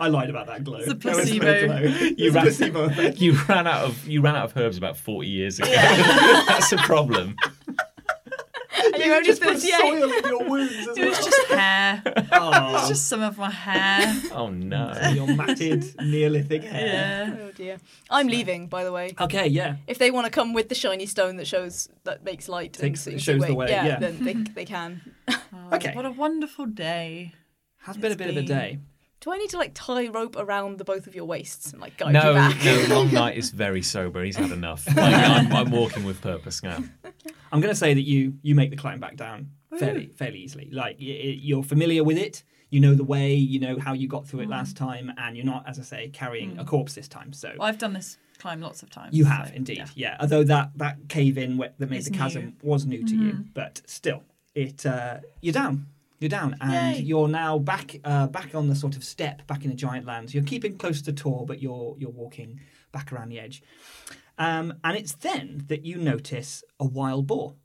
[SPEAKER 1] I lied about that glow.
[SPEAKER 2] It's a
[SPEAKER 1] There was no
[SPEAKER 2] placebo.
[SPEAKER 1] glow. You
[SPEAKER 3] It's a
[SPEAKER 1] placebo effect.
[SPEAKER 3] You ran out of you ran out of herbs about forty years ago. [laughs] That's a problem.
[SPEAKER 4] [laughs] And you're only
[SPEAKER 1] just put
[SPEAKER 4] 38.
[SPEAKER 1] soil in your wounds as
[SPEAKER 2] it was
[SPEAKER 1] well.
[SPEAKER 2] just hair. It
[SPEAKER 1] Oh,
[SPEAKER 2] [laughs] was just some of my hair.
[SPEAKER 1] [laughs]
[SPEAKER 3] Oh no.
[SPEAKER 1] your matted Neolithic hair.
[SPEAKER 2] Yeah.
[SPEAKER 4] Oh dear. I'm leaving, by the way.
[SPEAKER 1] Okay, yeah.
[SPEAKER 4] If they want to come with the shiny stone that shows that makes light,
[SPEAKER 1] Takes-
[SPEAKER 4] and so you
[SPEAKER 1] shows
[SPEAKER 4] see
[SPEAKER 1] the way, yeah.
[SPEAKER 4] then they, they can.
[SPEAKER 2] Oh,
[SPEAKER 1] Okay.
[SPEAKER 2] What a wonderful day.
[SPEAKER 1] Has been a
[SPEAKER 2] It's
[SPEAKER 1] bit of a
[SPEAKER 2] been-
[SPEAKER 1] day.
[SPEAKER 4] Do I need to like tie rope around the both of your waists and like guide you
[SPEAKER 3] No,
[SPEAKER 4] back?
[SPEAKER 3] no, long night is very sober. He's had enough. Like, I'm, I'm walking with purpose now.
[SPEAKER 1] I'm going to say that you you make the climb back down fairly fairly easily. Like y- y- you're familiar with it, you know the way, you know how you got through it last time, and you're not, as I say, carrying a corpse this time. So
[SPEAKER 2] Well, I've done this climb lots of times.
[SPEAKER 1] you have
[SPEAKER 2] so,
[SPEAKER 1] indeed,
[SPEAKER 2] yeah.
[SPEAKER 1] yeah. Although that that cave in where, that made
[SPEAKER 2] It's
[SPEAKER 1] the chasm was new to you, but still, it uh, you're down. You're down, and
[SPEAKER 2] Yay.
[SPEAKER 1] you're now back, uh, back on the sort of step, back in the giant land. You're keeping close to Tor, but you're you're walking back around the edge. Um, and it's then that you notice a wild boar.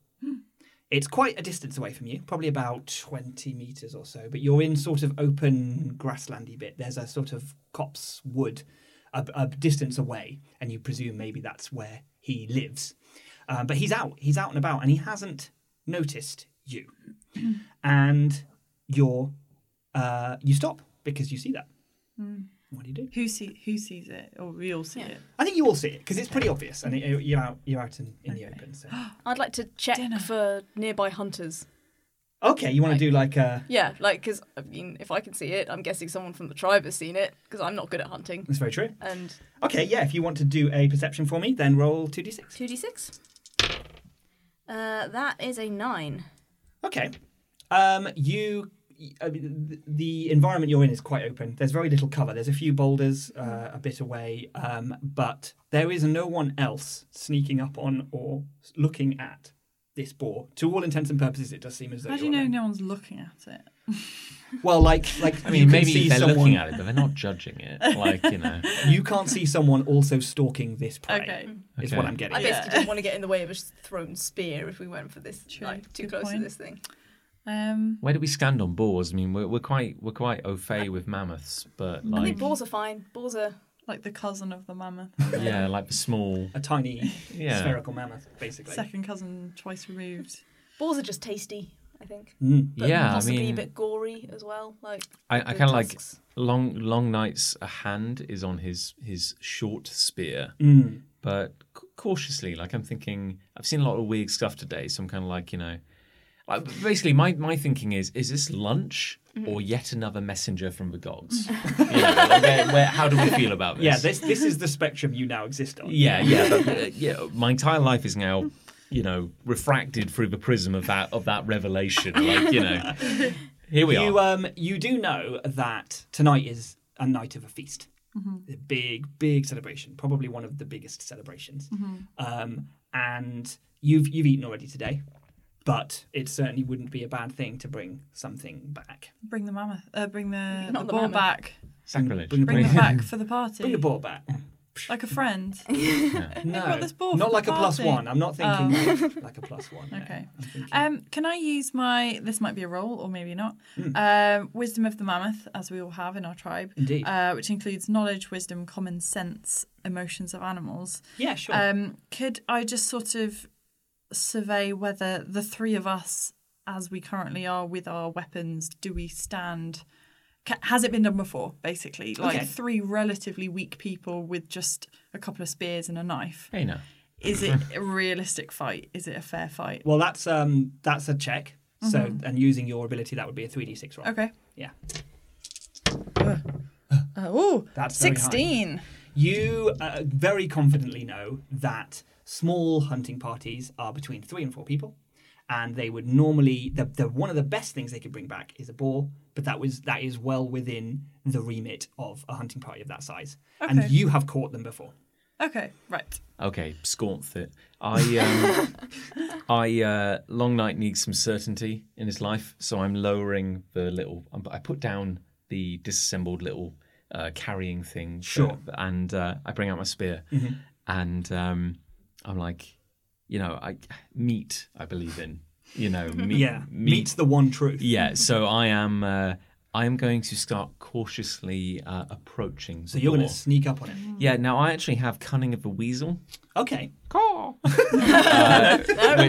[SPEAKER 1] It's quite a distance away from you, probably about 20 metres or so, but you're in sort of open grasslandy bit. There's a sort of copse wood a, a distance away, and you presume maybe that's where he lives. Um, but he's out, he's out and about, and he hasn't noticed you. and you're, uh, you stop because you see that. What do you do?
[SPEAKER 2] Who, see, who sees it? Or we all see
[SPEAKER 4] Yeah.
[SPEAKER 2] it.
[SPEAKER 1] I think you all see it because it's pretty obvious, and it, you're out, you're out in, in the open. So.
[SPEAKER 4] I'd like to check
[SPEAKER 2] Dinner.
[SPEAKER 4] for nearby hunters.
[SPEAKER 1] Okay, you want to do like uh, a.
[SPEAKER 4] Yeah, like because I mean, if I can see it, I'm guessing someone from the tribe has seen it because I'm not good at hunting.
[SPEAKER 1] That's very true.
[SPEAKER 4] And
[SPEAKER 1] Okay, yeah. If you want to do a perception for me, then roll two d six.
[SPEAKER 4] two d six. Uh, that is a nine.
[SPEAKER 1] Okay. Um, you. I mean, th- the environment you're in is quite open. There's very little cover. There's a few boulders uh, a bit away, um, but there is no one else sneaking up on or looking at this boar. To all intents and purposes, it does seem as though.
[SPEAKER 2] How do you
[SPEAKER 1] you're
[SPEAKER 2] know
[SPEAKER 1] alone.
[SPEAKER 2] no one's looking at it?
[SPEAKER 1] Well, like, like
[SPEAKER 3] I
[SPEAKER 1] you
[SPEAKER 3] mean,
[SPEAKER 1] can
[SPEAKER 3] maybe
[SPEAKER 1] see
[SPEAKER 3] they're
[SPEAKER 1] someone,
[SPEAKER 3] looking at it, but they're not judging it. Like, you know.
[SPEAKER 1] You can't see someone also stalking this prey.
[SPEAKER 2] Okay.
[SPEAKER 1] Is
[SPEAKER 3] Okay.
[SPEAKER 1] what I'm getting.
[SPEAKER 4] I
[SPEAKER 1] at.
[SPEAKER 2] Yeah.
[SPEAKER 4] basically didn't want to get in the way of a s- thrown spear if we went for this
[SPEAKER 2] True.
[SPEAKER 4] like too
[SPEAKER 2] Good
[SPEAKER 4] close
[SPEAKER 2] point.
[SPEAKER 4] to this thing. Mm.
[SPEAKER 2] Um,
[SPEAKER 3] Where do we stand on boars? I mean, we're, we're quite we're quite au fait with mammoths, but
[SPEAKER 4] I
[SPEAKER 3] like
[SPEAKER 4] think balls are fine. Balls are
[SPEAKER 2] like the cousin of
[SPEAKER 1] [laughs]
[SPEAKER 2] the mammoth.
[SPEAKER 3] yeah, like the small
[SPEAKER 1] a tiny
[SPEAKER 3] [laughs] yeah.
[SPEAKER 1] spherical mammoth, basically.
[SPEAKER 2] Second cousin, twice removed.
[SPEAKER 4] balls are just tasty. I think.
[SPEAKER 1] Mm.
[SPEAKER 4] But
[SPEAKER 3] yeah, I
[SPEAKER 4] possibly
[SPEAKER 3] mean,
[SPEAKER 4] a bit gory as well. Like
[SPEAKER 3] I, I
[SPEAKER 4] the
[SPEAKER 3] kind of like
[SPEAKER 4] tusks.
[SPEAKER 3] long long nights. A hand is on his his short spear,
[SPEAKER 1] Mm.
[SPEAKER 3] but c- cautiously. Like I'm thinking, I've seen a lot of weird stuff today, so I'm kind of like you know, Uh, Basically, my, my thinking is: is this lunch or yet another messenger from the gods? You know, like, where- where- how do we feel about this?
[SPEAKER 1] Yeah, this this
[SPEAKER 2] [laughs]
[SPEAKER 1] is the spectrum you now exist on.
[SPEAKER 3] Yeah, yeah, but, uh, yeah. My entire life is now, you know, refracted through the prism of that of that revelation. Like, you know, here we
[SPEAKER 1] you
[SPEAKER 3] are.
[SPEAKER 1] um you do know that tonight is a night of a feast,
[SPEAKER 2] Mm-hmm.
[SPEAKER 1] a big big celebration, probably one of the biggest celebrations.
[SPEAKER 2] Mm-hmm.
[SPEAKER 1] Um, and you've you've eaten already today, but it certainly wouldn't be a bad thing to bring something back.
[SPEAKER 2] Bring the mammoth. Uh, bring the,
[SPEAKER 4] Not
[SPEAKER 2] the
[SPEAKER 4] the
[SPEAKER 2] boar
[SPEAKER 4] mammoth.
[SPEAKER 2] back.
[SPEAKER 3] Sacrilege.
[SPEAKER 1] Bring the
[SPEAKER 2] Bring
[SPEAKER 1] boar
[SPEAKER 3] [laughs]
[SPEAKER 2] them back for the party.
[SPEAKER 1] Bring the ball back.
[SPEAKER 2] Like a friend.
[SPEAKER 4] [laughs]
[SPEAKER 1] No,
[SPEAKER 2] brought this ball
[SPEAKER 1] not
[SPEAKER 2] for
[SPEAKER 1] like
[SPEAKER 2] the
[SPEAKER 1] a plus
[SPEAKER 2] party. Um.
[SPEAKER 1] one. I'm not thinking like, like a plus one. no.
[SPEAKER 2] Okay.
[SPEAKER 1] I'm thinking-
[SPEAKER 2] Um, can I use my? This might be a roll, or maybe not.
[SPEAKER 1] Hmm.
[SPEAKER 2] Um, wisdom of the mammoth, as we all have in our tribe,
[SPEAKER 1] Indeed.
[SPEAKER 2] uh, which includes knowledge, wisdom, common sense, emotions of animals.
[SPEAKER 1] yeah, sure.
[SPEAKER 2] Um, could I just sort of survey whether the three of us, as we currently are with our weapons, do we stand? ca- Has it been done before? Basically, like
[SPEAKER 1] Okay.
[SPEAKER 2] three relatively weak people with just a couple of spears and a knife.
[SPEAKER 3] Hey now.
[SPEAKER 2] Is it
[SPEAKER 1] [laughs]
[SPEAKER 2] a realistic fight? Is it a fair fight?
[SPEAKER 1] well, that's um that's a check. So and using your ability, that would be a three d six roll.
[SPEAKER 2] Mm-hmm. Okay.
[SPEAKER 1] Yeah.
[SPEAKER 2] Uh, oh,
[SPEAKER 1] That's very high.
[SPEAKER 2] 16.
[SPEAKER 1] You uh, very confidently know that small hunting parties are between three and four people, and they would normally the, the one of the best things they could bring back is a boar, but that was that is well within the remit of a hunting party of that size,
[SPEAKER 2] Okay.
[SPEAKER 1] and you have caught them before.
[SPEAKER 2] Okay, right.
[SPEAKER 3] Okay, scornth it.
[SPEAKER 1] [laughs]
[SPEAKER 3] I um, I uh, long night needs some certainty in his life, so I'm lowering the little. um, I put down the disassembled little uh, carrying thing.
[SPEAKER 1] Sure. Mm-hmm.
[SPEAKER 3] and uh, I bring out my spear, and um, I'm like, you know, I meat. I believe in.
[SPEAKER 1] [laughs]
[SPEAKER 3] You know, meat.
[SPEAKER 1] Yeah,
[SPEAKER 3] meat
[SPEAKER 1] meets the one truth.
[SPEAKER 3] yeah, so I am. Uh, I am going to start cautiously uh, approaching.
[SPEAKER 1] So you're going to sneak up on it.
[SPEAKER 2] Mm.
[SPEAKER 3] Yeah. Now I actually have cunning of the weasel.
[SPEAKER 1] Okay, Oh,
[SPEAKER 3] [laughs] Have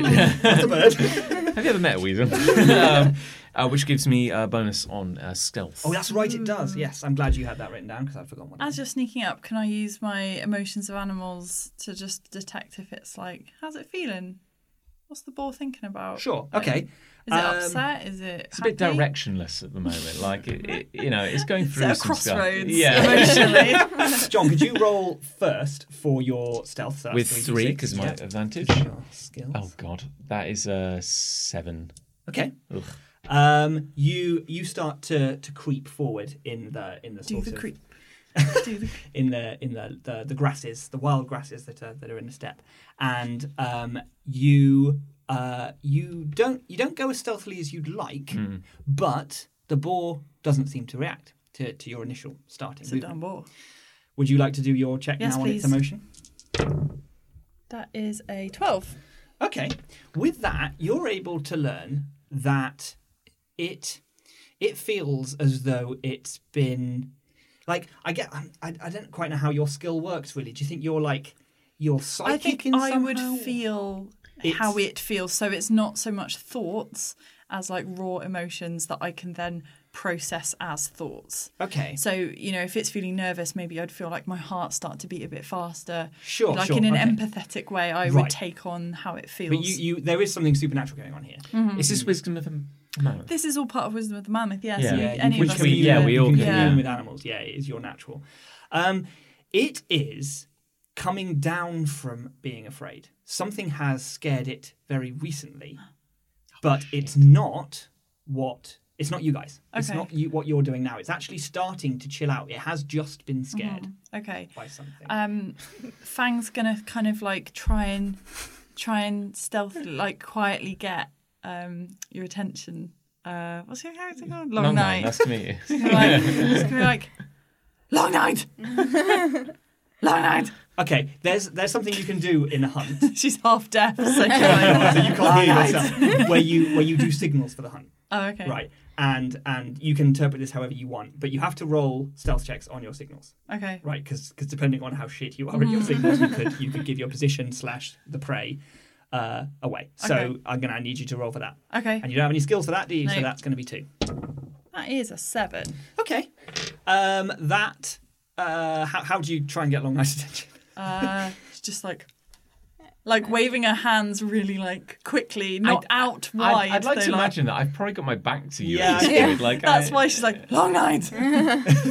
[SPEAKER 3] you ever met a [laughs] weasel? um, uh, which gives me a bonus on uh, stealth.
[SPEAKER 1] Oh, that's right. It does. Yes, I'm glad you had that written down because I'd forgotten what. it
[SPEAKER 2] As you're sneaking up, can I use my emotions of animals to just detect if it's like, how's it feeling? What's the boar thinking about?
[SPEAKER 1] was.
[SPEAKER 2] [laughs]
[SPEAKER 1] Sure.
[SPEAKER 2] Like,
[SPEAKER 1] Okay.
[SPEAKER 2] Is it
[SPEAKER 1] Um,
[SPEAKER 2] upset? Is it.
[SPEAKER 3] It's a bit
[SPEAKER 2] happy?
[SPEAKER 3] directionless at the moment. Like it, it you know, it's going
[SPEAKER 2] Is
[SPEAKER 3] through
[SPEAKER 2] it a
[SPEAKER 3] some stuff.
[SPEAKER 2] crossroads [laughs]
[SPEAKER 3] Yeah.
[SPEAKER 1] [laughs]
[SPEAKER 2] emotionally?
[SPEAKER 1] John, could you roll first for your stealth? So that's
[SPEAKER 3] With
[SPEAKER 1] 3d6.
[SPEAKER 3] three, because my
[SPEAKER 1] Yeah.
[SPEAKER 3] advantage.
[SPEAKER 2] [laughs]
[SPEAKER 1] Sure, skills.
[SPEAKER 3] Oh God, that is a seven.
[SPEAKER 1] Okay.
[SPEAKER 3] Ugh.
[SPEAKER 1] Um, you you start to to creep forward in the in the
[SPEAKER 2] Do
[SPEAKER 1] sort
[SPEAKER 2] the
[SPEAKER 1] of- [laughs]
[SPEAKER 2] creep. Do the
[SPEAKER 1] in the in the, the the grasses, the wild grasses that are that are in the steppe, and um, you uh, you don't you don't go as stealthily as you'd like,
[SPEAKER 2] Hmm.
[SPEAKER 1] but the boar doesn't seem to react to, to your initial starting
[SPEAKER 2] It's a
[SPEAKER 1] movement.
[SPEAKER 2] dumb boar.
[SPEAKER 1] Would you like to do your check
[SPEAKER 2] Yes,
[SPEAKER 1] now
[SPEAKER 2] please.
[SPEAKER 1] on its emotion?
[SPEAKER 2] That is a 12.
[SPEAKER 1] Okay. With that, you're able to learn that it it feels as though it's been like I get um, I, I don't quite know how your skill works really. Do you think you're like you're psychic
[SPEAKER 2] I think
[SPEAKER 1] in
[SPEAKER 2] I would
[SPEAKER 1] somehow?
[SPEAKER 2] feel
[SPEAKER 1] It's-
[SPEAKER 2] how it feels. So it's not so much thoughts as like raw emotions that I can then process as thoughts.
[SPEAKER 1] Okay.
[SPEAKER 2] So, you know, if it's feeling nervous, maybe I'd feel like my heart start to beat a bit faster.
[SPEAKER 1] Sure,
[SPEAKER 2] Like
[SPEAKER 1] sure,
[SPEAKER 2] in an
[SPEAKER 1] okay.
[SPEAKER 2] empathetic way, I
[SPEAKER 1] Right.
[SPEAKER 2] would take on how it feels. Mm-hmm.
[SPEAKER 1] But you, you there is something supernatural going on here.
[SPEAKER 3] Is this wisdom of a man?
[SPEAKER 2] This is all part of Wisdom of the Mammoth, yeah. So
[SPEAKER 3] Yeah.
[SPEAKER 2] we-
[SPEAKER 3] Yeah,
[SPEAKER 1] you
[SPEAKER 2] any
[SPEAKER 1] can
[SPEAKER 2] of us
[SPEAKER 3] Which we-
[SPEAKER 2] can do
[SPEAKER 3] yeah,
[SPEAKER 2] it.
[SPEAKER 3] we
[SPEAKER 1] you
[SPEAKER 3] all
[SPEAKER 1] can
[SPEAKER 3] can,
[SPEAKER 1] commune
[SPEAKER 2] yeah.
[SPEAKER 1] with animals. Yeah, it is your natural. Um, it is coming down from being afraid. Something has scared it very recently,
[SPEAKER 3] Oh,
[SPEAKER 1] but it's not what it's not you guys. It's
[SPEAKER 2] Okay.
[SPEAKER 1] not you, what you're doing now. It's actually starting to chill out. It has just been
[SPEAKER 3] Mm-hmm.
[SPEAKER 1] scared
[SPEAKER 2] Okay.
[SPEAKER 1] by something.
[SPEAKER 3] Uh,
[SPEAKER 2] um, Fang's gonna kind of like try and try and stealth like quietly get um, your attention. Uh, what's your character called? Long,
[SPEAKER 3] Long
[SPEAKER 2] night.
[SPEAKER 3] Nice
[SPEAKER 2] [laughs]
[SPEAKER 3] to meet you.
[SPEAKER 2] It's gonna be like, it's gonna be like, long night, long night. [laughs]
[SPEAKER 1] okay, there's there's something you can do in a
[SPEAKER 3] [laughs]
[SPEAKER 1] hunt. [laughs]
[SPEAKER 2] She's half deaf, so she's like,
[SPEAKER 1] so you can't hear yourself. Where you where you do signals for the hunt.
[SPEAKER 2] [laughs] oh okay,
[SPEAKER 1] Right. And and you can interpret this however you want, but you have to roll stealth checks on your signals,
[SPEAKER 2] okay, Mm.
[SPEAKER 1] right? Because depending on how shit you are at your signals, you could you
[SPEAKER 2] [laughs]
[SPEAKER 1] could give your position slash the prey uh, away. So
[SPEAKER 2] Okay.
[SPEAKER 1] I'm gonna need you to roll for that,
[SPEAKER 2] okay.
[SPEAKER 1] and you don't have any skills for that, do you? So
[SPEAKER 2] No.
[SPEAKER 1] that's gonna be two.
[SPEAKER 2] That is a seven.
[SPEAKER 1] Okay. Um, [laughs] that. Uh, how how do you try and get long nice attention?
[SPEAKER 2] Uh, she's just like, like waving her hands really like quickly, not out wide.
[SPEAKER 3] I'd, I'd like
[SPEAKER 2] though,
[SPEAKER 3] to imagine that I've probably got my back to you.
[SPEAKER 1] Yeah.
[SPEAKER 3] at this
[SPEAKER 1] Yeah. [laughs]
[SPEAKER 3] point,
[SPEAKER 2] [laughs]
[SPEAKER 3] Like
[SPEAKER 2] That's
[SPEAKER 3] I-
[SPEAKER 2] why she's like long night.
[SPEAKER 1] Mm.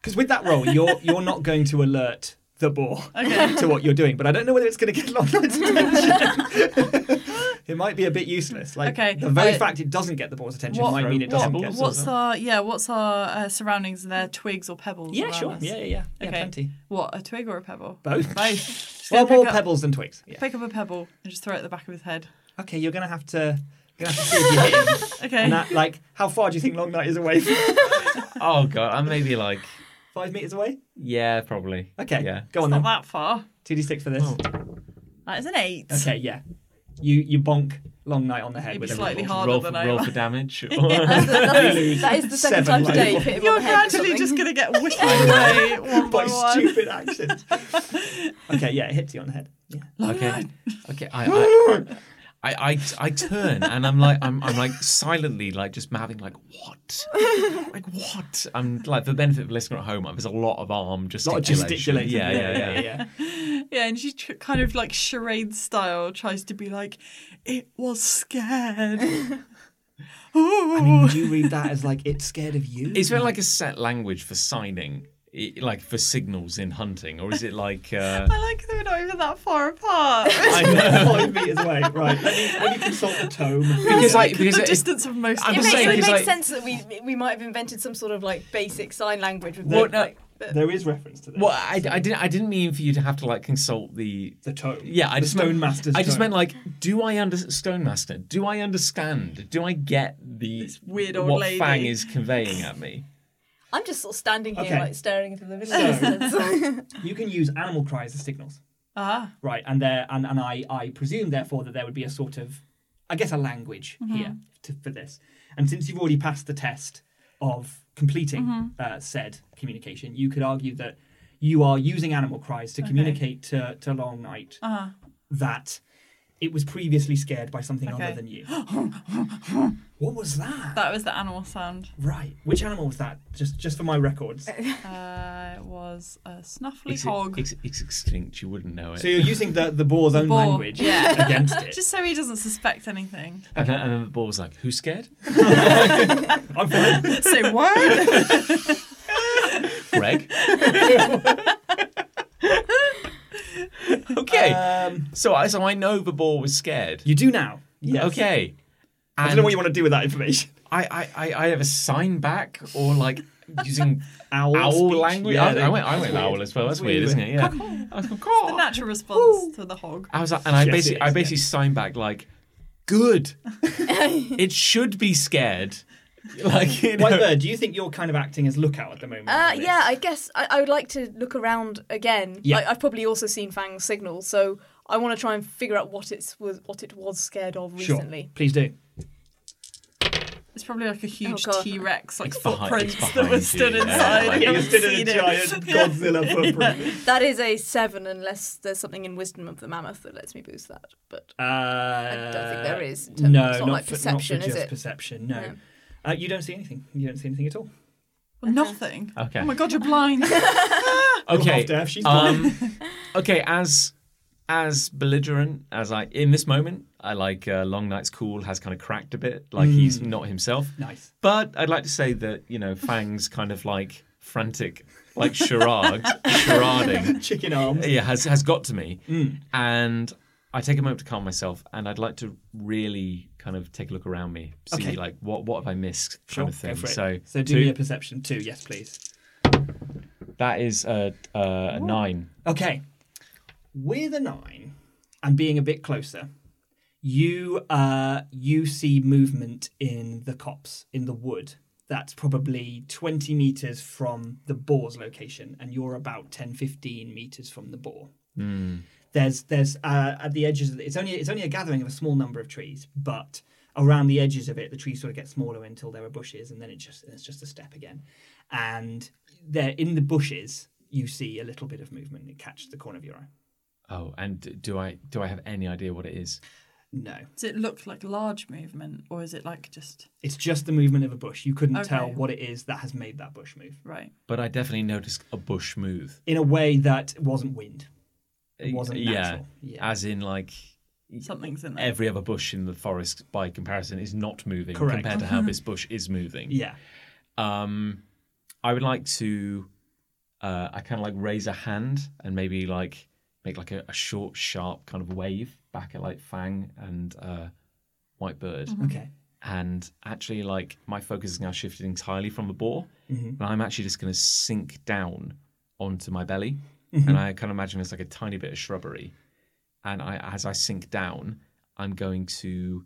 [SPEAKER 1] Because with that role, you're you're not going to alert the boar
[SPEAKER 2] Okay.
[SPEAKER 1] to what you're doing. But I don't know whether it's going to get Long Knight's attention. [laughs] it might be a bit useless. Like
[SPEAKER 2] Okay,
[SPEAKER 1] the very
[SPEAKER 2] uh,
[SPEAKER 1] fact it doesn't get the boar's attention
[SPEAKER 2] what-
[SPEAKER 1] might mean it
[SPEAKER 3] what-
[SPEAKER 1] doesn't get.
[SPEAKER 3] what-
[SPEAKER 2] What's our yeah? What's our uh, surroundings? Are there twigs or pebbles?
[SPEAKER 1] yeah,
[SPEAKER 2] around
[SPEAKER 1] sure.
[SPEAKER 2] us?
[SPEAKER 1] Yeah, yeah, yeah. Yeah,
[SPEAKER 2] Okay.
[SPEAKER 1] plenty.
[SPEAKER 2] What a twig or a pebble?
[SPEAKER 1] Both.
[SPEAKER 2] Both.
[SPEAKER 1] [laughs]
[SPEAKER 2] She's
[SPEAKER 1] Well,
[SPEAKER 2] gonna
[SPEAKER 1] more
[SPEAKER 2] pick up-
[SPEAKER 1] pebbles than twigs. Yeah.
[SPEAKER 2] Pick up a pebble and just throw it at the back of his head.
[SPEAKER 1] Okay, you're gonna have to. You're gonna have to see if you hit
[SPEAKER 2] [laughs]
[SPEAKER 1] him.
[SPEAKER 2] Okay.
[SPEAKER 1] And that, like, how far do you think Long Night is away? [laughs] From?
[SPEAKER 3] [laughs] Oh god, I'm maybe like
[SPEAKER 1] Five meters away.
[SPEAKER 3] yeah, probably.
[SPEAKER 1] Okay.
[SPEAKER 3] Yeah.
[SPEAKER 1] Go on
[SPEAKER 2] not
[SPEAKER 1] then.
[SPEAKER 2] that far.
[SPEAKER 1] Two d six for this.
[SPEAKER 3] Oh.
[SPEAKER 2] That is an eight.
[SPEAKER 1] Okay. Yeah. You you bonk Long Night on the head
[SPEAKER 2] Maybe
[SPEAKER 1] with a
[SPEAKER 2] slightly
[SPEAKER 1] rod.
[SPEAKER 2] harder
[SPEAKER 3] roll
[SPEAKER 2] than
[SPEAKER 3] for,
[SPEAKER 2] I
[SPEAKER 3] roll
[SPEAKER 2] was. [laughs]
[SPEAKER 3] for damage. [laughs]
[SPEAKER 4] That's the, that is- that
[SPEAKER 1] [laughs]
[SPEAKER 4] is the second
[SPEAKER 1] Seven
[SPEAKER 4] time
[SPEAKER 1] life.
[SPEAKER 4] today. you've hit him on
[SPEAKER 2] You're
[SPEAKER 4] the head with
[SPEAKER 2] gradually
[SPEAKER 4] something.
[SPEAKER 2] just gonna [laughs] get whisked
[SPEAKER 1] [laughs]
[SPEAKER 2] away one by
[SPEAKER 1] by
[SPEAKER 2] one.
[SPEAKER 1] stupid actions. okay, yeah, it hits you on the head. [laughs] Yeah.
[SPEAKER 3] okay. Okay. I, I, I, I, I turn and I'm like I'm, I'm like silently like just mouthing like what like what I'm like for the benefit of the listener at home there's a lot of arm
[SPEAKER 1] Lot of
[SPEAKER 3] gesticulation
[SPEAKER 1] gesticulating.
[SPEAKER 3] yeah yeah yeah,
[SPEAKER 2] Yeah, and she tr- kind of like charade style tries to be like, it was scared. [laughs] Ooh.
[SPEAKER 1] I mean, do you read that as like it's scared of you?
[SPEAKER 3] is
[SPEAKER 1] [laughs]
[SPEAKER 3] there like a set language for signing i- like for signals in hunting or is it like uh,
[SPEAKER 2] I like that we're not even that far apart.
[SPEAKER 3] I know.
[SPEAKER 1] five meters away? Right. Let me, let me consult the [laughs] tome.
[SPEAKER 3] Because, like, because
[SPEAKER 2] the
[SPEAKER 3] it-
[SPEAKER 2] distance of most.
[SPEAKER 3] I'm
[SPEAKER 4] It
[SPEAKER 3] just
[SPEAKER 4] makes,
[SPEAKER 3] saying,
[SPEAKER 4] it
[SPEAKER 3] because,
[SPEAKER 4] makes
[SPEAKER 3] like-
[SPEAKER 4] sense that we we might have invented some sort of like basic sign language with
[SPEAKER 1] Well,
[SPEAKER 4] like,
[SPEAKER 1] no,
[SPEAKER 4] like, the-
[SPEAKER 1] there is reference to this.
[SPEAKER 3] well I, I didn't I didn't mean for you to have to like consult the
[SPEAKER 1] The tome.
[SPEAKER 3] Yeah, I
[SPEAKER 1] the
[SPEAKER 3] just
[SPEAKER 1] stone
[SPEAKER 3] meant,
[SPEAKER 1] master's.
[SPEAKER 3] I just
[SPEAKER 1] tome.
[SPEAKER 3] meant like, do I understand stone master? Do I understand? Do I get the
[SPEAKER 2] This weird old
[SPEAKER 3] what
[SPEAKER 2] lady.
[SPEAKER 3] Fang is conveying at me?
[SPEAKER 4] I'm just sort of standing here
[SPEAKER 1] Okay.
[SPEAKER 4] like staring into the Uh, middle.
[SPEAKER 1] [laughs]
[SPEAKER 4] [laughs]
[SPEAKER 1] you can use animal cries as signals,
[SPEAKER 2] Ah,
[SPEAKER 1] right? And there, and, and I, I presume therefore that there would be a sort of, I guess, a language
[SPEAKER 2] Mm-hmm.
[SPEAKER 1] here to, for this. And since you've already passed the test of completing
[SPEAKER 2] Mm-hmm.
[SPEAKER 1] uh, said communication, you could argue that you are using animal cries to communicate to, to Long Night
[SPEAKER 2] uh-huh.
[SPEAKER 1] that it was previously scared by something other
[SPEAKER 2] Okay.
[SPEAKER 1] than
[SPEAKER 2] [gasps]
[SPEAKER 1] you. what was that?
[SPEAKER 2] that was the animal sound.
[SPEAKER 1] Right. Which animal was that? Just just for my
[SPEAKER 2] [laughs]
[SPEAKER 1] records.
[SPEAKER 2] Uh, it was a snuffly
[SPEAKER 3] It's,
[SPEAKER 2] hog.
[SPEAKER 3] it's, it's extinct. You wouldn't know it.
[SPEAKER 1] So you're using the, the boar's own
[SPEAKER 2] boar,
[SPEAKER 1] language
[SPEAKER 2] yeah. [laughs]
[SPEAKER 1] against it.
[SPEAKER 2] Just so he doesn't suspect anything.
[SPEAKER 3] and, then, and then the ball was like, "Who's scared?
[SPEAKER 1] I'm fine. [laughs]
[SPEAKER 2] [laughs] Say what?
[SPEAKER 3] Greg." okay,
[SPEAKER 1] Um,
[SPEAKER 3] so I so I know the ball was scared.
[SPEAKER 1] you do now.
[SPEAKER 3] Okay,
[SPEAKER 1] I don't know what you want to do with that information.
[SPEAKER 3] I, I, I, I have a sign back or like using
[SPEAKER 1] [laughs] [laughs] Owl,
[SPEAKER 3] owl
[SPEAKER 1] speech.
[SPEAKER 3] language.
[SPEAKER 1] Yeah,
[SPEAKER 3] I, I
[SPEAKER 1] they-
[SPEAKER 3] went, I went
[SPEAKER 1] weird.
[SPEAKER 3] owl as well. That's,
[SPEAKER 1] That's
[SPEAKER 3] weird,
[SPEAKER 1] weird,
[SPEAKER 3] isn't it? Yeah. I was like, "Caw."
[SPEAKER 2] the [laughs] natural response to the hog.
[SPEAKER 3] I was like, and I
[SPEAKER 1] Yes, it
[SPEAKER 3] basically, I
[SPEAKER 1] is,
[SPEAKER 3] basically signed back like, good. it should be scared.
[SPEAKER 1] [laughs]
[SPEAKER 3] Like, you know,
[SPEAKER 1] White Bird, do you think you're kind of acting as lookout at the moment?
[SPEAKER 4] Uh,
[SPEAKER 1] on this?
[SPEAKER 4] yeah, I guess I, I would like to look around again.
[SPEAKER 1] Yeah.
[SPEAKER 4] I, I've probably also seen Fang's signal, so I want to try and figure out what it's was what it was scared of
[SPEAKER 1] Sure.
[SPEAKER 4] recently.
[SPEAKER 1] Please [laughs] do.
[SPEAKER 2] It's probably like a huge
[SPEAKER 4] God.
[SPEAKER 2] T Rex, like
[SPEAKER 3] It's behind-
[SPEAKER 2] footprints
[SPEAKER 3] it's
[SPEAKER 2] that were
[SPEAKER 3] behind
[SPEAKER 2] stood
[SPEAKER 3] you, yeah.
[SPEAKER 2] inside.
[SPEAKER 3] Yeah,
[SPEAKER 2] I
[SPEAKER 3] you
[SPEAKER 2] haven't
[SPEAKER 1] stood in
[SPEAKER 2] seen
[SPEAKER 1] a [laughs]
[SPEAKER 2] it. [laughs]
[SPEAKER 1] giant
[SPEAKER 2] Yeah.
[SPEAKER 1] Godzilla footprint.
[SPEAKER 4] That is a seven, unless there's something in Wisdom of the Mammoth that lets me boost that. But
[SPEAKER 1] Uh,
[SPEAKER 4] I don't think there is. in
[SPEAKER 1] No,
[SPEAKER 4] terms- it's
[SPEAKER 1] not,
[SPEAKER 4] not, like
[SPEAKER 1] for,
[SPEAKER 4] perception,
[SPEAKER 1] not for
[SPEAKER 4] is
[SPEAKER 1] just
[SPEAKER 4] it?
[SPEAKER 1] perception. No,
[SPEAKER 4] No.
[SPEAKER 1] Uh, you don't see anything. You don't see anything [laughs] at all.
[SPEAKER 2] Well, Nothing.
[SPEAKER 1] [laughs]
[SPEAKER 3] Okay.
[SPEAKER 2] Oh my god, you're [laughs] blind.
[SPEAKER 1] You're half
[SPEAKER 3] okay,
[SPEAKER 1] deaf, she's
[SPEAKER 3] um, okay, as as belligerent as I in this moment, I like uh, Long Night's cool has kind of cracked a bit. Like
[SPEAKER 1] Hmm.
[SPEAKER 3] he's not himself.
[SPEAKER 1] [laughs] Nice.
[SPEAKER 3] But I'd like to say that you know Fang's kind of like frantic,
[SPEAKER 1] [laughs]
[SPEAKER 3] like charade, charading.
[SPEAKER 1] [laughs] Chicken arms.
[SPEAKER 3] yeah has has got to me
[SPEAKER 1] Hmm.
[SPEAKER 3] and i take a moment to calm myself and i'd like to really kind of take a look around me see
[SPEAKER 1] Okay.
[SPEAKER 3] like what what have i missed
[SPEAKER 1] Sure,
[SPEAKER 3] kind of thing
[SPEAKER 1] go for it.
[SPEAKER 3] so
[SPEAKER 1] so do
[SPEAKER 3] two,
[SPEAKER 1] me a perception too. Yes, please.
[SPEAKER 3] that is a, a, a nine
[SPEAKER 1] Okay. With a nine and being a bit closer, you uh, you see movement in the copse, in the wood. That's probably 20 meters from the boar's location, and you're about 10, 15 meters from the boar.
[SPEAKER 3] Hmm.
[SPEAKER 1] There's there's uh, at the edges of the, it's only it's only a gathering of a small number of trees, but around the edges of it, the trees sort of get smaller until there are bushes, and then it just it's just a step again. And there in the bushes, you see a little bit of movement. It catches the corner of your eye.
[SPEAKER 3] oh and d- do i do i have any idea what it is
[SPEAKER 1] No,
[SPEAKER 2] Does it look like large movement, or is it like just
[SPEAKER 1] it's just the movement of a bush. You couldn't
[SPEAKER 2] Okay.
[SPEAKER 1] tell what it is that has made that bush move.
[SPEAKER 2] right?
[SPEAKER 3] but i definitely noticed a bush move
[SPEAKER 1] In a way that wasn't wind. It wasn't
[SPEAKER 3] yeah,
[SPEAKER 1] natural. Yeah.
[SPEAKER 3] as in like
[SPEAKER 2] Something's in there.
[SPEAKER 3] every other bush in the forest by comparison is not moving
[SPEAKER 1] Correct.
[SPEAKER 3] compared to how this bush is moving.
[SPEAKER 1] Yeah.
[SPEAKER 3] Um, I would like to, uh, I kind of like raise a hand and maybe like make like a, a short, sharp kind of wave back at like Fang and uh, White Bird.
[SPEAKER 1] Okay.
[SPEAKER 3] And actually, like my focus is now shifted entirely from the boar, and I'm actually just going to sink down onto my belly. And I kind of imagine there's like a tiny bit of shrubbery, and I, as I sink down, I'm going to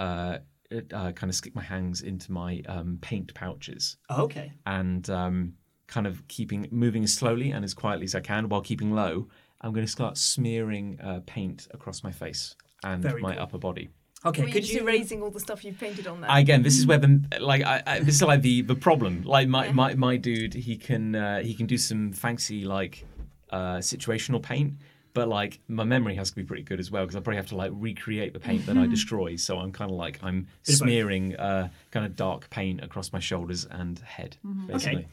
[SPEAKER 3] uh, uh, kind of stick my hands into my um, paint pouches
[SPEAKER 1] Okay.
[SPEAKER 3] and um, kind of keeping moving as slowly and as quietly as I can while keeping low. I'm going to start smearing uh, paint across my face and
[SPEAKER 1] Very
[SPEAKER 3] my
[SPEAKER 1] good.
[SPEAKER 3] upper body.
[SPEAKER 1] Okay.
[SPEAKER 4] Were you
[SPEAKER 1] Could
[SPEAKER 4] just
[SPEAKER 1] you
[SPEAKER 4] erasing all the stuff you've painted on there?
[SPEAKER 3] Again, this is where the like I, I, this is like the the problem. Like my my, my dude, he can uh, he can do some fancy like uh, situational paint, but like my memory has to be pretty good as well because I probably have to like recreate the paint that I destroy. So I'm kind of like I'm
[SPEAKER 1] Mm-hmm. Bit of both.
[SPEAKER 3] smearing uh, kind of dark paint across my shoulders and head. Basically.
[SPEAKER 1] Mm-hmm. Okay.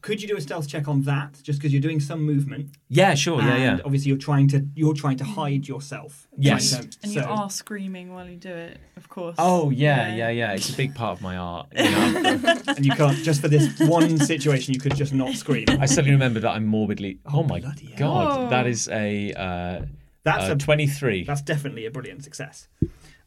[SPEAKER 1] Could you do a stealth check on that? Just because you're doing some movement.
[SPEAKER 3] Yeah, sure, yeah,
[SPEAKER 1] and
[SPEAKER 3] yeah.
[SPEAKER 1] Obviously, you're trying to you're trying to hide yourself.
[SPEAKER 3] Yes.
[SPEAKER 1] Trying to-
[SPEAKER 2] and you
[SPEAKER 1] so-
[SPEAKER 2] are screaming while you do it, of course.
[SPEAKER 3] Oh yeah,
[SPEAKER 2] [laughs]
[SPEAKER 3] yeah, yeah. It's a big part of my art. You know?
[SPEAKER 1] and you can't just for
[SPEAKER 2] [laughs]
[SPEAKER 1] this one situation you could just not
[SPEAKER 3] [laughs]
[SPEAKER 1] scream.
[SPEAKER 3] I suddenly remember that I'm morbidly. Oh,
[SPEAKER 1] Oh,
[SPEAKER 3] my
[SPEAKER 1] bloody hell.
[SPEAKER 3] god,
[SPEAKER 2] Oh.
[SPEAKER 3] that is a uh,
[SPEAKER 1] That's
[SPEAKER 3] uh,
[SPEAKER 1] a
[SPEAKER 3] 23.
[SPEAKER 1] that's definitely a brilliant success.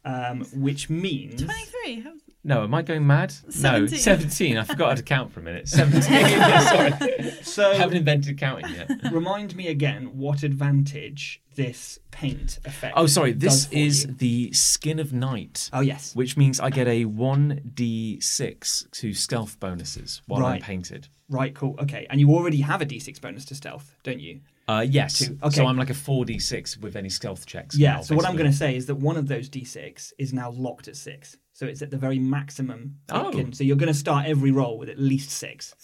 [SPEAKER 1] Um, which means
[SPEAKER 2] 23. How-
[SPEAKER 3] No, am I going mad? No,
[SPEAKER 2] 17.
[SPEAKER 3] 17. I forgot how to count for a minute. 17. Sorry, I
[SPEAKER 1] so
[SPEAKER 3] haven't invented counting yet.
[SPEAKER 1] remind me again what advantage this paint effect.
[SPEAKER 3] Oh, sorry.
[SPEAKER 1] does
[SPEAKER 3] This
[SPEAKER 1] for
[SPEAKER 3] is
[SPEAKER 1] you.
[SPEAKER 3] the skin of night,
[SPEAKER 1] oh yes.
[SPEAKER 3] which means I get a 1d6 to stealth bonuses while I'm
[SPEAKER 1] Right.
[SPEAKER 3] painted.
[SPEAKER 1] Right. Cool. Okay. And you already have a d6 bonus to stealth, don't you?
[SPEAKER 3] Uh, yes.
[SPEAKER 1] Two. Okay.
[SPEAKER 3] So I'm like a 4d6 with any stealth checks.
[SPEAKER 1] Yeah.
[SPEAKER 3] now,
[SPEAKER 1] so what I'm
[SPEAKER 3] basically.
[SPEAKER 1] going to say is that one of those d6 is now locked at six. So it's at the very maximum. it
[SPEAKER 3] Oh.
[SPEAKER 1] can- so you're going to start every roll with at least six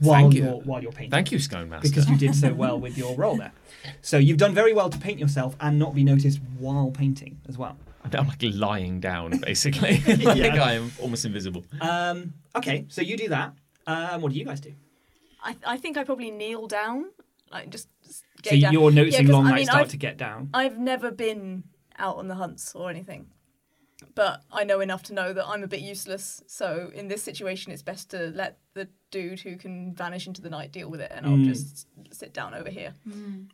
[SPEAKER 1] while
[SPEAKER 3] Thank
[SPEAKER 1] you're
[SPEAKER 3] you.
[SPEAKER 1] while you're painting.
[SPEAKER 3] Thank you, Scone Master.
[SPEAKER 1] because you did so well with your role there. So you've done very well to paint yourself and not be noticed while painting as well.
[SPEAKER 3] I'm like
[SPEAKER 1] [laughs]
[SPEAKER 3] lying down, basically. [laughs] like
[SPEAKER 1] Yeah.
[SPEAKER 3] I am almost invisible.
[SPEAKER 1] Um, okay, so you do that. Um, what do you guys do?
[SPEAKER 4] I, I think I probably kneel down, like just. just get
[SPEAKER 1] so
[SPEAKER 4] down.
[SPEAKER 1] you're noticing
[SPEAKER 4] 'cause,
[SPEAKER 1] Long
[SPEAKER 4] I
[SPEAKER 1] Night
[SPEAKER 4] mean,
[SPEAKER 1] start
[SPEAKER 4] I've-
[SPEAKER 1] to get down.
[SPEAKER 4] I've never been out on the hunts or anything, but I know enough to know that I'm a bit useless. So in this situation, it's best to let the dude who can vanish into the night deal with it, and
[SPEAKER 1] Mm.
[SPEAKER 4] I'll just sit down over here.
[SPEAKER 2] Mm.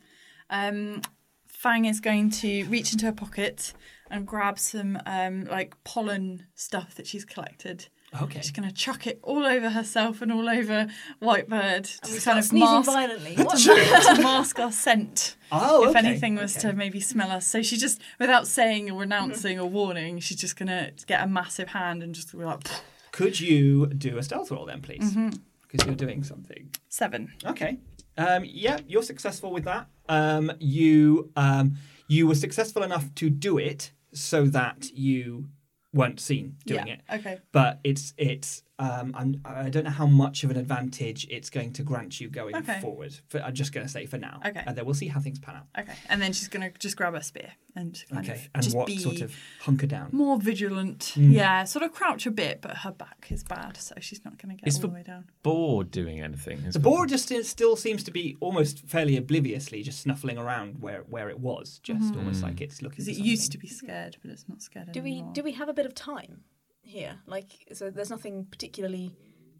[SPEAKER 2] Um, Fang is going to reach into her pocket and grab some um, like pollen stuff that she's collected.
[SPEAKER 1] Okay.
[SPEAKER 2] She's going to chuck it all over herself and all over Whitebird
[SPEAKER 4] And we
[SPEAKER 2] to kind
[SPEAKER 4] start
[SPEAKER 2] of
[SPEAKER 4] sneezing
[SPEAKER 2] mask, [laughs]
[SPEAKER 4] violently. What?
[SPEAKER 2] to mask our scent.
[SPEAKER 1] [laughs] Oh,
[SPEAKER 2] if
[SPEAKER 1] okay,
[SPEAKER 2] anything was
[SPEAKER 1] okay.
[SPEAKER 2] to maybe smell us. So she just, without saying or renouncing or warning, she's just going to get a massive hand and just be like,
[SPEAKER 1] Could you do a stealth roll then, please? Because you're doing something.
[SPEAKER 2] seven.
[SPEAKER 1] Okay. Um, yeah, you're successful with that. Um, you um, you were successful enough to do it so that you weren't seen doing
[SPEAKER 2] yeah.
[SPEAKER 1] it.
[SPEAKER 2] Okay.
[SPEAKER 1] but it's it's um I'm, I don't know how much of an advantage it's going to grant you going
[SPEAKER 2] Okay.
[SPEAKER 1] forward. For, I'm just going to say for now,
[SPEAKER 2] Okay.
[SPEAKER 1] and then we'll see how things pan out.
[SPEAKER 2] Okay. And then she's going to just grab a spear and kind
[SPEAKER 1] Okay,
[SPEAKER 2] of
[SPEAKER 1] and
[SPEAKER 2] just
[SPEAKER 1] what
[SPEAKER 2] be
[SPEAKER 1] sort of hunker down?
[SPEAKER 2] more vigilant.
[SPEAKER 3] Mm.
[SPEAKER 2] Yeah, sort of crouch a bit, but her back is bad, so she's not going to get
[SPEAKER 3] It's
[SPEAKER 2] all
[SPEAKER 3] for-
[SPEAKER 2] the way down.
[SPEAKER 3] Bored doing anything.
[SPEAKER 1] The boar just is- still seems to be almost fairly obliviously just snuffling around where where it was, just almost like it's looking.
[SPEAKER 2] Because
[SPEAKER 1] for
[SPEAKER 2] Mm-hmm. it used to
[SPEAKER 1] something.
[SPEAKER 2] be scared, but it's not scared
[SPEAKER 4] Do we
[SPEAKER 2] anymore.
[SPEAKER 4] do we have a bit of time here? Like, so there's nothing particularly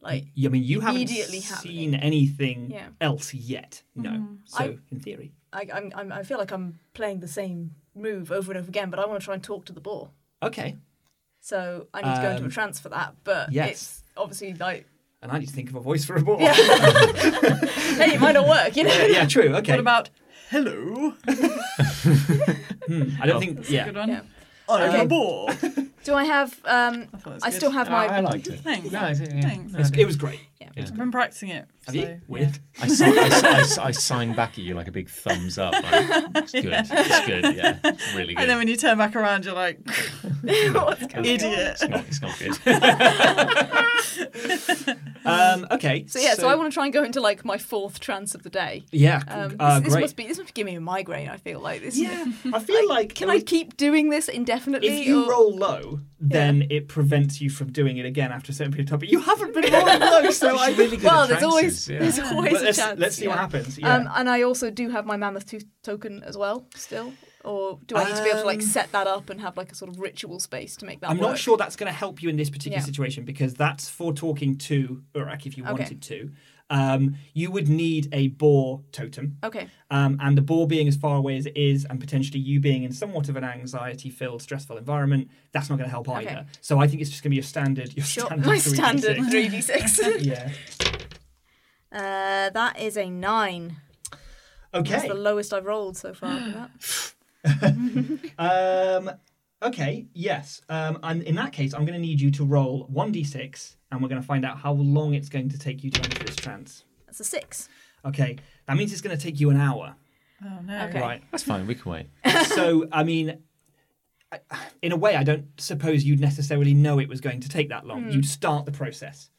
[SPEAKER 4] like.
[SPEAKER 1] Yeah, I mean, you haven't
[SPEAKER 4] Immediately
[SPEAKER 1] seen
[SPEAKER 4] happening.
[SPEAKER 1] anything
[SPEAKER 4] Yeah. Mm-hmm.
[SPEAKER 1] else yet. No, so
[SPEAKER 4] I-
[SPEAKER 1] in theory,
[SPEAKER 4] I, I'm, I'm, I feel like I'm playing the same move over and over again, but I want to try and talk to the boar.
[SPEAKER 1] okay.
[SPEAKER 4] So I need to go into
[SPEAKER 1] Um,
[SPEAKER 4] a trance for that. But
[SPEAKER 1] yes.
[SPEAKER 4] it's obviously like,
[SPEAKER 1] And I need to think of a voice for a boar.
[SPEAKER 4] yeah. hey, it might not work, you know.
[SPEAKER 1] [laughs]
[SPEAKER 4] [laughs]
[SPEAKER 1] yeah true. Okay.
[SPEAKER 2] What about hello?
[SPEAKER 1] Hmm. I don't think.
[SPEAKER 2] That's a
[SPEAKER 1] Yeah.
[SPEAKER 2] good one.
[SPEAKER 4] Yeah.
[SPEAKER 2] I'm
[SPEAKER 1] Okay.
[SPEAKER 2] a boar.
[SPEAKER 4] Do I have? Um,
[SPEAKER 2] I, thought it was
[SPEAKER 4] I
[SPEAKER 2] good.
[SPEAKER 4] still have
[SPEAKER 3] I, I
[SPEAKER 4] my.
[SPEAKER 3] liked
[SPEAKER 1] [laughs]
[SPEAKER 3] it.
[SPEAKER 2] Thanks.
[SPEAKER 3] No, I think- yeah.
[SPEAKER 2] Thanks.
[SPEAKER 3] No, I
[SPEAKER 1] It's-
[SPEAKER 3] did.
[SPEAKER 1] It was great.
[SPEAKER 2] I've been practicing it.
[SPEAKER 1] Have
[SPEAKER 2] so,
[SPEAKER 1] you?
[SPEAKER 2] yeah.
[SPEAKER 1] Weird.
[SPEAKER 3] I, si- I, si- I, si- I signed back at you like a big thumbs up. like,
[SPEAKER 2] [laughs]
[SPEAKER 3] it's good. It's good. Yeah. It's really good.
[SPEAKER 2] And then when you turn back around, you're
[SPEAKER 3] [laughs]
[SPEAKER 2] like,
[SPEAKER 4] What's
[SPEAKER 3] Oh,
[SPEAKER 4] going on?
[SPEAKER 2] idiot.
[SPEAKER 3] it's, not, it's not
[SPEAKER 2] [laughs]
[SPEAKER 3] good. [laughs]
[SPEAKER 1] Um, okay.
[SPEAKER 4] So yeah, so, I want to try and go into like my fourth trance of the day.
[SPEAKER 1] Yeah,
[SPEAKER 4] Um,
[SPEAKER 1] uh,
[SPEAKER 4] this, this
[SPEAKER 1] great.
[SPEAKER 4] must be this must be giving me a migraine. I feel like this.
[SPEAKER 1] yeah, I feel like
[SPEAKER 4] Can I keep doing this indefinitely?
[SPEAKER 1] if you
[SPEAKER 4] or-
[SPEAKER 1] roll low, well, then it prevents you from doing it again after a certain period of time. But you haven't
[SPEAKER 4] [laughs]
[SPEAKER 1] been rolling low, so I
[SPEAKER 3] really good
[SPEAKER 4] Well,
[SPEAKER 3] at
[SPEAKER 4] there's
[SPEAKER 3] trances,
[SPEAKER 4] always
[SPEAKER 3] yeah.
[SPEAKER 4] there's always
[SPEAKER 1] But
[SPEAKER 4] a
[SPEAKER 1] let's,
[SPEAKER 4] chance.
[SPEAKER 1] let's see
[SPEAKER 4] yeah.
[SPEAKER 1] what happens. Yeah.
[SPEAKER 4] Um, and I also do have my mammoth tooth token as well, still. Or do I need to be able to like
[SPEAKER 1] Um,
[SPEAKER 4] set that up and have like a sort of ritual space to make that?
[SPEAKER 1] I'm
[SPEAKER 4] work?
[SPEAKER 1] not sure that's going to help you in this particular
[SPEAKER 4] Yeah.
[SPEAKER 1] situation because that's for talking to Urak if you
[SPEAKER 4] Okay.
[SPEAKER 1] wanted to. Um, you would need a boar totem.
[SPEAKER 4] Okay.
[SPEAKER 1] Um, and the ball being as far away as it is, and potentially you being in somewhat of an anxiety-filled, stressful environment, that's not going to help
[SPEAKER 4] Okay.
[SPEAKER 1] either. So I think it's just going to be your standard, your
[SPEAKER 4] Sure.
[SPEAKER 1] standard.
[SPEAKER 4] My
[SPEAKER 1] 3D6.
[SPEAKER 4] standard three
[SPEAKER 1] [laughs]
[SPEAKER 4] d six. [laughs]
[SPEAKER 1] yeah.
[SPEAKER 4] Uh, that is a nine. That's
[SPEAKER 1] Okay.
[SPEAKER 4] the lowest I've rolled so far. for [gasps] that.
[SPEAKER 1] Um, okay. Yes. Um, and in that case, I'm going to need you to roll one d6, and we're going to find out how long it's going to take you to enter this trance.
[SPEAKER 4] That's a six.
[SPEAKER 1] Okay. That means it's going to take you an hour.
[SPEAKER 2] Oh no.
[SPEAKER 4] Okay.
[SPEAKER 1] Right.
[SPEAKER 3] That's fine. We can wait.
[SPEAKER 1] [laughs] so I mean, I- in a way, I don't suppose you'd necessarily know it was going to take that long. You'd start the process,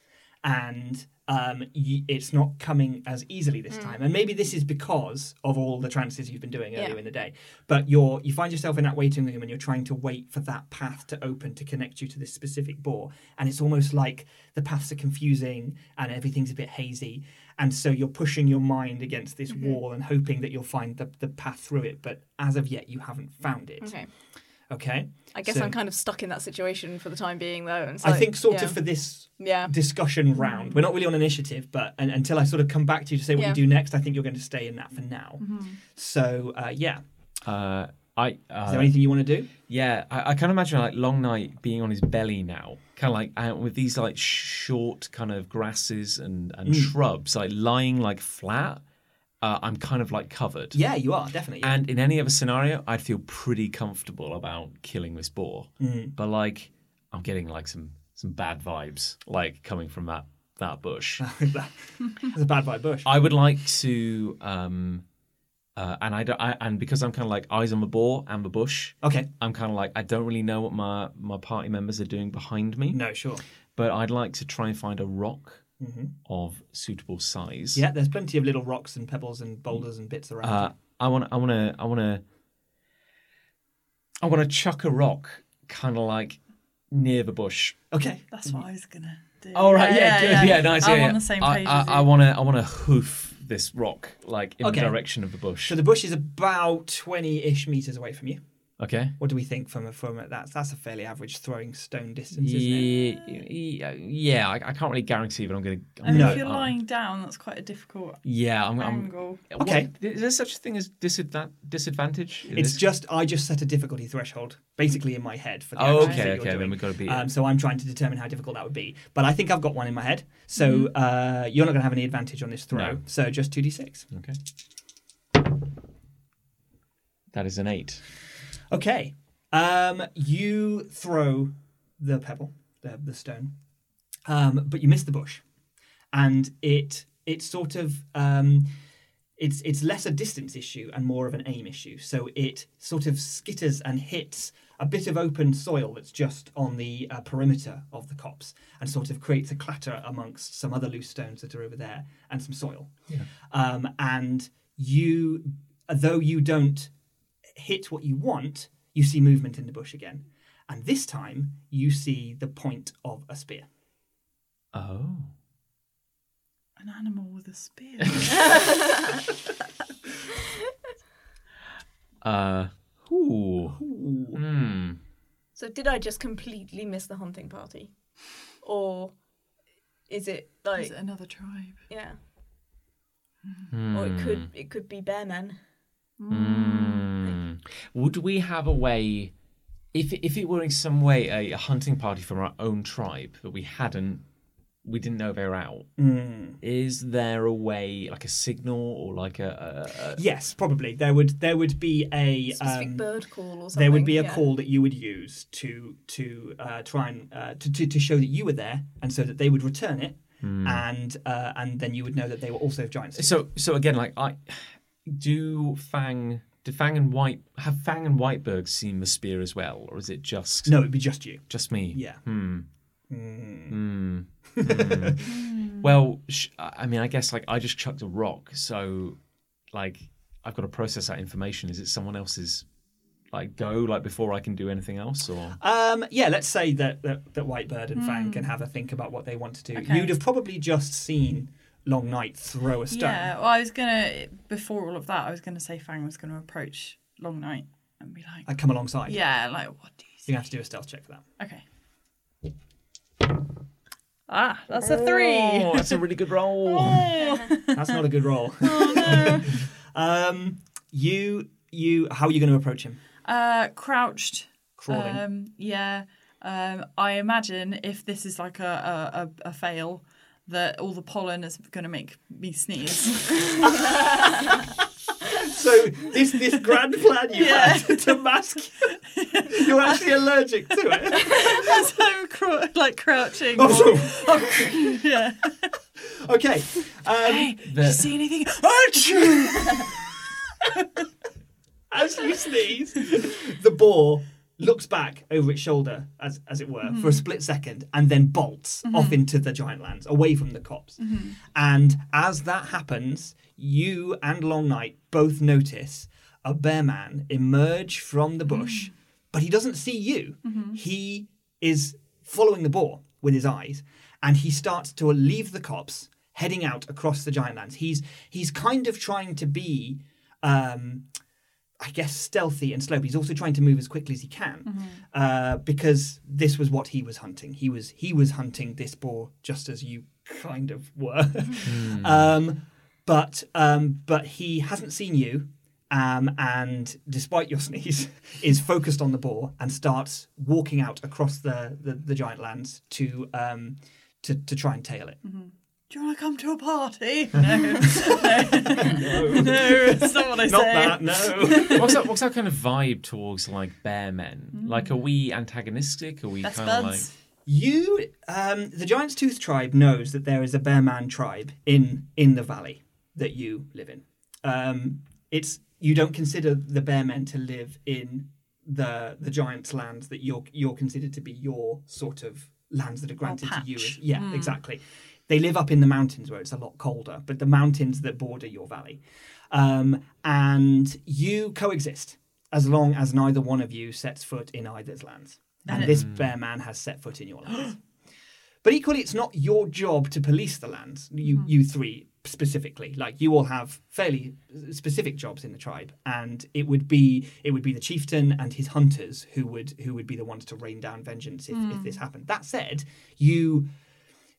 [SPEAKER 1] and um, you, it's not coming as easily this time. And maybe this is because of all the trances you've been doing earlier
[SPEAKER 4] Yeah.
[SPEAKER 1] in the day. But you're you find yourself in that waiting room, and you're trying to wait for that path to open to connect you to this specific bore. And it's almost like the paths are confusing, and everything's a bit hazy. And so you're pushing your mind against this
[SPEAKER 4] Mm-hmm.
[SPEAKER 1] wall and hoping that you'll find the, the path through it. But as of yet, you haven't found it.
[SPEAKER 4] Okay. Mm-hmm.
[SPEAKER 1] Okay.
[SPEAKER 4] I guess
[SPEAKER 1] So-
[SPEAKER 4] I'm kind of stuck in that situation for the time being, though. And it's
[SPEAKER 1] I
[SPEAKER 4] like-
[SPEAKER 1] think sort
[SPEAKER 4] yeah.
[SPEAKER 1] of for this
[SPEAKER 4] yeah. Mm-hmm.
[SPEAKER 1] discussion round, we're not really on initiative, but and, until I sort of come back to you to say what
[SPEAKER 4] Yeah. Mm-hmm.
[SPEAKER 1] you do next, I think you're going to stay in that for now. So uh, yeah, is
[SPEAKER 3] Uh, I uh,
[SPEAKER 1] there anything you want to do?
[SPEAKER 3] yeah, I, I can imagine like Long Night being on his belly now, kind of like out with these like sh- short kind of grasses and and shrubs, like lying like flat. Uh, I'm kind of like covered.
[SPEAKER 1] Yeah, you are definitely. [laughs]
[SPEAKER 3] And in any other scenario, I'd feel pretty comfortable about killing this boar. But like, I'm getting like some some bad vibes like coming from that that bush.
[SPEAKER 1] That's a bad vibe, Bush.
[SPEAKER 3] I would like to, um, uh, and I, don't, I and because I'm kind of like eyes on the boar and the bush.
[SPEAKER 1] Okay.
[SPEAKER 3] I'm kind of like I don't really know what my my party members are doing behind me,
[SPEAKER 1] No, sure.
[SPEAKER 3] but I'd like to try and find a rock of suitable size.
[SPEAKER 1] Yeah, there's plenty of little rocks and pebbles and boulders and bits around.
[SPEAKER 3] Uh, I want. I want to. I want to. I want to chuck a rock, kind of like near the bush.
[SPEAKER 1] okay.
[SPEAKER 2] That's what I was gonna do.
[SPEAKER 3] All right. Yeah. good. Yeah. nice.
[SPEAKER 2] I'm
[SPEAKER 3] yeah,
[SPEAKER 2] on
[SPEAKER 3] yeah.
[SPEAKER 2] the same
[SPEAKER 3] I-
[SPEAKER 2] page.
[SPEAKER 3] I,
[SPEAKER 2] as you.
[SPEAKER 3] I want to. I want to hoof this rock like in
[SPEAKER 1] Okay.
[SPEAKER 3] the direction of the bush.
[SPEAKER 1] So the bush is about twenty-ish meters away from you.
[SPEAKER 3] Okay.
[SPEAKER 1] What do we think from a, from a, that's that's a fairly average throwing stone distance, isn't it?
[SPEAKER 3] Yeah, yeah, yeah, I, I can't really guarantee, but I'm going to.
[SPEAKER 2] And
[SPEAKER 1] No. uh-uh. Um,
[SPEAKER 2] if you're
[SPEAKER 3] uh,
[SPEAKER 2] lying down, that's quite a difficult
[SPEAKER 3] Yeah, I'm. I'm
[SPEAKER 2] angle.
[SPEAKER 1] Okay.
[SPEAKER 3] What- Is there such a thing as disadvan- disadvantage? in
[SPEAKER 1] It's
[SPEAKER 3] this?
[SPEAKER 1] just I just set a difficulty threshold basically in my head for the
[SPEAKER 3] Oh,
[SPEAKER 1] actions that
[SPEAKER 3] okay,
[SPEAKER 1] you're
[SPEAKER 3] okay.
[SPEAKER 1] doing.
[SPEAKER 3] Then we've got to be.
[SPEAKER 1] Um, so I'm trying to determine how difficult that would be, but I think I've got one in my head. So uh, you're not going to have any advantage on this throw.
[SPEAKER 3] Mm-hmm. No.
[SPEAKER 1] So just two d six.
[SPEAKER 3] okay. That is an eight.
[SPEAKER 1] Okay. Um, you throw the pebble, the, the stone, um, but you miss the bush, and it it's sort of um, it's it's less a distance issue and more of an aim issue. So it sort of skitters and hits a bit of open soil that's just on the uh, perimeter of the copse, and sort of creates a clatter amongst some other loose stones that are over there and some soil. Um, and you, though you don't hit what you want, you see movement in the bush again. And this time, you see the point of a spear.
[SPEAKER 3] Oh.
[SPEAKER 2] An animal with
[SPEAKER 1] [laughs]
[SPEAKER 2] a spear.
[SPEAKER 3] Uh. Ooh. Hmm.
[SPEAKER 4] So did I just completely miss the hunting party, or is it like
[SPEAKER 2] Is it another tribe?
[SPEAKER 4] yeah?
[SPEAKER 3] Hmm.
[SPEAKER 4] Or it could it could be bear men.
[SPEAKER 3] Hmm. Would we have a way, if if it were in some way a, a hunting party from our own tribe that we hadn't, we didn't know they were out?
[SPEAKER 1] Hmm.
[SPEAKER 3] Is there a way, like a signal or like a, a, a
[SPEAKER 1] Yes, probably there would there would be a
[SPEAKER 4] Specific
[SPEAKER 1] um,
[SPEAKER 4] bird call or something.
[SPEAKER 1] there would be a
[SPEAKER 4] yeah.
[SPEAKER 1] call that you would use to to uh, try and uh, to, to to show that you were there, and so that they would return it, and uh, and then you would know that they were also giants.
[SPEAKER 3] So so again, like I do Fang do Fang and White have Fang and Whiteberg seen the spear as well, or is it just
[SPEAKER 1] No, it'd be just you.
[SPEAKER 3] just me?
[SPEAKER 1] Yeah.
[SPEAKER 3] Hmm. [laughs] Hmm. Hmm. well, sh- I I mean, I guess like I just chucked a rock, so like I've got to process that information. Is it someone else's like go like before I can do anything
[SPEAKER 2] [laughs]
[SPEAKER 3] else or
[SPEAKER 2] Oh,
[SPEAKER 1] Um, yeah, let's say that, that, that Whitebird and Fang can have a think about what they want to do.
[SPEAKER 2] Hmm. Okay.
[SPEAKER 1] You'd have probably just seen Long Night throw a stone.
[SPEAKER 2] Yeah, well, I was gonna before all of that, I was gonna say Fang was gonna approach Long Night and be like,
[SPEAKER 1] I come alongside.
[SPEAKER 2] yeah, like what do you?
[SPEAKER 1] You're going to have to do a stealth check for that.
[SPEAKER 2] Say? Okay. Ah, that's a three.
[SPEAKER 3] Oh, that's a really good roll.
[SPEAKER 2] Oh.
[SPEAKER 1] That's not a good roll. [laughs] um, you, you, how are you going to approach him?
[SPEAKER 2] [laughs] uh, crouched.
[SPEAKER 1] Crawling.
[SPEAKER 2] Um, yeah. Um, I imagine if this is like a a, a, a fail, that all the pollen is going to make me sneeze.
[SPEAKER 1] so this this grand plan you
[SPEAKER 2] Yeah.
[SPEAKER 1] had to mask, you're actually allergic to it.
[SPEAKER 2] [laughs] As I'm cr- like crouching.
[SPEAKER 1] Also,
[SPEAKER 2] [laughs] yeah.
[SPEAKER 1] [laughs] Um, okay. Um,
[SPEAKER 2] Hey, did you
[SPEAKER 3] The-
[SPEAKER 2] see anything? Achoo!
[SPEAKER 1] as you sneeze, [laughs] the boar looks back over its shoulder, as, as it were, for a split second, and then bolts off into the giant lands, away from the cops. And as that happens, you and Long Night both notice a bear man emerge from the bush, but he doesn't see you. He is following the boar with his eyes, and he starts to leave the cops, heading out across the giant lands. He's he's kind of trying to be um, I guess, stealthy and slow, but he's also trying to move as quickly as he can
[SPEAKER 2] Mm-hmm.
[SPEAKER 1] uh, because this was what he was hunting. He was he was hunting this boar just as you kind of were, [laughs] um, but um, but he hasn't seen you. Um, and despite your [laughs] sneeze, is focused on the boar and starts walking out across the, the, the giant lands to um, to to try and tail it.
[SPEAKER 2] Do you want to come to a party? [laughs] No. no. no, it's not what I
[SPEAKER 1] Not
[SPEAKER 2] say.
[SPEAKER 1] that,
[SPEAKER 2] [laughs]
[SPEAKER 1] no.
[SPEAKER 3] [laughs] what's that? What's that kind of vibe towards like bear men? Like, are we antagonistic? Are we
[SPEAKER 2] Best
[SPEAKER 3] kind of like?
[SPEAKER 2] buds.
[SPEAKER 1] You, um, the Giant's Tooth tribe knows that there is a bear man tribe in in the valley that you live in. Um, it's you don't consider the bear men to live in the the giant's lands that you're you're considered to be your sort of lands that are granted to you.
[SPEAKER 2] patch.
[SPEAKER 1] Yeah, exactly. They live up in the mountains where it's a lot colder, but the mountains that border your valley, um, and you coexist as long as neither one of you sets foot in either's lands. And
[SPEAKER 2] And it-
[SPEAKER 1] this bear man has set foot in your lands. But equally, it's not your job to police the lands. You, you three specifically, like you all have fairly specific jobs in the tribe, and it would be it would be the chieftain and his hunters who would who would be the ones to rain down vengeance if, if this happened. That said, you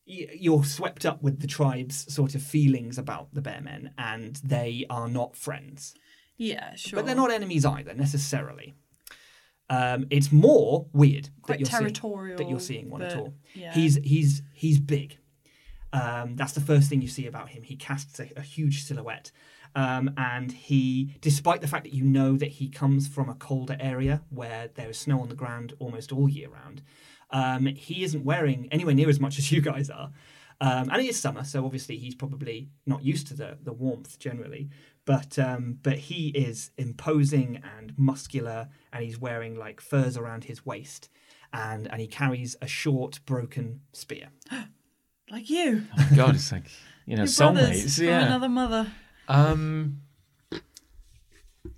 [SPEAKER 1] y- you're swept up with the tribe's sort of feelings about the bear men, and they are not friends.
[SPEAKER 2] Yeah, sure.
[SPEAKER 1] But they're not enemies either necessarily. Um, it's more weird that
[SPEAKER 2] quite
[SPEAKER 1] you're
[SPEAKER 2] territorial.
[SPEAKER 1] seeing, that you're seeing one at
[SPEAKER 2] but-
[SPEAKER 1] all.
[SPEAKER 2] Yeah.
[SPEAKER 1] He's he's he's big. Um, that's the first thing you see about him. He casts a, a huge silhouette, um, and he, despite the fact that you know that he comes from a colder area where there is snow on the ground almost all year round, um, he isn't wearing anywhere near as much as [laughs] you guys are. Um, and it is summer, so obviously he's probably not used to the, the warmth generally. But um, but he is imposing and muscular, and he's wearing like furs around his waist, and and he carries a short broken spear.
[SPEAKER 2] like you.
[SPEAKER 3] Oh my god, it's like
[SPEAKER 2] [laughs]
[SPEAKER 3] you know,
[SPEAKER 2] Your brothers
[SPEAKER 3] soulmates.
[SPEAKER 2] from
[SPEAKER 3] Yeah.
[SPEAKER 2] another mother.
[SPEAKER 3] Um,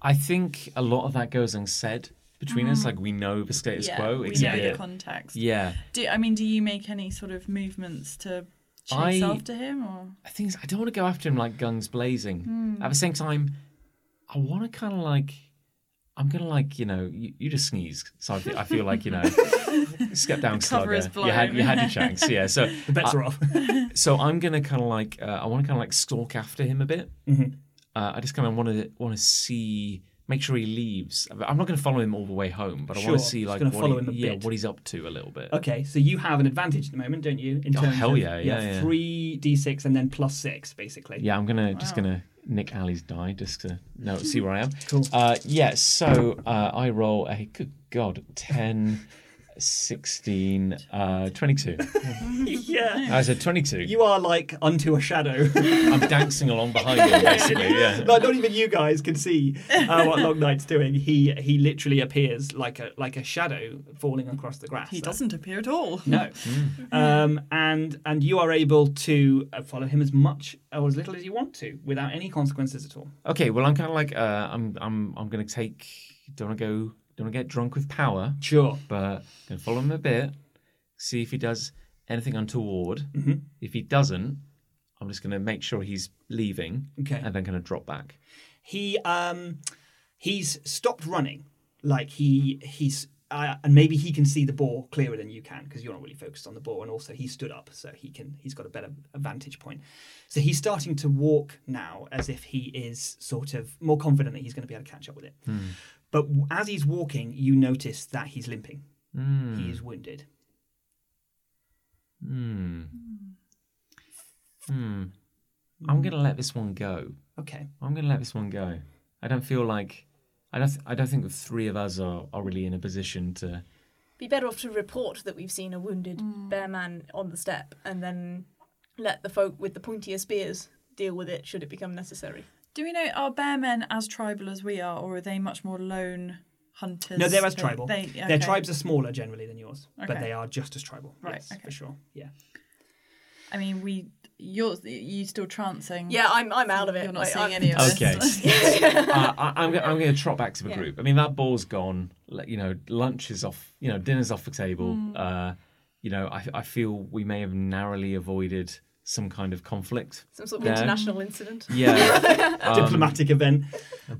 [SPEAKER 3] I think a lot of that goes unsaid between us. Like we know the status
[SPEAKER 2] yeah,
[SPEAKER 3] quo.
[SPEAKER 2] we
[SPEAKER 3] It's a
[SPEAKER 2] know the
[SPEAKER 3] bit-
[SPEAKER 2] context.
[SPEAKER 3] yeah.
[SPEAKER 2] Do I mean? Do you make any sort of movements to chase
[SPEAKER 3] I-
[SPEAKER 2] after him, or
[SPEAKER 3] I think it's- I don't want to go after him like guns blazing.
[SPEAKER 2] Hmm.
[SPEAKER 3] At the same time, I want to kind of like. I'm gonna like you know you, you just sneezed, so I feel, I feel like
[SPEAKER 2] [laughs]
[SPEAKER 3] you know step down,
[SPEAKER 2] cover
[SPEAKER 3] slugger.
[SPEAKER 2] is
[SPEAKER 3] You had
[SPEAKER 2] blown.
[SPEAKER 3] you had your chance,
[SPEAKER 2] [laughs]
[SPEAKER 3] yeah. So
[SPEAKER 1] The bets [laughs] are off.
[SPEAKER 3] so I'm gonna kind of like uh, I want to kind of like stalk after him a bit.
[SPEAKER 1] Mhm.
[SPEAKER 3] Uh, I just kind of want to want to see, make sure he leaves. I'm not gonna follow him all the way home, but I
[SPEAKER 1] Sure,
[SPEAKER 3] want to see
[SPEAKER 1] just
[SPEAKER 3] like
[SPEAKER 1] gonna
[SPEAKER 3] what
[SPEAKER 1] follow
[SPEAKER 3] he-
[SPEAKER 1] him a
[SPEAKER 3] yeah
[SPEAKER 1] bit.
[SPEAKER 3] what he's up to a little bit.
[SPEAKER 1] Okay, so you have an advantage at the moment, don't you? In
[SPEAKER 3] Oh,
[SPEAKER 1] terms
[SPEAKER 3] hell
[SPEAKER 1] of,
[SPEAKER 3] yeah, yeah, yeah.
[SPEAKER 1] three d six and then plus six, basically.
[SPEAKER 3] Yeah, I'm gonna just
[SPEAKER 2] Wow.
[SPEAKER 3] gonna nick Ali's die just to
[SPEAKER 1] [laughs]
[SPEAKER 3] know see where I am.
[SPEAKER 1] Cool.
[SPEAKER 3] Uh, yeah, so uh, I roll a good god 10, 16, uh, 22.
[SPEAKER 1] [laughs] yeah.
[SPEAKER 3] I said 22.
[SPEAKER 1] You are like unto a shadow. [laughs]
[SPEAKER 3] I'm dancing along behind him basically. Yeah.
[SPEAKER 1] like not even you guys can see uh, what Long Night's doing. He he literally appears like a like a shadow falling across the grass.
[SPEAKER 2] he doesn't appear at all?
[SPEAKER 1] No.
[SPEAKER 3] Mm.
[SPEAKER 1] Um, and and you are able to uh, follow him as much or as little as you want to without any consequences at all.
[SPEAKER 3] Okay, well I'm kind of like uh, I'm I'm I'm gonna take. Don't wanna go don't want to get drunk with power,
[SPEAKER 1] Sure.
[SPEAKER 3] but going to follow him a bit, see if he does anything untoward.
[SPEAKER 1] Mhm.
[SPEAKER 3] If he doesn't, I'm just going to make sure he's leaving
[SPEAKER 1] Okay.
[SPEAKER 3] and then going to drop back.
[SPEAKER 1] he um he's stopped running like he he's uh, and maybe he can see the ball clearer than you can because you're not really focused on the ball and also he stood up so he can he's got a better vantage point so he's starting to walk now as if he is sort of more confident that he's going to be able to catch up with it
[SPEAKER 3] Hmm.
[SPEAKER 1] but w- as he's walking you notice that he's limping
[SPEAKER 3] Hmm.
[SPEAKER 1] he is wounded
[SPEAKER 3] Hmm. Hmm. I'm going to let this one go.
[SPEAKER 1] okay
[SPEAKER 3] I'm going to let this one go. I don't feel like I don't. I don't think the three of us are, are really in a position to.
[SPEAKER 4] Be better off to report that we've seen a wounded bear man on the step and then let the folk with the pointier spears deal with it should it become necessary.
[SPEAKER 2] Do we know are bear men as tribal as we are, or are they much more lone hunters?
[SPEAKER 1] no they're as
[SPEAKER 2] They-
[SPEAKER 1] tribal
[SPEAKER 2] they-
[SPEAKER 1] their
[SPEAKER 2] okay.
[SPEAKER 1] tribes are smaller generally than yours but
[SPEAKER 2] Okay.
[SPEAKER 1] they are just as tribal
[SPEAKER 2] Right,
[SPEAKER 1] yes
[SPEAKER 2] okay.
[SPEAKER 1] for sure yeah
[SPEAKER 2] I mean, we. You're you still trancing?
[SPEAKER 4] Yeah, I'm I'm out of it.
[SPEAKER 2] You're not
[SPEAKER 4] Like,
[SPEAKER 2] seeing
[SPEAKER 4] I'm-
[SPEAKER 2] any of us.
[SPEAKER 1] [laughs]
[SPEAKER 3] Okay. uh, I, I'm, gonna- I'm going to trot back to the
[SPEAKER 4] Yeah.
[SPEAKER 3] group. I mean, that ball's gone. Like, You know, lunch is off. You know, dinner's off the table. Uh, you know, I, I feel we may have narrowly avoided some kind of conflict.
[SPEAKER 4] Some sort of
[SPEAKER 3] Yeah.
[SPEAKER 4] international incident.
[SPEAKER 3] Yeah, Um,
[SPEAKER 1] diplomatic event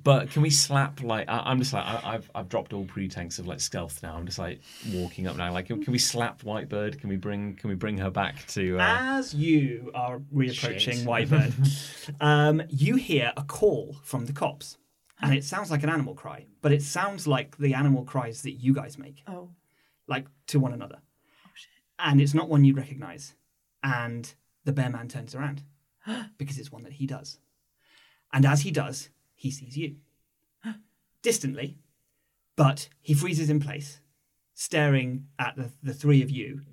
[SPEAKER 3] But can we slap like I, I'm just like I, I've I've dropped all pretense of like stealth now. I'm just like walking up now. Like, can, can we slap Whitebird? Can we bring Can we bring her back to? Uh,
[SPEAKER 1] As you are reapproaching
[SPEAKER 3] Shit.
[SPEAKER 1] Wyvern, um, you hear a call from the cops. And it sounds like an animal cry, but it sounds like the animal cries that you guys make,
[SPEAKER 2] Oh,
[SPEAKER 1] like to one another. And it's not one you recognize. And the bear man turns around because it's one that he does. And as he does, he sees you. Distantly, but he freezes in place, staring at the, the three of you.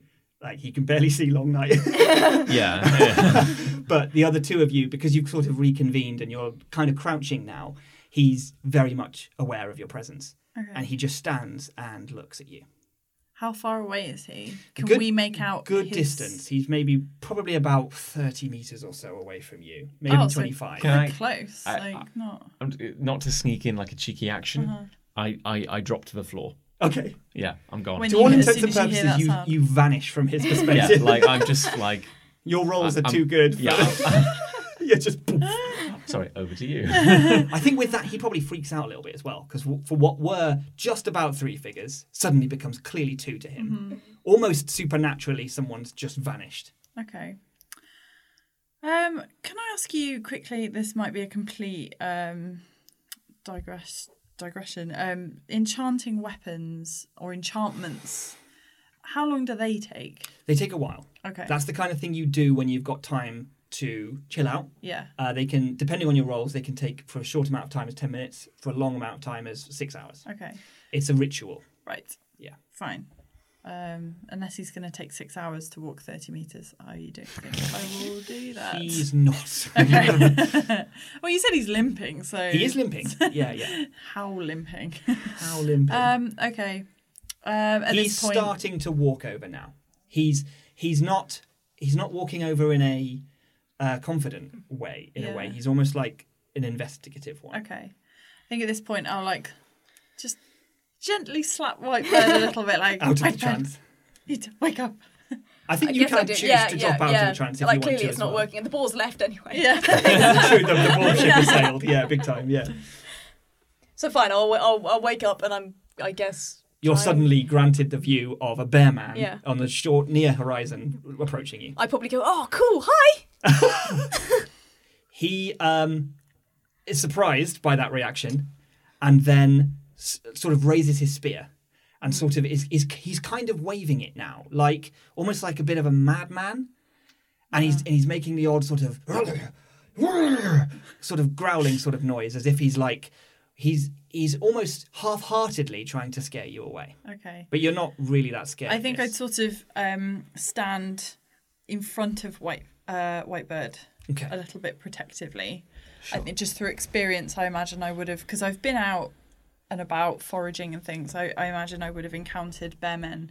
[SPEAKER 1] Like he can barely see Long Night. [laughs]
[SPEAKER 3] yeah, yeah.
[SPEAKER 1] but the other two of you, because you've sort of reconvened and you're kind of crouching now, he's very much aware of your presence.
[SPEAKER 2] Okay.
[SPEAKER 1] And he just stands and looks at you.
[SPEAKER 2] how far away is he? Can
[SPEAKER 1] good-
[SPEAKER 2] we make out
[SPEAKER 1] Good
[SPEAKER 2] his-
[SPEAKER 1] distance. He's maybe probably about 30 meters or so away from you, maybe
[SPEAKER 2] Oh, so-
[SPEAKER 1] 25.
[SPEAKER 3] Can I-
[SPEAKER 2] Close,
[SPEAKER 3] I-
[SPEAKER 2] like not.
[SPEAKER 3] [laughs] I'm, not to sneak in like a cheeky action.
[SPEAKER 2] Uh-huh.
[SPEAKER 3] I, I I drop to the floor.
[SPEAKER 1] Okay.
[SPEAKER 3] Yeah, I'm gone.
[SPEAKER 2] When
[SPEAKER 1] To all
[SPEAKER 2] as
[SPEAKER 1] intents
[SPEAKER 2] soon
[SPEAKER 1] and
[SPEAKER 2] as you hear
[SPEAKER 1] purposes,
[SPEAKER 2] that
[SPEAKER 1] you,
[SPEAKER 2] sound.
[SPEAKER 1] you vanish from
[SPEAKER 2] [laughs]
[SPEAKER 1] his
[SPEAKER 3] [laughs] yeah,
[SPEAKER 1] perspective.
[SPEAKER 3] like I'm just like
[SPEAKER 1] your rolls
[SPEAKER 3] I-
[SPEAKER 1] are
[SPEAKER 3] I'm-
[SPEAKER 1] too good. For,
[SPEAKER 3] yeah. I'm-
[SPEAKER 1] [laughs] you're just. poof.
[SPEAKER 3] sorry, over to
[SPEAKER 2] [laughs]
[SPEAKER 3] you.
[SPEAKER 1] I think with that, he probably freaks out a little bit as well, because for what were just about three figures, suddenly becomes clearly two to
[SPEAKER 2] Mm-hmm.
[SPEAKER 1] him. Almost supernaturally, someone's just vanished.
[SPEAKER 2] Okay. Um, can I ask you quickly? This might be a complete um, digress digression. Um, enchanting weapons or enchantments. How long do they take?
[SPEAKER 1] They take a while.
[SPEAKER 2] Okay.
[SPEAKER 1] That's the kind of thing you do when you've got time to chill out.
[SPEAKER 2] yeah.
[SPEAKER 1] Uh, they can, depending on your roles, they can take for a short amount of time as 10 minutes, for a long amount of time as six hours.
[SPEAKER 2] Okay.
[SPEAKER 1] It's a ritual.
[SPEAKER 2] Right.
[SPEAKER 1] Yeah.
[SPEAKER 2] Fine. Um, unless he's going to take six hours to walk thirty meters, I don't think I will do that.
[SPEAKER 1] He's not.
[SPEAKER 2] Okay. [laughs] well, you said he's limping,
[SPEAKER 1] [laughs]
[SPEAKER 2] so
[SPEAKER 1] he is limping. Yeah, yeah.
[SPEAKER 2] [laughs] How limping?
[SPEAKER 1] How limping.
[SPEAKER 2] um. Okay. Um. At
[SPEAKER 1] he's
[SPEAKER 2] this point,
[SPEAKER 1] starting to walk over now. He's he's not he's not walking over in a uh, confident way. In a way,
[SPEAKER 2] Yeah.
[SPEAKER 1] he's almost like an investigative one.
[SPEAKER 2] Okay. I think at this point I'll like just gently slap Whitebird a little bit, like
[SPEAKER 1] [laughs] Out of the
[SPEAKER 2] "Whitebird,
[SPEAKER 1] trance.
[SPEAKER 2] [laughs] you need to wake up.
[SPEAKER 1] I think
[SPEAKER 4] I
[SPEAKER 1] you
[SPEAKER 4] guess I
[SPEAKER 1] can
[SPEAKER 4] do.
[SPEAKER 1] choose
[SPEAKER 4] yeah,
[SPEAKER 1] to
[SPEAKER 4] yeah,
[SPEAKER 1] drop out
[SPEAKER 4] yeah.
[SPEAKER 1] of the trance if
[SPEAKER 4] like
[SPEAKER 1] you want
[SPEAKER 4] clearly
[SPEAKER 1] to.
[SPEAKER 4] it's
[SPEAKER 1] as
[SPEAKER 4] not
[SPEAKER 1] well. [laughs]
[SPEAKER 4] working and the ball's left anyway.
[SPEAKER 2] [laughs] Yeah.
[SPEAKER 1] True, the,
[SPEAKER 4] [laughs]
[SPEAKER 1] the warp ship has sailed. Yeah, big time. Yeah,
[SPEAKER 4] So fine, I'll, I'll I'll wake up and I'm I guess
[SPEAKER 1] you're
[SPEAKER 4] trying-
[SPEAKER 1] suddenly granted the view of a bear man
[SPEAKER 4] Yeah.
[SPEAKER 1] on the short near horizon approaching you.
[SPEAKER 4] I probably go, oh cool, hi.
[SPEAKER 1] he um, is surprised by that reaction and then s- sort of raises his spear and sort of is, is he's kind of waving it now like almost like a bit of a madman and
[SPEAKER 2] Uh-huh.
[SPEAKER 1] he's and he's making the odd sort of sort of growling sort of noise as if he's like he's he's almost half-heartedly trying to scare you away
[SPEAKER 2] okay.
[SPEAKER 1] but you're not really that scared
[SPEAKER 2] I
[SPEAKER 1] of
[SPEAKER 2] think
[SPEAKER 1] this.
[SPEAKER 2] I'd sort of um, stand in front of White uh, Whitebird a
[SPEAKER 1] okay
[SPEAKER 2] little bit protectively. I think just through experience, I imagine I would have because I've been out and about foraging and things. I, I imagine I would have encountered bear men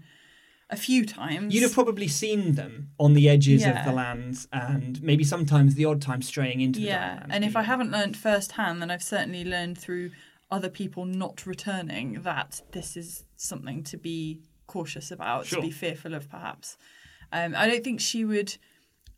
[SPEAKER 2] a few times.
[SPEAKER 1] You'd have probably seen them on the edges of
[SPEAKER 2] Yeah.
[SPEAKER 1] the lands and maybe sometimes the odd time straying into the
[SPEAKER 2] yeah
[SPEAKER 1] dry land.
[SPEAKER 2] and if i haven't learned firsthand then i've certainly learned through other people not returning that this is something to be cautious about,
[SPEAKER 1] Sure.
[SPEAKER 2] to be fearful of, perhaps. Um, I don't think she would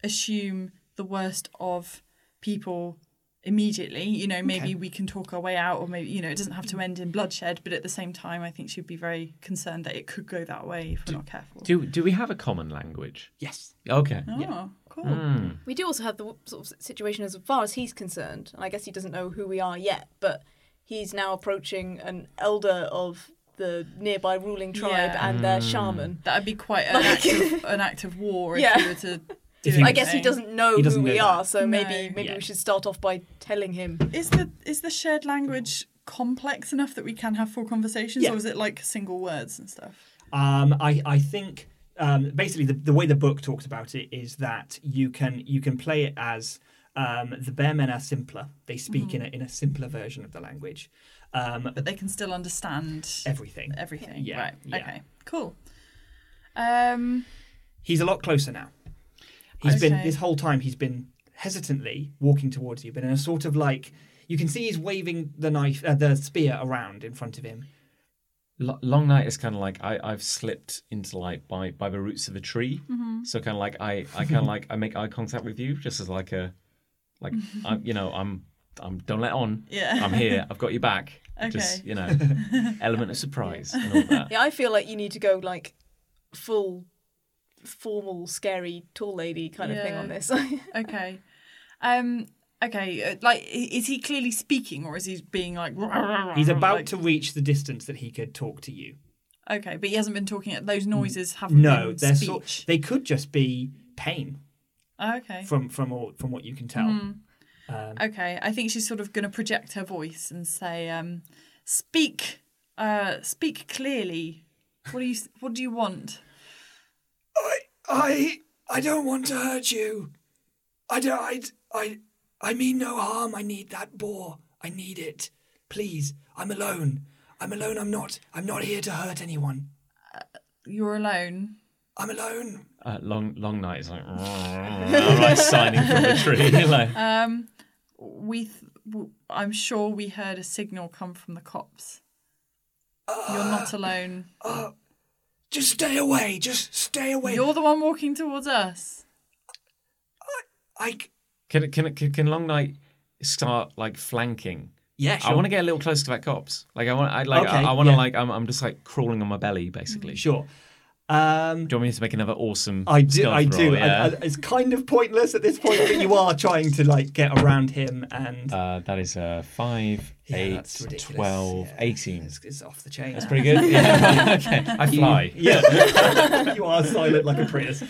[SPEAKER 2] assume the worst of people immediately. You know, maybe
[SPEAKER 1] Okay.
[SPEAKER 2] we can talk our way out, or maybe, you know, it doesn't have to end in bloodshed. But at the same time, I think she'd be very concerned that it could go that way if we're not careful.
[SPEAKER 3] Do do we have a common language?
[SPEAKER 1] Yes.
[SPEAKER 3] Okay.
[SPEAKER 2] oh,
[SPEAKER 1] yeah.
[SPEAKER 2] cool.
[SPEAKER 4] We do also have the sort of situation as far as he's concerned, and I guess he doesn't know who we are yet, but he's now approaching an elder of the nearby ruling tribe
[SPEAKER 2] Yeah.
[SPEAKER 4] and
[SPEAKER 1] Hmm.
[SPEAKER 4] their shaman.
[SPEAKER 2] That'd be quite an, act,
[SPEAKER 4] [laughs]
[SPEAKER 2] of, an act of war if
[SPEAKER 4] Yeah.
[SPEAKER 2] you were to.
[SPEAKER 1] If
[SPEAKER 2] do
[SPEAKER 1] you-
[SPEAKER 4] I guess he
[SPEAKER 2] anything.
[SPEAKER 4] doesn't know
[SPEAKER 1] He doesn't
[SPEAKER 4] who
[SPEAKER 1] know
[SPEAKER 4] we
[SPEAKER 1] that.
[SPEAKER 4] are, so maybe
[SPEAKER 2] No.
[SPEAKER 4] maybe
[SPEAKER 1] Yeah.
[SPEAKER 4] we should start off by telling him.
[SPEAKER 2] Is the is the shared language complex enough that we can have full conversations,
[SPEAKER 1] Yeah.
[SPEAKER 2] or is it like single words and stuff?
[SPEAKER 1] Um, I, I think um, basically the, the way the book talks about it is that you can you can play it as um, the bear men are simpler. They speak in, a,
[SPEAKER 2] Mm-hmm.
[SPEAKER 1] in a simpler version of the language. Um,
[SPEAKER 2] But they can still understand
[SPEAKER 1] everything.
[SPEAKER 2] everything.
[SPEAKER 1] Yeah,
[SPEAKER 2] Right.
[SPEAKER 1] yeah.
[SPEAKER 2] Okay. Cool. Um.
[SPEAKER 1] He's a lot closer now. He's been
[SPEAKER 2] Okay.
[SPEAKER 1] this whole time. He's been hesitantly walking towards you, but in a sort of like you can see he's waving the knife, uh, the spear around in front of him.
[SPEAKER 3] L- Long night is kind of like I I've slipped into like by by the roots of a tree.
[SPEAKER 2] Mm-hmm.
[SPEAKER 3] So kind of like I I kind of like I make eye contact with you just as like a like
[SPEAKER 2] Mm-hmm.
[SPEAKER 3] I'm you know I'm I'm don't let on.
[SPEAKER 2] Yeah.
[SPEAKER 3] I'm here. I've got your back. Just
[SPEAKER 2] [laughs] Okay.
[SPEAKER 3] you know element of surprise and all that.
[SPEAKER 4] Yeah, I feel like you need to go like full formal, scary, tall lady kind of thing
[SPEAKER 2] Yeah.
[SPEAKER 4] on this. [laughs]
[SPEAKER 2] [laughs] Okay. Um. Okay. uh, Like, i- is he clearly speaking, or is he being like?
[SPEAKER 1] He's about
[SPEAKER 2] like-
[SPEAKER 1] to reach the distance that he could talk to you.
[SPEAKER 2] Okay, but he hasn't been talking. Those noises haven't
[SPEAKER 1] Mm. No,
[SPEAKER 2] been
[SPEAKER 1] they're
[SPEAKER 2] speech.
[SPEAKER 1] sort, they could just be pain
[SPEAKER 2] Oh, okay.
[SPEAKER 1] from from all from what you can tell.
[SPEAKER 2] Okay, I think she's sort of going to project her voice and say, um, "Speak, uh, speak clearly. What do you What do you want?
[SPEAKER 1] I I I don't want to hurt you. I don't I I I mean no harm. I need that boar. I need it. Please. I'm alone. I'm alone. I'm not I'm not here to hurt anyone.
[SPEAKER 2] You're alone.
[SPEAKER 1] I'm alone.
[SPEAKER 3] Uh, long long night is like [laughs] I'm like signing from the tree. [laughs] like,
[SPEAKER 1] [laughs] Uh,
[SPEAKER 2] We, th- w- I'm sure we heard a signal come from the cops. You're not alone.
[SPEAKER 1] Just stay away. Just stay away.
[SPEAKER 2] You're the one walking towards us.
[SPEAKER 1] I c-
[SPEAKER 3] can can can can long night start like flanking?
[SPEAKER 1] yeah.
[SPEAKER 3] I want to get a little closer to that cops. Like I want, I like, I,
[SPEAKER 1] Okay,
[SPEAKER 3] I want to
[SPEAKER 1] yeah.
[SPEAKER 3] like, I'm, I'm just like crawling on my belly basically.
[SPEAKER 1] sure. Um.
[SPEAKER 3] Do you want me to make another awesome?
[SPEAKER 1] I do.
[SPEAKER 3] stealth
[SPEAKER 1] I do.
[SPEAKER 3] roll?
[SPEAKER 1] and-
[SPEAKER 3] Yeah.
[SPEAKER 1] and it's kind of pointless at this point, but you are trying to like get around him and
[SPEAKER 3] uh, that is uh, five,
[SPEAKER 1] Yeah,
[SPEAKER 3] eight,
[SPEAKER 1] that's ridiculous.
[SPEAKER 3] 12,
[SPEAKER 1] Yeah.
[SPEAKER 3] 18.
[SPEAKER 1] it's, it's off the chain.
[SPEAKER 3] That's
[SPEAKER 1] [laughs]
[SPEAKER 3] pretty good. Yeah. [laughs] okay, I fly. [laughs]
[SPEAKER 1] Yeah. [laughs] you are silent like a Prius.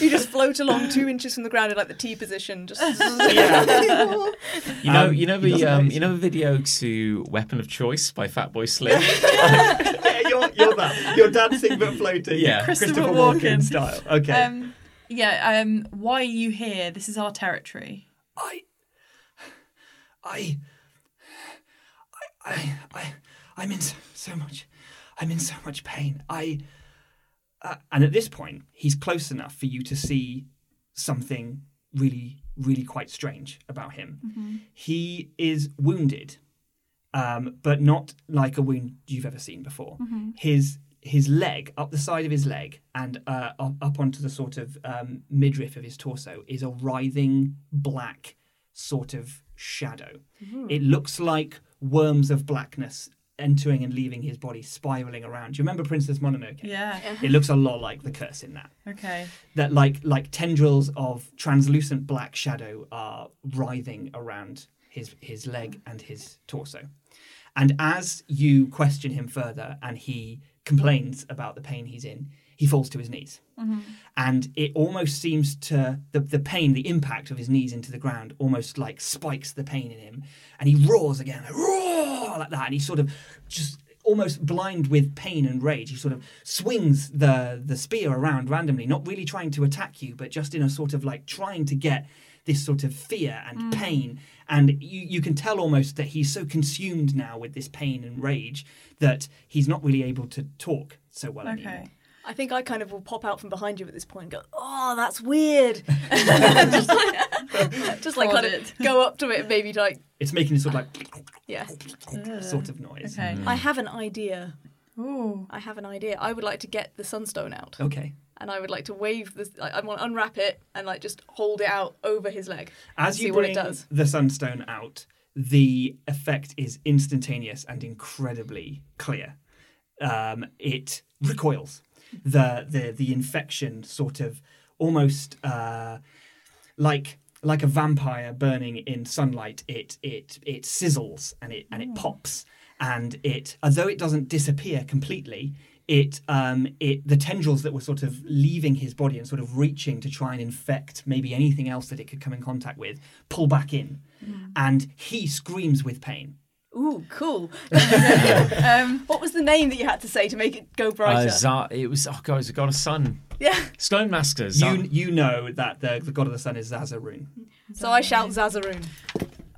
[SPEAKER 4] you just float along two inches from the ground in like the T
[SPEAKER 2] [laughs]
[SPEAKER 4] position, just
[SPEAKER 1] Yeah.
[SPEAKER 3] You know,
[SPEAKER 1] Um,
[SPEAKER 3] you know
[SPEAKER 1] he
[SPEAKER 3] the
[SPEAKER 1] doesn't
[SPEAKER 3] um,
[SPEAKER 1] notice.
[SPEAKER 3] you know the video to "Weapon of Choice" by
[SPEAKER 1] [laughs]
[SPEAKER 3] Fatboy Slim.
[SPEAKER 1] yeah, you're, you're that. You're dancing but floating.
[SPEAKER 3] Yeah.
[SPEAKER 1] Christopher,
[SPEAKER 2] Christopher
[SPEAKER 1] Walken,
[SPEAKER 2] Walken.
[SPEAKER 1] style. Okay.
[SPEAKER 2] Um, yeah. Um, why are you here? This is our territory.
[SPEAKER 1] I, I, I, I, I'm in so, so much, I'm in so much pain. I, uh, and at this point, he's close enough for you to see something really, really quite strange about him. He is wounded, um, but not like a wound you've ever seen before. His his leg, up the side of his leg, and uh, up, up onto the sort of um, midriff of his torso, is a writhing black sort of shadow. It looks like worms of blackness entering and leaving his body, spiraling around. Do you remember Princess Mononoke?
[SPEAKER 2] Yeah.
[SPEAKER 1] It looks a lot like the curse in that.
[SPEAKER 2] Okay.
[SPEAKER 1] That like like tendrils of translucent black shadow are writhing around his his leg and his torso. And as you question him further and he complains about the pain he's in, he falls to his knees. And it almost seems to the, the pain, the impact of his knees into the ground almost like spikes the pain in him. And he roars again, like, roar like that. And he sort of just almost blind with pain and rage. He sort of swings the the spear around randomly, not really trying to attack you, but just in a sort of like trying to get this sort of fear and
[SPEAKER 2] Mm.
[SPEAKER 1] pain. And you, you can tell almost that he's so consumed now with this pain and rage that he's not really able to talk so well anymore.
[SPEAKER 2] Okay.
[SPEAKER 4] I think I kind of will pop out from behind you at this point and go, "Oh,
[SPEAKER 2] [laughs]
[SPEAKER 4] that's weird." just like, just like
[SPEAKER 2] Prod
[SPEAKER 4] kind
[SPEAKER 2] it.
[SPEAKER 4] of go up to it, and maybe like
[SPEAKER 1] It's making this sort of
[SPEAKER 4] Yes.
[SPEAKER 1] like sort of noise.
[SPEAKER 2] Okay.
[SPEAKER 4] I have an idea.
[SPEAKER 2] Ooh.
[SPEAKER 4] I have an idea. I would like to get the sunstone out,
[SPEAKER 1] Okay.
[SPEAKER 4] and I would like to wave this. I, I want to unwrap it and like just hold it out over his leg.
[SPEAKER 1] As
[SPEAKER 4] See
[SPEAKER 1] you
[SPEAKER 4] what it
[SPEAKER 1] bring
[SPEAKER 4] does.
[SPEAKER 1] the sunstone out, the effect is instantaneous and incredibly clear. Um, it recoils. The the the infection sort of almost uh, like like a vampire burning in sunlight. It it it sizzles and it
[SPEAKER 2] Mm.
[SPEAKER 1] and it pops and it although it doesn't disappear completely. It, um, it the tendrils that were sort of leaving his body and sort of reaching to try and infect maybe anything else that it could come in contact with pull back in,
[SPEAKER 2] Mm.
[SPEAKER 1] and he screams with pain.
[SPEAKER 4] Ooh, cool.
[SPEAKER 2] Um,
[SPEAKER 4] What was the name that you had to say to make it go
[SPEAKER 3] Uh,
[SPEAKER 4] brighter?
[SPEAKER 3] Za- it was oh god, it's a god of sun.
[SPEAKER 4] yeah.
[SPEAKER 3] Stone Master.
[SPEAKER 1] You you know that the, the god of the sun is
[SPEAKER 2] [laughs]
[SPEAKER 1] Zazaroon.
[SPEAKER 4] So I shout Zazaroon.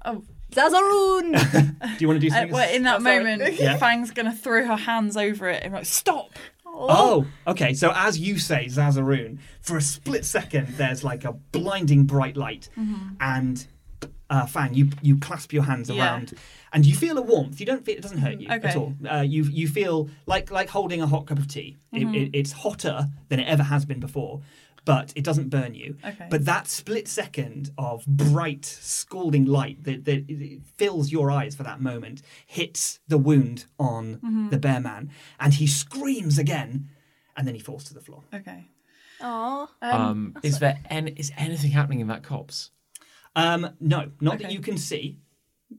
[SPEAKER 2] Oh.
[SPEAKER 4] Zazaroon!
[SPEAKER 1] Do you want to do
[SPEAKER 2] Uh,
[SPEAKER 1] something?
[SPEAKER 2] well, in that
[SPEAKER 4] Oh, sorry.
[SPEAKER 2] moment,
[SPEAKER 1] Yeah.
[SPEAKER 2] Fang's gonna throw her hands over it and like stop.
[SPEAKER 1] Oh, okay. So as you say Zazaroon, for a split second, there's like a blinding bright light, and uh, Fang, you you clasp your hands
[SPEAKER 2] Mm-hmm. Yeah.
[SPEAKER 1] around, and you feel a warmth. You don't feel it doesn't hurt you
[SPEAKER 2] Okay.
[SPEAKER 1] at all. Uh, you you feel like like holding a hot cup of tea. It-
[SPEAKER 2] Mm-hmm.
[SPEAKER 1] it- it's hotter than it ever has been before, but it doesn't burn you.
[SPEAKER 2] Okay.
[SPEAKER 1] But that split second of bright, scalding light that, that it fills your eyes for that moment hits the wound on
[SPEAKER 2] Mm-hmm.
[SPEAKER 1] the bear man, and he screams again, and then he falls to the floor.
[SPEAKER 2] Okay.
[SPEAKER 4] Aw.
[SPEAKER 3] um, is there any, is anything happening in that copse?
[SPEAKER 1] Um, no, not that
[SPEAKER 2] Okay.
[SPEAKER 1] you can see,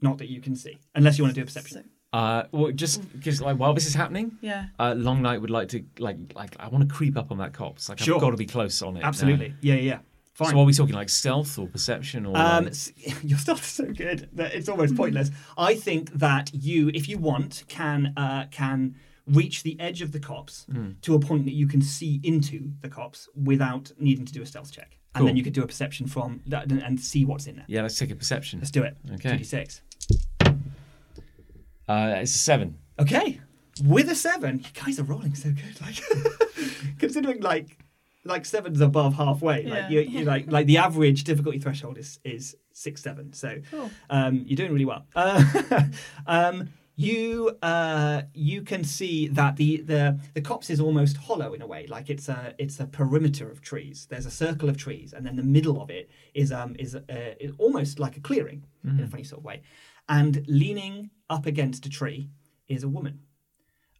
[SPEAKER 1] not that you can see, unless you want to do a perception.
[SPEAKER 2] So,
[SPEAKER 3] Uh, well, just
[SPEAKER 1] Mm.
[SPEAKER 3] because like while this is happening,
[SPEAKER 2] yeah.
[SPEAKER 3] uh, Long Night would like to like like I want to creep up on that copse. Like
[SPEAKER 1] Sure.
[SPEAKER 3] I've got to be close on it. now.
[SPEAKER 1] Absolutely, yeah, yeah, yeah. Fine.
[SPEAKER 3] So are we talking like stealth or perception or?
[SPEAKER 1] Um,
[SPEAKER 3] like-
[SPEAKER 1] s- [laughs] your stuff is so good that it's
[SPEAKER 3] Mm-hmm.
[SPEAKER 1] almost pointless. I think that you, if you want, can uh, can reach the edge of the cops
[SPEAKER 3] Mm.
[SPEAKER 1] to a point that you can see into the cops without needing to do a stealth check, and then
[SPEAKER 3] Cool.
[SPEAKER 1] you could do a perception from that and, and see what's in there.
[SPEAKER 3] yeah, let's take a perception.
[SPEAKER 1] Let's do it.
[SPEAKER 3] Okay.
[SPEAKER 1] Two d six.
[SPEAKER 3] Uh, it's a seven.
[SPEAKER 1] Okay. With a seven, you guys are rolling so good. Like [laughs] considering like like seven's above halfway.
[SPEAKER 2] Yeah.
[SPEAKER 1] Like you you like like the average difficulty threshold is is six seven. So
[SPEAKER 2] Cool.
[SPEAKER 1] um, you're doing really well. [laughs] Uh, um, you uh, you can see that the, the the copse is almost hollow in a way, like it's a it's a perimeter of trees. There's a circle of trees, and then the middle of it is um is, uh, is almost like a clearing in
[SPEAKER 2] Mm.
[SPEAKER 1] a funny sort of way. And leaning up against a tree is a woman.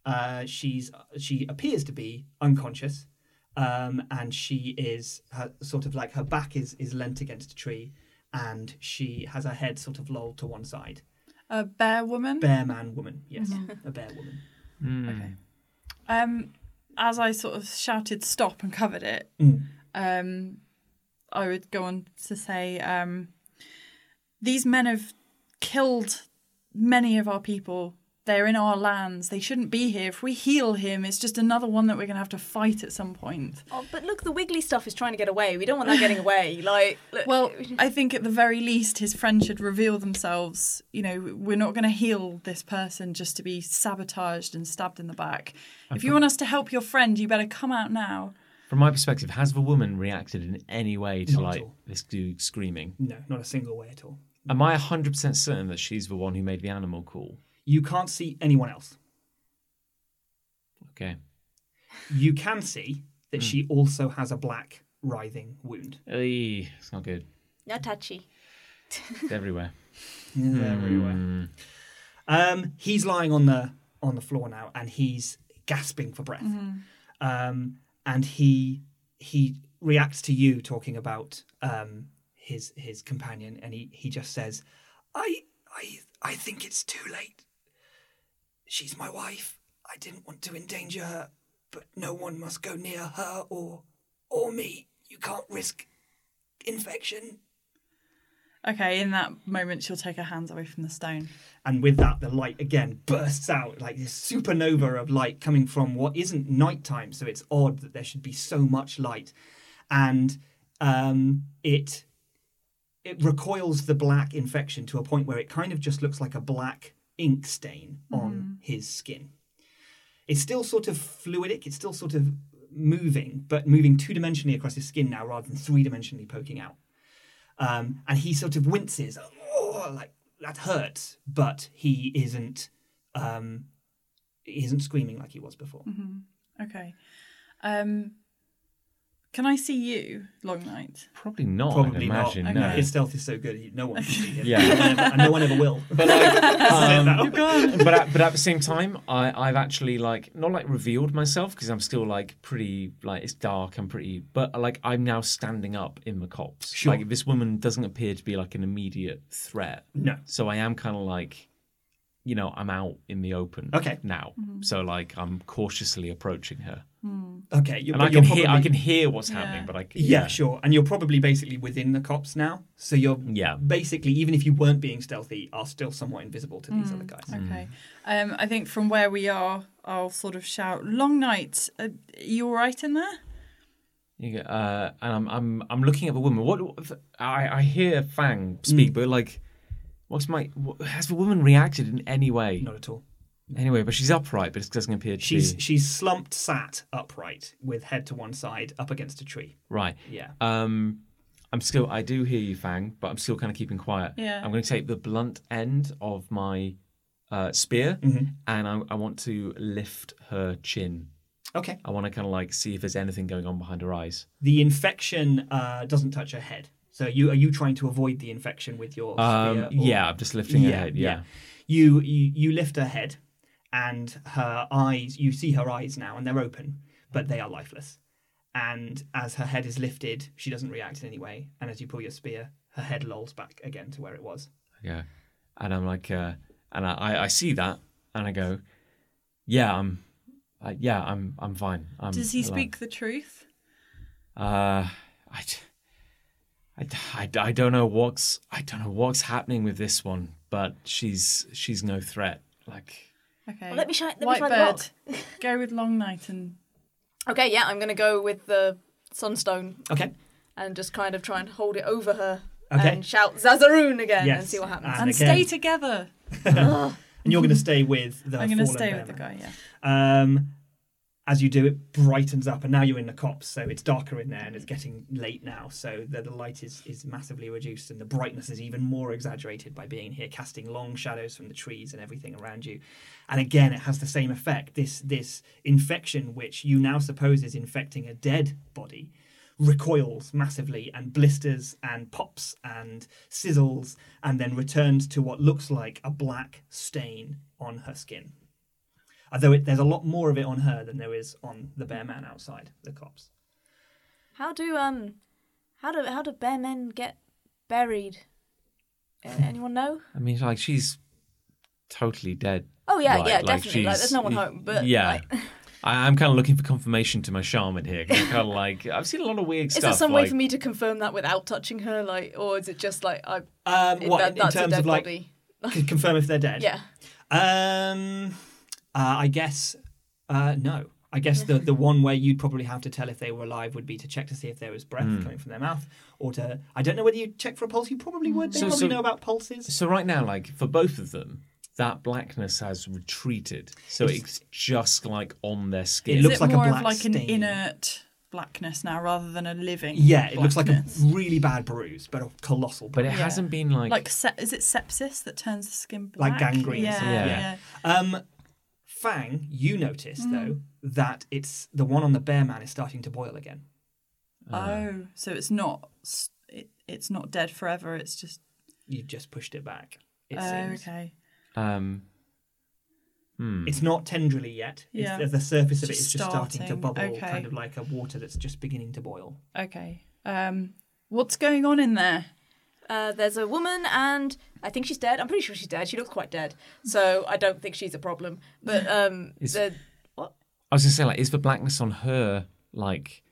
[SPEAKER 1] Uh, she's she appears to be unconscious, um, and she is her, sort of like her back is is leant against a tree, and she has her head sort of lolled to one side.
[SPEAKER 2] A bear woman.
[SPEAKER 1] Bear man woman, yes, a bear woman.
[SPEAKER 2] Okay. Um, as I sort of shouted stop and covered it,
[SPEAKER 1] Mm.
[SPEAKER 2] um, I would go on to say, um, these men have killed many of our people. They're in our lands. They shouldn't be here. If we heal him, it's just another one that we're going to have to fight at some point.
[SPEAKER 4] Oh, but look, the wiggly stuff is trying to get away. We don't want that getting away. Like, look, [laughs]
[SPEAKER 2] Well, I think at the very least, his friend should reveal themselves. You know, we're not going to heal this person just to be sabotaged and stabbed in the back. If you want us to help your friend, you better come out now.
[SPEAKER 3] From my perspective, has the woman reacted in any way to
[SPEAKER 1] Not at
[SPEAKER 3] like
[SPEAKER 1] all.
[SPEAKER 3] this dude screaming?
[SPEAKER 1] No, not a single way at all.
[SPEAKER 3] Am I hundred percent certain that she's the one who made the animal call?
[SPEAKER 1] You can't see anyone else.
[SPEAKER 3] Okay.
[SPEAKER 1] You can see that she also has a black writhing wound.
[SPEAKER 3] Eey, it's not good.
[SPEAKER 4] not touchy.
[SPEAKER 1] [laughs]
[SPEAKER 3] It's everywhere.
[SPEAKER 1] everywhere. Um, he's lying on the on the floor now, and he's gasping for breath. Um, and he he reacts to you talking about um, his his companion, and he he just says, "I I I think it's too late. She's my wife. I didn't want to endanger her, but no one must go near her or or me. You can't risk infection."
[SPEAKER 2] Okay, in that moment, she'll take her hands away from the stone.
[SPEAKER 1] And with that, the light again bursts out like this supernova of light coming from what isn't nighttime. So it's odd that there should be so much light. And um, it it recoils the black infection to a point where it kind of just looks like a black ink stain on his skin. It's still sort of fluidic, it's still sort of moving, but moving two dimensionally across his skin now rather than three dimensionally poking out. Um, and he sort of winces, oh, like that hurts, but he isn't um, he isn't screaming like he was before.
[SPEAKER 2] Okay. Um, can I see you, Long Night?
[SPEAKER 3] Probably not. I'd
[SPEAKER 1] Probably
[SPEAKER 3] imagine.
[SPEAKER 1] not.
[SPEAKER 3] No.
[SPEAKER 2] Okay.
[SPEAKER 1] His stealth is so good, he- no one can see him.
[SPEAKER 3] Yeah.
[SPEAKER 1] and, no one ever- and no one ever will.
[SPEAKER 3] [laughs]
[SPEAKER 1] [laughs]
[SPEAKER 3] But like, um,
[SPEAKER 2] You're gone.
[SPEAKER 3] but at, but at the same time, I I've actually like not like revealed myself because I'm still like pretty like it's dark and pretty, but like I'm now standing up in the cops.
[SPEAKER 1] Sure.
[SPEAKER 3] Like this woman doesn't appear to be like an immediate threat,
[SPEAKER 1] [laughs] No.
[SPEAKER 3] so I am kind of like, you know, I'm out in the open.
[SPEAKER 1] Okay.
[SPEAKER 3] Now, so like I'm cautiously approaching her,
[SPEAKER 1] Okay. You're,
[SPEAKER 3] and I
[SPEAKER 1] but you're
[SPEAKER 3] can hear I
[SPEAKER 1] probably-
[SPEAKER 3] can hear what's
[SPEAKER 2] Yeah.
[SPEAKER 3] happening, but I c-
[SPEAKER 1] Yeah, sure. And you're probably basically within the cops now, so you're
[SPEAKER 3] Yeah.
[SPEAKER 1] basically even if you weren't being stealthy, are still somewhat invisible to these other guys.
[SPEAKER 2] Okay. Um, I think from where we are, I'll sort of shout, Long Night, uh, are you all right in there?
[SPEAKER 3] You go, uh, and I'm I'm I'm looking at the woman. What I I hear Fang
[SPEAKER 1] Mm.
[SPEAKER 3] speak, but like, what's my what, has the woman reacted in any way?
[SPEAKER 1] Not at all.
[SPEAKER 3] Anyway, but she's upright, but it doesn't appear to
[SPEAKER 1] She's
[SPEAKER 3] be
[SPEAKER 1] she's slumped, sat upright, with head to one side, up against a tree.
[SPEAKER 3] right.
[SPEAKER 1] Yeah.
[SPEAKER 3] Um, I'm still I do hear you, Fang, but I'm still kind of keeping quiet.
[SPEAKER 2] Yeah.
[SPEAKER 3] I'm going to take the blunt end of my uh, spear,
[SPEAKER 1] Mm-hmm.
[SPEAKER 3] and I, I want to lift her chin.
[SPEAKER 1] Okay.
[SPEAKER 3] I want to kind of like see if there's anything going on behind her eyes.
[SPEAKER 1] The infection uh, doesn't touch her head. So you are you trying to avoid the infection with your
[SPEAKER 3] Um,
[SPEAKER 1] spear? or-
[SPEAKER 3] yeah, I'm just lifting her head. Yeah.
[SPEAKER 1] You, you you lift her head, and her eyes. You see her eyes now, and they're open, but they are lifeless. And as her head is lifted, she doesn't react in any way. And as you pull your spear, her head lolls back again to where it was.
[SPEAKER 3] Yeah. And I'm like, uh, and I- I, I see that, and I go, yeah, I'm, I, yeah, I'm, I'm fine. I'm
[SPEAKER 2] Does he
[SPEAKER 3] alive."
[SPEAKER 2] speak the truth?
[SPEAKER 3] Uh, I, d- I d- I d- I don't know what's, I don't know what's happening with this one, but she's, she's no threat. Like,
[SPEAKER 2] Okay.
[SPEAKER 4] Well, let me shi- let me
[SPEAKER 2] White
[SPEAKER 4] shine the
[SPEAKER 2] bird,
[SPEAKER 4] [laughs]
[SPEAKER 2] go with Long Night and
[SPEAKER 4] Okay, yeah, I'm going to go with the sunstone
[SPEAKER 1] Okay.
[SPEAKER 4] and just kind of try and hold it over her
[SPEAKER 1] Okay.
[SPEAKER 4] and shout Zazaroon again
[SPEAKER 1] Yes.
[SPEAKER 4] and see
[SPEAKER 2] [laughs]
[SPEAKER 4] what happens.
[SPEAKER 1] And
[SPEAKER 2] and
[SPEAKER 1] again-
[SPEAKER 2] stay together.
[SPEAKER 1] [laughs] And you're going to stay with the.
[SPEAKER 2] I'm going to
[SPEAKER 1] fallen
[SPEAKER 2] stay with the
[SPEAKER 1] bearman.
[SPEAKER 2] guy. Yeah.
[SPEAKER 1] Um, as you do, it brightens up, and now you're in the copse, so it's darker in there, and it's getting late now. So the, the light is, is massively reduced, and the brightness is even more exaggerated by being here, casting long shadows from the trees and everything around you. And again, it has the same effect. This this infection, which you now suppose is infecting a dead body, recoils massively and blisters and pops and sizzles, and then returns to what looks like a black stain on her skin although it, there's a lot more of it on her than there is on the bear man outside the cops.
[SPEAKER 4] How do um, how do how do bear men get buried? Uh, Anyone know?
[SPEAKER 3] I mean, like she's totally dead.
[SPEAKER 4] Oh yeah,
[SPEAKER 3] right?
[SPEAKER 4] yeah,
[SPEAKER 3] Like,
[SPEAKER 4] definitely. Like, there's
[SPEAKER 3] she's-
[SPEAKER 4] no one home, but
[SPEAKER 3] yeah.
[SPEAKER 4] like,
[SPEAKER 3] I, I'm kind of looking for confirmation to my shaman here. Kind of like I've seen a lot of weird
[SPEAKER 4] is
[SPEAKER 3] stuff.
[SPEAKER 4] there some way
[SPEAKER 3] like-
[SPEAKER 4] for me to confirm that without touching her? Like, or is it just like I?
[SPEAKER 1] Um,
[SPEAKER 4] it-
[SPEAKER 1] what
[SPEAKER 4] that-
[SPEAKER 1] in- in
[SPEAKER 4] that's a
[SPEAKER 1] terms
[SPEAKER 4] dead
[SPEAKER 1] of like
[SPEAKER 4] body.
[SPEAKER 1] [laughs] c- confirm if they're dead?
[SPEAKER 4] Yeah.
[SPEAKER 1] Um, uh, I guess uh, no. I guess the the one way you'd probably have to tell if they were alive would be to check to see if there was breath
[SPEAKER 3] Hmm.
[SPEAKER 1] coming from their mouth, or to I don't know whether you check for a pulse. You probably would. They
[SPEAKER 3] So-
[SPEAKER 1] probably
[SPEAKER 3] so-
[SPEAKER 1] know about pulses.
[SPEAKER 3] So right now, like for both of them, that blackness has retreated. So it's, just like on their skin.
[SPEAKER 1] It looks
[SPEAKER 2] Is it
[SPEAKER 1] like a
[SPEAKER 2] more
[SPEAKER 1] black
[SPEAKER 2] of like an
[SPEAKER 1] stain.
[SPEAKER 2] inert blackness now rather than a living?
[SPEAKER 1] Yeah, it looks like a
[SPEAKER 2] blackness?
[SPEAKER 1] really bad bruise, but a colossal.
[SPEAKER 3] but
[SPEAKER 1] Bruise.
[SPEAKER 3] it
[SPEAKER 2] Yeah.
[SPEAKER 3] hasn't been like,
[SPEAKER 2] Like se- is it sepsis that turns the skin black?
[SPEAKER 1] Like gangrene or
[SPEAKER 2] Yeah,
[SPEAKER 1] something.
[SPEAKER 3] Yeah.
[SPEAKER 2] yeah.
[SPEAKER 1] Um, Fang, you notice
[SPEAKER 4] Hmm.
[SPEAKER 1] though that it's the one on the bear man is starting to boil again.
[SPEAKER 3] uh,
[SPEAKER 1] Uh.
[SPEAKER 2] Oh, so it's not s- it, it's not dead forever. It's just
[SPEAKER 1] you just pushed it back. It
[SPEAKER 2] oh,
[SPEAKER 1] seems
[SPEAKER 2] okay.
[SPEAKER 3] um hmm.
[SPEAKER 1] it's not tenderly yet. It's,
[SPEAKER 2] Yeah.
[SPEAKER 1] The surface of it
[SPEAKER 2] Just
[SPEAKER 1] is just starting, to
[SPEAKER 2] starting.
[SPEAKER 1] bubble,
[SPEAKER 2] Okay.
[SPEAKER 1] kind of like a water that's just beginning to boil.
[SPEAKER 2] Okay. Um what's going on in there?
[SPEAKER 4] Uh, there's a woman, and I think she's dead. I'm pretty sure she's dead. She looks quite dead, so I don't think she's a problem.
[SPEAKER 1] [laughs]
[SPEAKER 4] But um,
[SPEAKER 3] Is-
[SPEAKER 4] the,
[SPEAKER 3] I was gonna say like, is the blackness on her like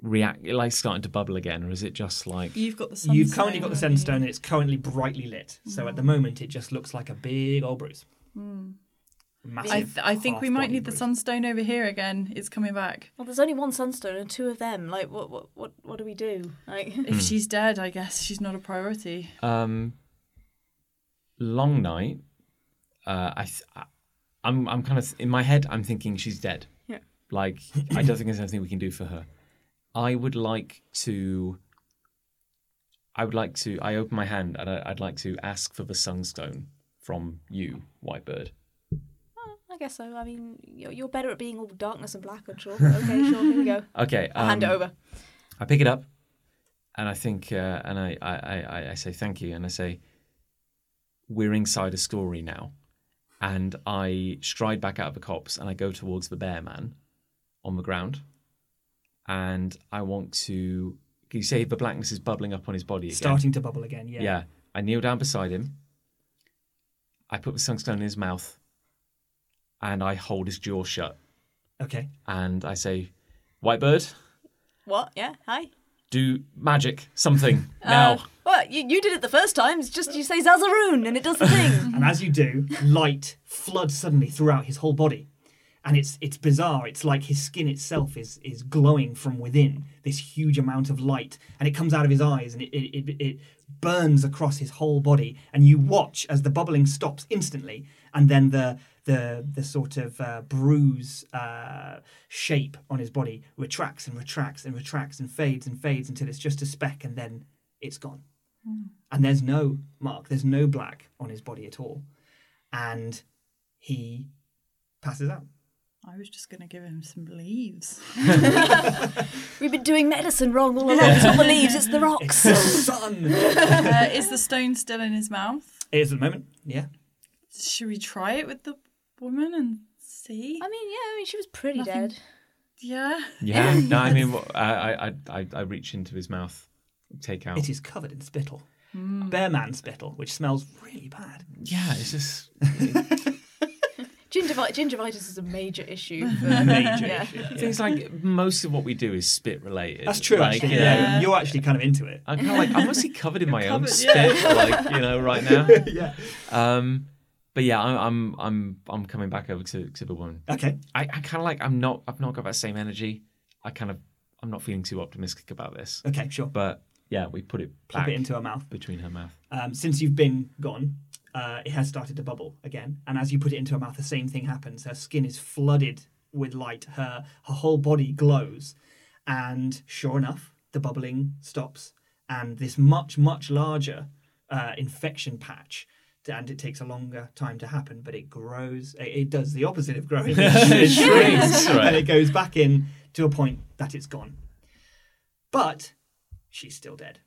[SPEAKER 3] react like starting to bubble again, or is it just like
[SPEAKER 2] You've got the sunstone.
[SPEAKER 1] You've currently got the
[SPEAKER 2] haven't you?
[SPEAKER 1] sandstone and it's currently brightly lit. So
[SPEAKER 2] Mm.
[SPEAKER 1] at the moment, it just looks like a big old bruise. Massive.
[SPEAKER 2] I, th- I think we might
[SPEAKER 1] half-body
[SPEAKER 2] need the
[SPEAKER 1] bruise.
[SPEAKER 2] sunstone over here again. It's coming back.
[SPEAKER 4] well, there's only one sunstone and two of them. Like, what, what, what, what do we do? Like, [laughs]
[SPEAKER 1] Hmm.
[SPEAKER 2] If she's dead, I guess she's not a priority.
[SPEAKER 3] um long night? Uh, I, th- I I'm I'm kind of in my head. I'm thinking she's dead.
[SPEAKER 4] Yeah.
[SPEAKER 3] Like I don't think there's anything we can do for her. I would like to I would like to. I open my hand and I, I'd like to ask for the sunstone from you, White Bird.
[SPEAKER 4] Oh, I guess so. I mean, you're, you're better at being all darkness and black, I'm sure. Okay, sure, here we go.
[SPEAKER 3] Okay,
[SPEAKER 4] I'll hand it
[SPEAKER 3] um,
[SPEAKER 4] over.
[SPEAKER 3] I pick it up, and I think, uh, and I, I, I- I, I say thank you, and I say, "We're inside a story now," and I stride back out of the cops, and I go towards the bear man, on the ground, and I want to. You say the blackness is bubbling up on his body again.
[SPEAKER 1] Starting to bubble again, yeah.
[SPEAKER 3] yeah. I kneel down beside him. I put the sunstone in his mouth, and I hold his jaw shut,
[SPEAKER 1] Okay.
[SPEAKER 3] and I say, "White bird."
[SPEAKER 4] What? Yeah, hi.
[SPEAKER 3] do magic
[SPEAKER 1] [laughs]
[SPEAKER 3] something now.
[SPEAKER 4] Uh, well, you, you did it the first time. It's just you say Zazaroon and it does
[SPEAKER 1] [laughs]
[SPEAKER 4] the thing.
[SPEAKER 1] And as you do, light floods suddenly throughout his whole body. And it's it's bizarre. It's like his skin itself is is glowing from within this huge amount of light, and it comes out of his eyes, and it it, it, it burns across his whole body. And you watch as the bubbling stops instantly, and then the the the sort of uh, bruise uh, shape on his body retracts and retracts and retracts and fades and fades until it's just a speck, and then it's gone and there's no mark, there's no black on his body at all, and he passes out.
[SPEAKER 2] I was just going to give him some leaves.
[SPEAKER 4] We've been doing medicine wrong all along. It's not the leaves,
[SPEAKER 1] [laughs]
[SPEAKER 4] it's the
[SPEAKER 1] It's
[SPEAKER 4] rocks.
[SPEAKER 1] the sun.
[SPEAKER 2] uh, is the stone still in his mouth?
[SPEAKER 1] it is at the moment. Yeah,
[SPEAKER 2] Should we try it with the woman and see?
[SPEAKER 4] I mean, yeah, I mean, she was pretty
[SPEAKER 2] Nothing.
[SPEAKER 4] dead.
[SPEAKER 2] Yeah.
[SPEAKER 3] yeah, no,
[SPEAKER 1] [laughs]
[SPEAKER 3] I mean, wh- I, I, I, I reach into his mouth, take out.
[SPEAKER 1] it is covered in spittle,
[SPEAKER 3] Mm.
[SPEAKER 1] bear man spittle, which smells really
[SPEAKER 3] [laughs]
[SPEAKER 1] bad.
[SPEAKER 3] Yeah, it's just.
[SPEAKER 4] Gingivi- gingivitis is a major issue.
[SPEAKER 1] [laughs] Major
[SPEAKER 4] Yeah.
[SPEAKER 1] issue.
[SPEAKER 3] Things like most of what we do is spit related.
[SPEAKER 1] That's true.
[SPEAKER 3] Like,
[SPEAKER 1] actually,
[SPEAKER 3] you know,
[SPEAKER 1] yeah.
[SPEAKER 2] Yeah.
[SPEAKER 1] you're actually kind of into it.
[SPEAKER 3] I'm kind of like I'm mostly covered in my own
[SPEAKER 2] covered,
[SPEAKER 3] spit, like you know, right
[SPEAKER 1] [laughs]
[SPEAKER 3] now.
[SPEAKER 1] [laughs] yeah.
[SPEAKER 3] Um, but yeah, I'm, I'm, I'm, I'm coming back over to, to the woman.
[SPEAKER 1] Okay.
[SPEAKER 3] I, I kind of like I'm not, I've not got that same energy. I kind of, I'm not feeling too optimistic about this.
[SPEAKER 1] Okay. Sure.
[SPEAKER 3] But yeah, we put it
[SPEAKER 1] Pop
[SPEAKER 3] back
[SPEAKER 1] it into her mouth.
[SPEAKER 3] between her mouth.
[SPEAKER 1] um, since you've been gone, uh, it has started to bubble again. And as you put it into her mouth, the same thing happens. Her skin is flooded with light. Her her whole body glows, and sure enough, the bubbling stops, and this much much larger uh, infection patch. And it takes a longer time to happen, but it grows. It, it does the opposite of growing. it shrinks,
[SPEAKER 3] Right.
[SPEAKER 1] and it goes back in to a point that it's gone. But she's still dead.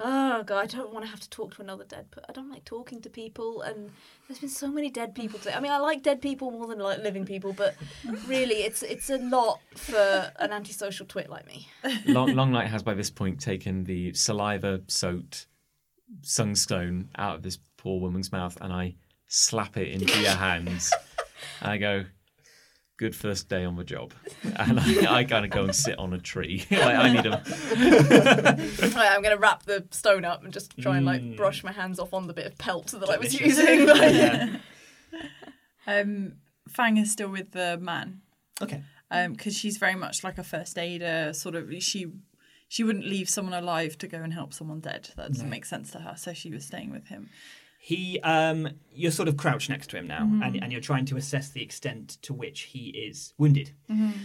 [SPEAKER 4] Oh god, I don't want to have to talk to another dead. But I don't like talking to people, and there's been so many dead people today. I mean, I like dead people more than I like living people, but really, it's it's a lot for an antisocial twit like me.
[SPEAKER 3] Long, Long Light has by this point taken the saliva soaked sunstone out of this poor woman's mouth, and I slap it into
[SPEAKER 2] [laughs]
[SPEAKER 3] your hands. And I go, Good first day on the job.
[SPEAKER 2] [laughs]
[SPEAKER 3] And I, I kind of go and sit on a tree. [laughs] like, I need a.
[SPEAKER 4] Right, I'm gonna wrap the stone up and just try and like brush my hands off on the bit of pelt that I was
[SPEAKER 1] Mm. Delicious.
[SPEAKER 4] using. Like,
[SPEAKER 1] Yeah.
[SPEAKER 2] Um, Fang is still with the man
[SPEAKER 1] Okay.
[SPEAKER 2] because she's very much like a first aider sort of. She she wouldn't leave someone alive to go and help someone dead. That doesn't make sense to her. So she was staying with him.
[SPEAKER 1] He, um, you're sort of crouched next to him now, and, and you're trying to assess the extent to which he is wounded. Um,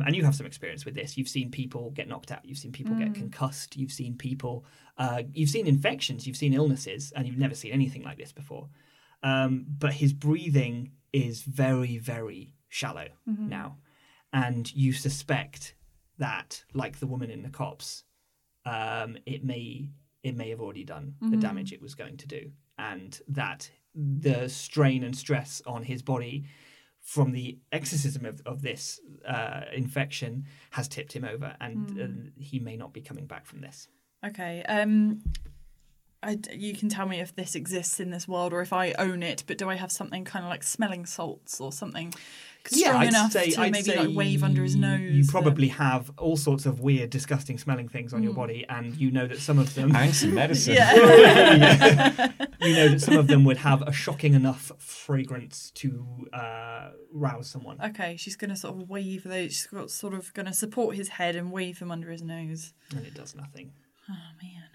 [SPEAKER 1] and you have some experience with this. You've seen people get knocked out. You've seen people get concussed. You've seen people, uh, you've seen infections. You've seen illnesses, and you've never seen anything like this before. Um, but his breathing is very, very shallow now, and you suspect that, like the woman in the cops, um, it may it may have already done
[SPEAKER 2] Mm-hmm.
[SPEAKER 1] the damage it was going to do, and that the strain and stress on his body from the exorcism of, of this uh, infection has tipped him over, and
[SPEAKER 2] Hmm.
[SPEAKER 1] uh, he may not be coming back from this.
[SPEAKER 2] Okay. Um, I d you can tell me if this exists in this world or if I own it. But do I have something kind of like smelling salts or something strong enough to maybe like wave under his nose?
[SPEAKER 1] You
[SPEAKER 2] that-
[SPEAKER 1] probably have all sorts of weird, disgusting smelling things on your
[SPEAKER 2] Hmm.
[SPEAKER 1] body, and you know that some of them. [laughs]
[SPEAKER 3] I need some medicine. Uh,
[SPEAKER 2] Yeah. [laughs]
[SPEAKER 1] you know that some of them would have a shocking enough fragrance to uh, rouse someone.
[SPEAKER 2] okay. She's gonna sort of wave those. She's got sort of gonna support his head and wave them under his nose.
[SPEAKER 1] and it does nothing.
[SPEAKER 2] Oh man.
[SPEAKER 3] Uh,
[SPEAKER 2] [laughs]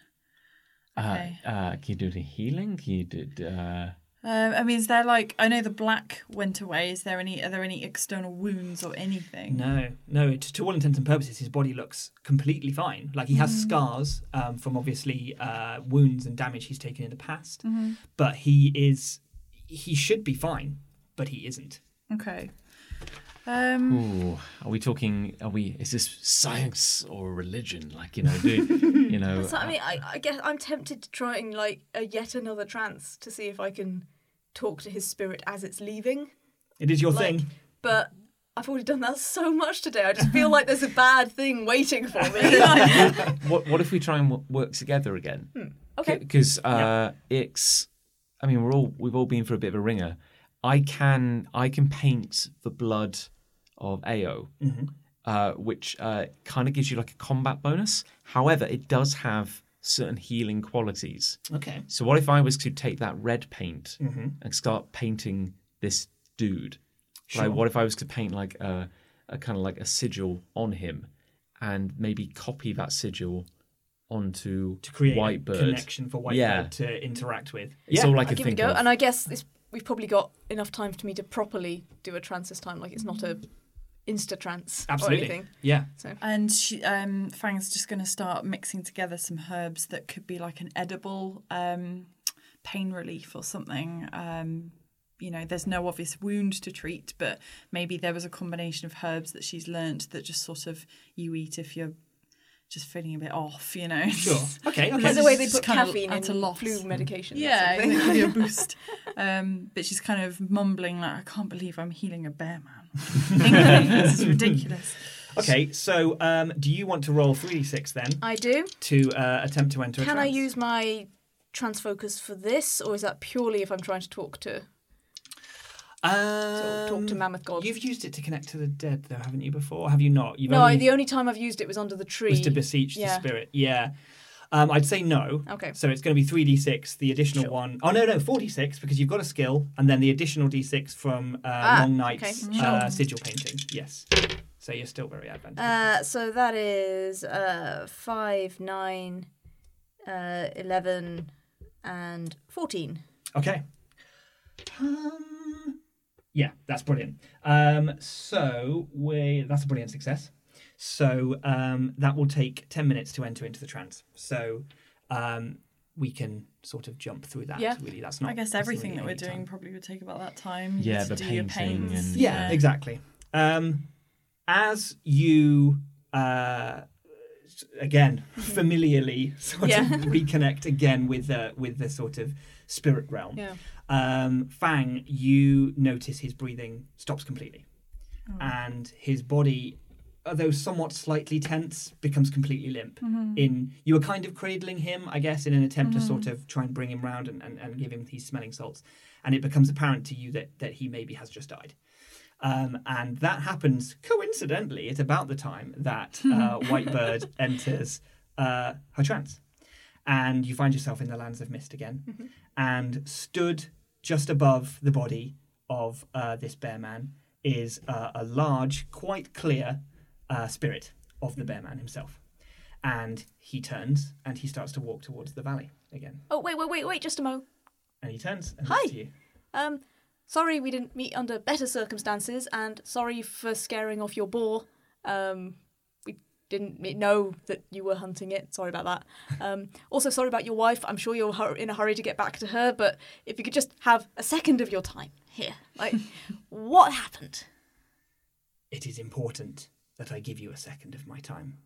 [SPEAKER 2] Okay.
[SPEAKER 3] uh, can you do the healing? Can you do. Uh,
[SPEAKER 2] Um, I mean, is there like I know the black went away. Is there any? Are there any external wounds or anything?
[SPEAKER 1] No, no. To, to all intents and purposes, his body looks completely fine. Like he has
[SPEAKER 4] Mm.
[SPEAKER 1] scars um, from obviously uh, wounds and damage he's taken in the past,
[SPEAKER 4] Mm-hmm.
[SPEAKER 1] but he is he should be fine, but he isn't.
[SPEAKER 2] Okay. Um,
[SPEAKER 3] Ooh, are we talking? Are we? Is this science or religion? Like you know, do
[SPEAKER 2] [laughs]
[SPEAKER 3] you know?
[SPEAKER 4] So, I mean, I, I guess I'm tempted to trying like a yet another trance to see if I can talk to his spirit as it's leaving.
[SPEAKER 1] It is your
[SPEAKER 4] Like-
[SPEAKER 1] thing.
[SPEAKER 4] But I've already done that so much today. I just feel like there's a bad thing waiting for me. Like,
[SPEAKER 3] uh, what what if we try and w- work together again?
[SPEAKER 4] [laughs] okay.
[SPEAKER 3] Because uh, it's. I mean, we're all we've all been for a bit of a ringer. I can I can paint the blood of Ao,
[SPEAKER 1] Mm-hmm.
[SPEAKER 3] uh, which uh, kind of gives you like a combat bonus. However, it does have certain healing qualities.
[SPEAKER 1] Okay.
[SPEAKER 3] So what if I was to take that red paint
[SPEAKER 1] Mm-hmm.
[SPEAKER 3] and start painting this dude?
[SPEAKER 1] Sure.
[SPEAKER 3] Like what if I was to paint like a, a kind of like a sigil on him and maybe copy that sigil onto
[SPEAKER 1] To create
[SPEAKER 3] White
[SPEAKER 1] a
[SPEAKER 3] Bird.
[SPEAKER 1] connection for White
[SPEAKER 3] yeah.
[SPEAKER 1] Bird to interact with.
[SPEAKER 3] It's all I
[SPEAKER 4] I'll
[SPEAKER 3] could
[SPEAKER 4] give it a
[SPEAKER 3] think
[SPEAKER 4] go.
[SPEAKER 3] of.
[SPEAKER 4] And I guess this, we've probably got enough time for me to properly do a trance this time. Like it's not a insta trance or
[SPEAKER 1] Absolutely.
[SPEAKER 4] anything.
[SPEAKER 1] Yeah.
[SPEAKER 2] and she, um, Fang's just going to start mixing together some herbs that could be like an edible um, pain relief or something. Um, you know, there's no obvious wound to treat, but maybe there was a combination of herbs that she's learnt that just sort of you eat if you're just feeling a bit off. You know, [laughs]
[SPEAKER 1] Sure. Okay.
[SPEAKER 4] There's
[SPEAKER 1] Okay.
[SPEAKER 4] a way they
[SPEAKER 2] It's
[SPEAKER 4] put
[SPEAKER 2] kind of
[SPEAKER 4] caffeine in
[SPEAKER 2] at a loss.
[SPEAKER 4] flu medication. or
[SPEAKER 2] Yeah,
[SPEAKER 4] something.
[SPEAKER 2] give
[SPEAKER 4] [laughs]
[SPEAKER 2] you a boost. Um, but she's kind of mumbling like, "I can't believe I'm healing a bear man. [laughs] this is ridiculous."
[SPEAKER 1] Okay. So, um, do you want to roll three d six then
[SPEAKER 4] I do.
[SPEAKER 1] to uh, attempt to enter? a
[SPEAKER 4] Can I
[SPEAKER 1] trance?
[SPEAKER 4] use my trans focus for this, or is that purely if I'm trying to talk to
[SPEAKER 1] Um,
[SPEAKER 4] sort of talk to Mammoth God?
[SPEAKER 1] You've used it to connect to the dead, though, haven't you? Before, Or have you not? You've
[SPEAKER 4] No, I,
[SPEAKER 1] only
[SPEAKER 4] the only time I've used it was under the tree.
[SPEAKER 1] was to beseech
[SPEAKER 4] yeah.
[SPEAKER 1] the spirit. Yeah. Um, I'd say no. [laughs]
[SPEAKER 4] Okay.
[SPEAKER 1] So it's going to be three d six, the additional
[SPEAKER 4] Sure.
[SPEAKER 1] one. Oh no, no, four d six because you've got a skill, and then the additional d six from uh,
[SPEAKER 4] Ah,
[SPEAKER 1] long nights
[SPEAKER 4] okay.
[SPEAKER 1] uh,
[SPEAKER 4] Sure.
[SPEAKER 1] sigil painting. Yes. So you're still very advantageous.
[SPEAKER 4] Uh, so that is uh, 5, 9, uh, 11, and 14.
[SPEAKER 1] Okay. Um, yeah, that's brilliant. Um, so we that's a brilliant success. So um, that will take ten minutes to enter into the trance. So um, we can sort of jump through that.
[SPEAKER 4] Yeah.
[SPEAKER 1] Really, that's not.
[SPEAKER 2] I guess
[SPEAKER 1] that's
[SPEAKER 2] everything
[SPEAKER 1] really
[SPEAKER 2] that we're
[SPEAKER 1] any time.
[SPEAKER 2] doing probably would take about that time. You
[SPEAKER 3] Yeah,
[SPEAKER 2] need to
[SPEAKER 3] the
[SPEAKER 2] do your
[SPEAKER 3] painting
[SPEAKER 2] pains.
[SPEAKER 3] and-
[SPEAKER 1] Yeah, exactly. Um, as you uh, s- again familiarly sort
[SPEAKER 4] Mm-hmm. Yeah.
[SPEAKER 1] of
[SPEAKER 4] [laughs]
[SPEAKER 1] reconnect again with the with the sort of spirit realm,
[SPEAKER 4] Yeah.
[SPEAKER 1] um, Fang, you notice his breathing stops completely,
[SPEAKER 4] Oh.
[SPEAKER 1] and his body, although somewhat slightly tense, becomes completely limp.
[SPEAKER 4] Mm-hmm.
[SPEAKER 1] In you were kind of cradling him, I guess, in an attempt to sort of try and bring him round and, and, and give him these smelling salts, and it becomes apparent to you that that he maybe has just died. Um, and that happens coincidentally at about the time that uh, White Bird enters uh, her trance. And you find yourself in the lands of mist again and stood just above the body of uh, this bear man is uh, a large, quite clear uh, spirit of the bear man himself. And he turns and he starts to walk towards the valley again.
[SPEAKER 4] Oh, wait, wait, wait, wait, just a mo.
[SPEAKER 1] And he turns and looks
[SPEAKER 4] Hi.
[SPEAKER 1] to you.
[SPEAKER 4] Um, sorry we didn't meet under better circumstances, and sorry for scaring off your boar. Um, we didn't me- know that you were hunting it. Sorry about that. Um, [laughs] also, sorry about your wife. I'm sure you're hur- in a hurry to get back to her, but if you could just have a second of your time here.
[SPEAKER 1] [laughs]
[SPEAKER 4] Like, what happened?
[SPEAKER 1] It is important that I give you a second of my time.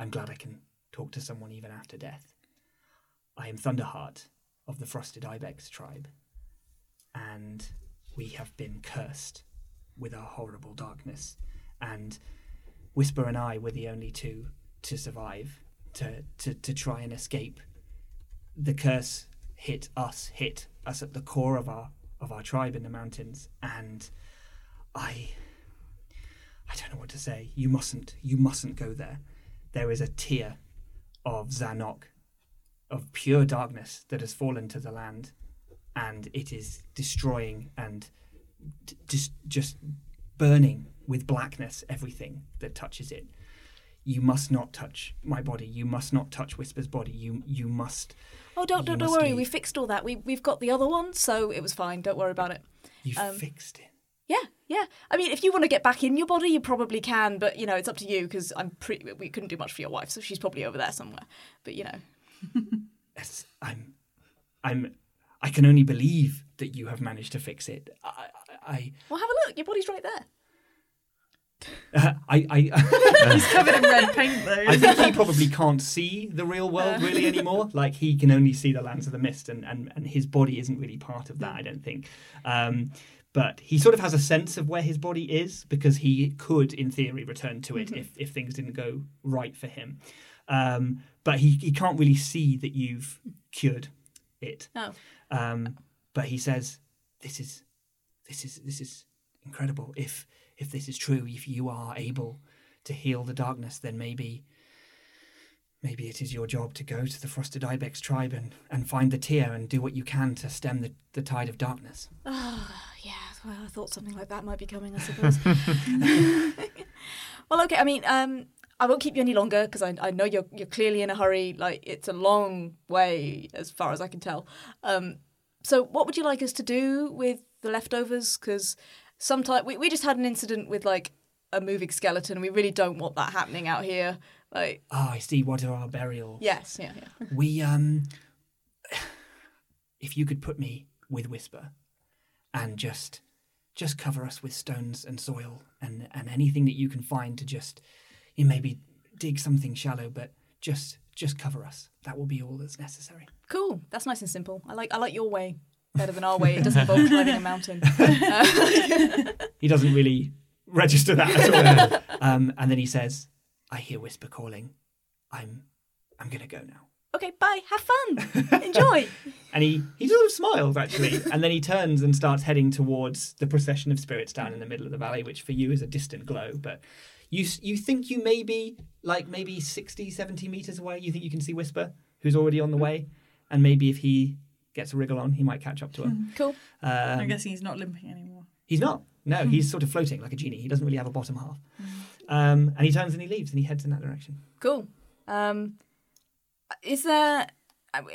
[SPEAKER 1] I'm glad I can talk to someone even after death. I am Thunderheart of the Frosted Ibex tribe, and we have been cursed with our horrible darkness. And Whisper and I were the only two to survive, to, to, to try and escape. The curse hit us, hit us at the core of our of our tribe in the mountains, and I I don't know what to say. You mustn't. You mustn't go there. There is a tear of Zanok, of pure darkness that has fallen to the land, and it is destroying and d- just just burning with blackness everything that touches it. you must not touch my body. You must not touch Whisper's body. You you must.
[SPEAKER 4] Oh, don't
[SPEAKER 1] You
[SPEAKER 4] don't, don't
[SPEAKER 1] must
[SPEAKER 4] worry.
[SPEAKER 1] leave.
[SPEAKER 4] We fixed all that. We we've got the other one, so it was fine. Don't worry about it.
[SPEAKER 1] You
[SPEAKER 4] Um,
[SPEAKER 1] fixed it.
[SPEAKER 4] Yeah, yeah. I mean, if you want to get back in your body, you probably can, but you know, it's up to you because I'm pretty. We couldn't do much for your wife, so she's probably over there somewhere. But you know,
[SPEAKER 1] Yes, I'm. I'm. I can only believe that you have managed to fix it. I. I.
[SPEAKER 4] well, have a look. Your body's right there.
[SPEAKER 1] I. I, I
[SPEAKER 2] He's covered in red paint though.
[SPEAKER 1] I think he probably can't see the real world really anymore. Like he can only see the lands of the mist, and and, and his body isn't really part of that. I don't think. Um, but he sort of has a sense of where his body is because he could, in theory, return to it if if things didn't go right for him. Um, but he he can't really see that you've cured it.
[SPEAKER 4] No.
[SPEAKER 1] Um, but he says, "This is, this is, this is incredible. If if this is true, if you are able to heal the darkness, then maybe, maybe it is your job to go to the frosted ibex tribe and and find the tear and do what you can to stem the, the tide of darkness."
[SPEAKER 4] Oh, [sighs] yeah. Well, I thought something like that might be coming, I suppose. well, okay. I mean, um, I won't keep you any longer because I, I know you're you're clearly in a hurry. Like it's a long way as far as I can tell. Um, so what would you like us to do with the leftovers? Because sometimes we we just had an incident with like a moving skeleton. We really don't want that happening out here. Like
[SPEAKER 1] Ah, I see. What are our burials?
[SPEAKER 4] yes, yeah, yeah.
[SPEAKER 1] We um, [sighs] if you could put me with Whisper, and just just cover us with stones and soil and and anything that you can find to just you maybe dig something shallow, but just just cover us. That will be all that's necessary.
[SPEAKER 4] Cool. That's nice and simple. I like I like your way better than our way. It doesn't involve climbing a mountain.
[SPEAKER 1] He doesn't [laughs] really register that at all. [laughs] um, and then he says, "I hear Whisper calling. I'm I'm gonna go now."
[SPEAKER 4] okay, bye. Have
[SPEAKER 1] [laughs]
[SPEAKER 4] fun. Enjoy.
[SPEAKER 1] And he, he sort of smiles actually, [laughs] and then he turns and starts heading towards the procession of spirits down in the middle of the valley, which for you is a distant glow. But you s- you think you may be like maybe 60, 70 meters away. You think you can see Whisper, who's already on the way, and maybe if he gets a wriggle on, he might catch up to her.
[SPEAKER 4] Cool.
[SPEAKER 1] Um,
[SPEAKER 2] I'm guessing he's not limping anymore.
[SPEAKER 1] He's not. No, he's sort of floating like a genie. He doesn't really have a bottom half. Um, and he turns and he leaves and he heads in that direction.
[SPEAKER 4] Cool. Um, is there,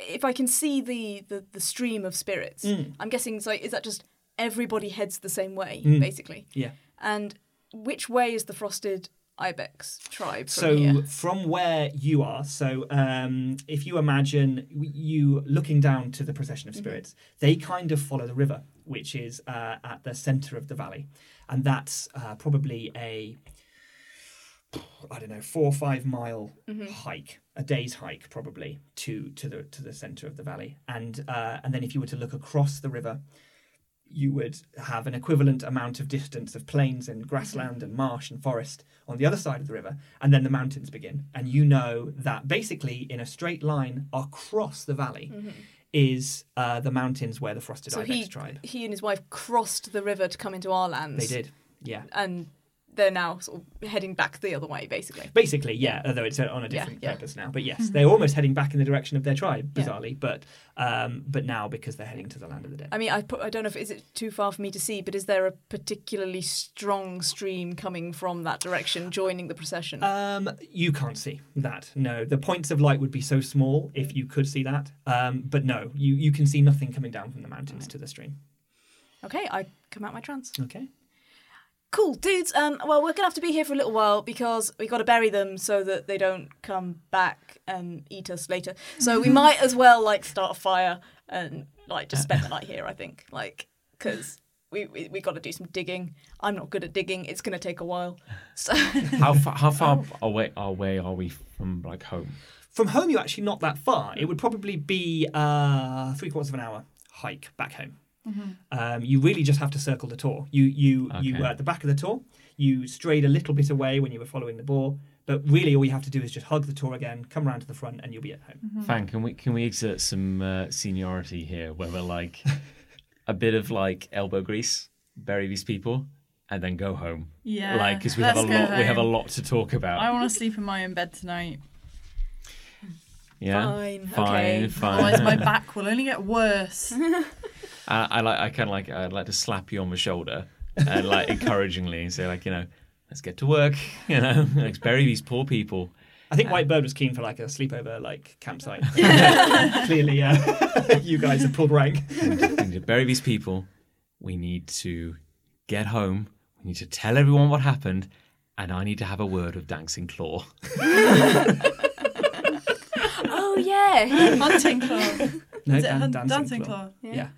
[SPEAKER 4] if I can see the, the, the stream of spirits,
[SPEAKER 1] Mm.
[SPEAKER 4] I'm guessing, so is that just everybody heads the same way,
[SPEAKER 1] Mm.
[SPEAKER 4] basically?
[SPEAKER 1] Yeah.
[SPEAKER 4] And which way is the frosted ibex tribe from
[SPEAKER 1] so uh,
[SPEAKER 4] here?
[SPEAKER 1] from where you are so um, if you imagine w- you looking down to the procession
[SPEAKER 4] Mm-hmm.
[SPEAKER 1] of spirits they kind of follow the river which is uh, at the center of the valley and that's uh, probably a i don't know four or five mile
[SPEAKER 4] Mm-hmm.
[SPEAKER 1] hike a day's hike probably to to the to the center of the valley and uh, and then if you were to look across the river you would have an equivalent amount of distance of plains and grassland and marsh and forest on the other side of the river, and then the mountains begin. And you know that basically in a straight line across the valley is uh, the mountains where the frosted
[SPEAKER 4] Mm-hmm. So
[SPEAKER 1] ibex
[SPEAKER 4] he,
[SPEAKER 1] tribe.
[SPEAKER 4] he and his wife crossed the river to come into our lands.
[SPEAKER 1] They did, yeah.
[SPEAKER 4] And they're now sort of heading back the other way, basically.
[SPEAKER 1] Basically, yeah. Although it's uh, on a different
[SPEAKER 4] yeah. Mm-hmm.
[SPEAKER 1] purpose now, but yes, they're almost heading back in the direction of their tribe,
[SPEAKER 4] Yeah.
[SPEAKER 1] bizarrely. But um, but now because they're heading to the land of the dead.
[SPEAKER 4] I mean, I, put, I don't know if is it too far for me to see, but is there a particularly strong stream coming from that direction, joining the procession?
[SPEAKER 1] Um, you can't see that. No, the points of light would be so small if you could see that. Um, but no, you you can see nothing coming down from the mountains to the stream.
[SPEAKER 4] Okay, I come out my trance.
[SPEAKER 1] Okay.
[SPEAKER 4] Cool, dudes. Um, well, we're gonna have to be here for a little while because we got to bury them so that they don't come back and eat us later. So we might as well like start a fire and like just spend the night here. I think, like, because we we, we got to do some digging. I'm not good at digging. It's gonna take a while. So
[SPEAKER 3] How far, how
[SPEAKER 4] [laughs]
[SPEAKER 3] far [laughs] away, away are we from like home?
[SPEAKER 1] From home, you're actually not that far. It would probably be uh, three quarters of an hour hike back home. Um, you really just have to circle the tour. You you you
[SPEAKER 3] Okay.
[SPEAKER 1] were at the back of the tour. You strayed a little bit away when you were following the boar, but really all you have to do is just hug the tour again, come round to the front, and you'll be at home.
[SPEAKER 3] Fan, can we can we exert some uh, seniority here, where we're like a bit of like elbow grease, bury these people, and then go home.
[SPEAKER 2] Yeah,
[SPEAKER 3] like because we have a
[SPEAKER 2] let's go
[SPEAKER 3] lot we have a
[SPEAKER 2] home.
[SPEAKER 3] lot to talk about.
[SPEAKER 2] I want to sleep in my own bed tonight.
[SPEAKER 3] yeah,
[SPEAKER 4] Fine,
[SPEAKER 3] fine,
[SPEAKER 2] [laughs]
[SPEAKER 4] okay.
[SPEAKER 3] fine.
[SPEAKER 2] Otherwise,
[SPEAKER 3] [laughs]
[SPEAKER 2] my back will only get worse.
[SPEAKER 3] I, I like I kind of like I'd like to slap you on the shoulder uh, and like encouragingly and say like you know let's get to work. [laughs] You know, let's bury these poor people.
[SPEAKER 1] I think White Bird was keen for like a sleepover like
[SPEAKER 2] [laughs]
[SPEAKER 1] campsite. [laughs] Clearly, uh, [laughs] you guys have pulled rank.
[SPEAKER 3] We need to bury these people. We need to get home. We need to tell everyone what happened, and I need to have a word with Dancing Claw.
[SPEAKER 4] Oh yeah. [laughs]
[SPEAKER 2] Hunting Claw.
[SPEAKER 1] No,
[SPEAKER 2] Is it
[SPEAKER 1] Dan-
[SPEAKER 2] Hun- Dancing Claw?
[SPEAKER 1] Yeah.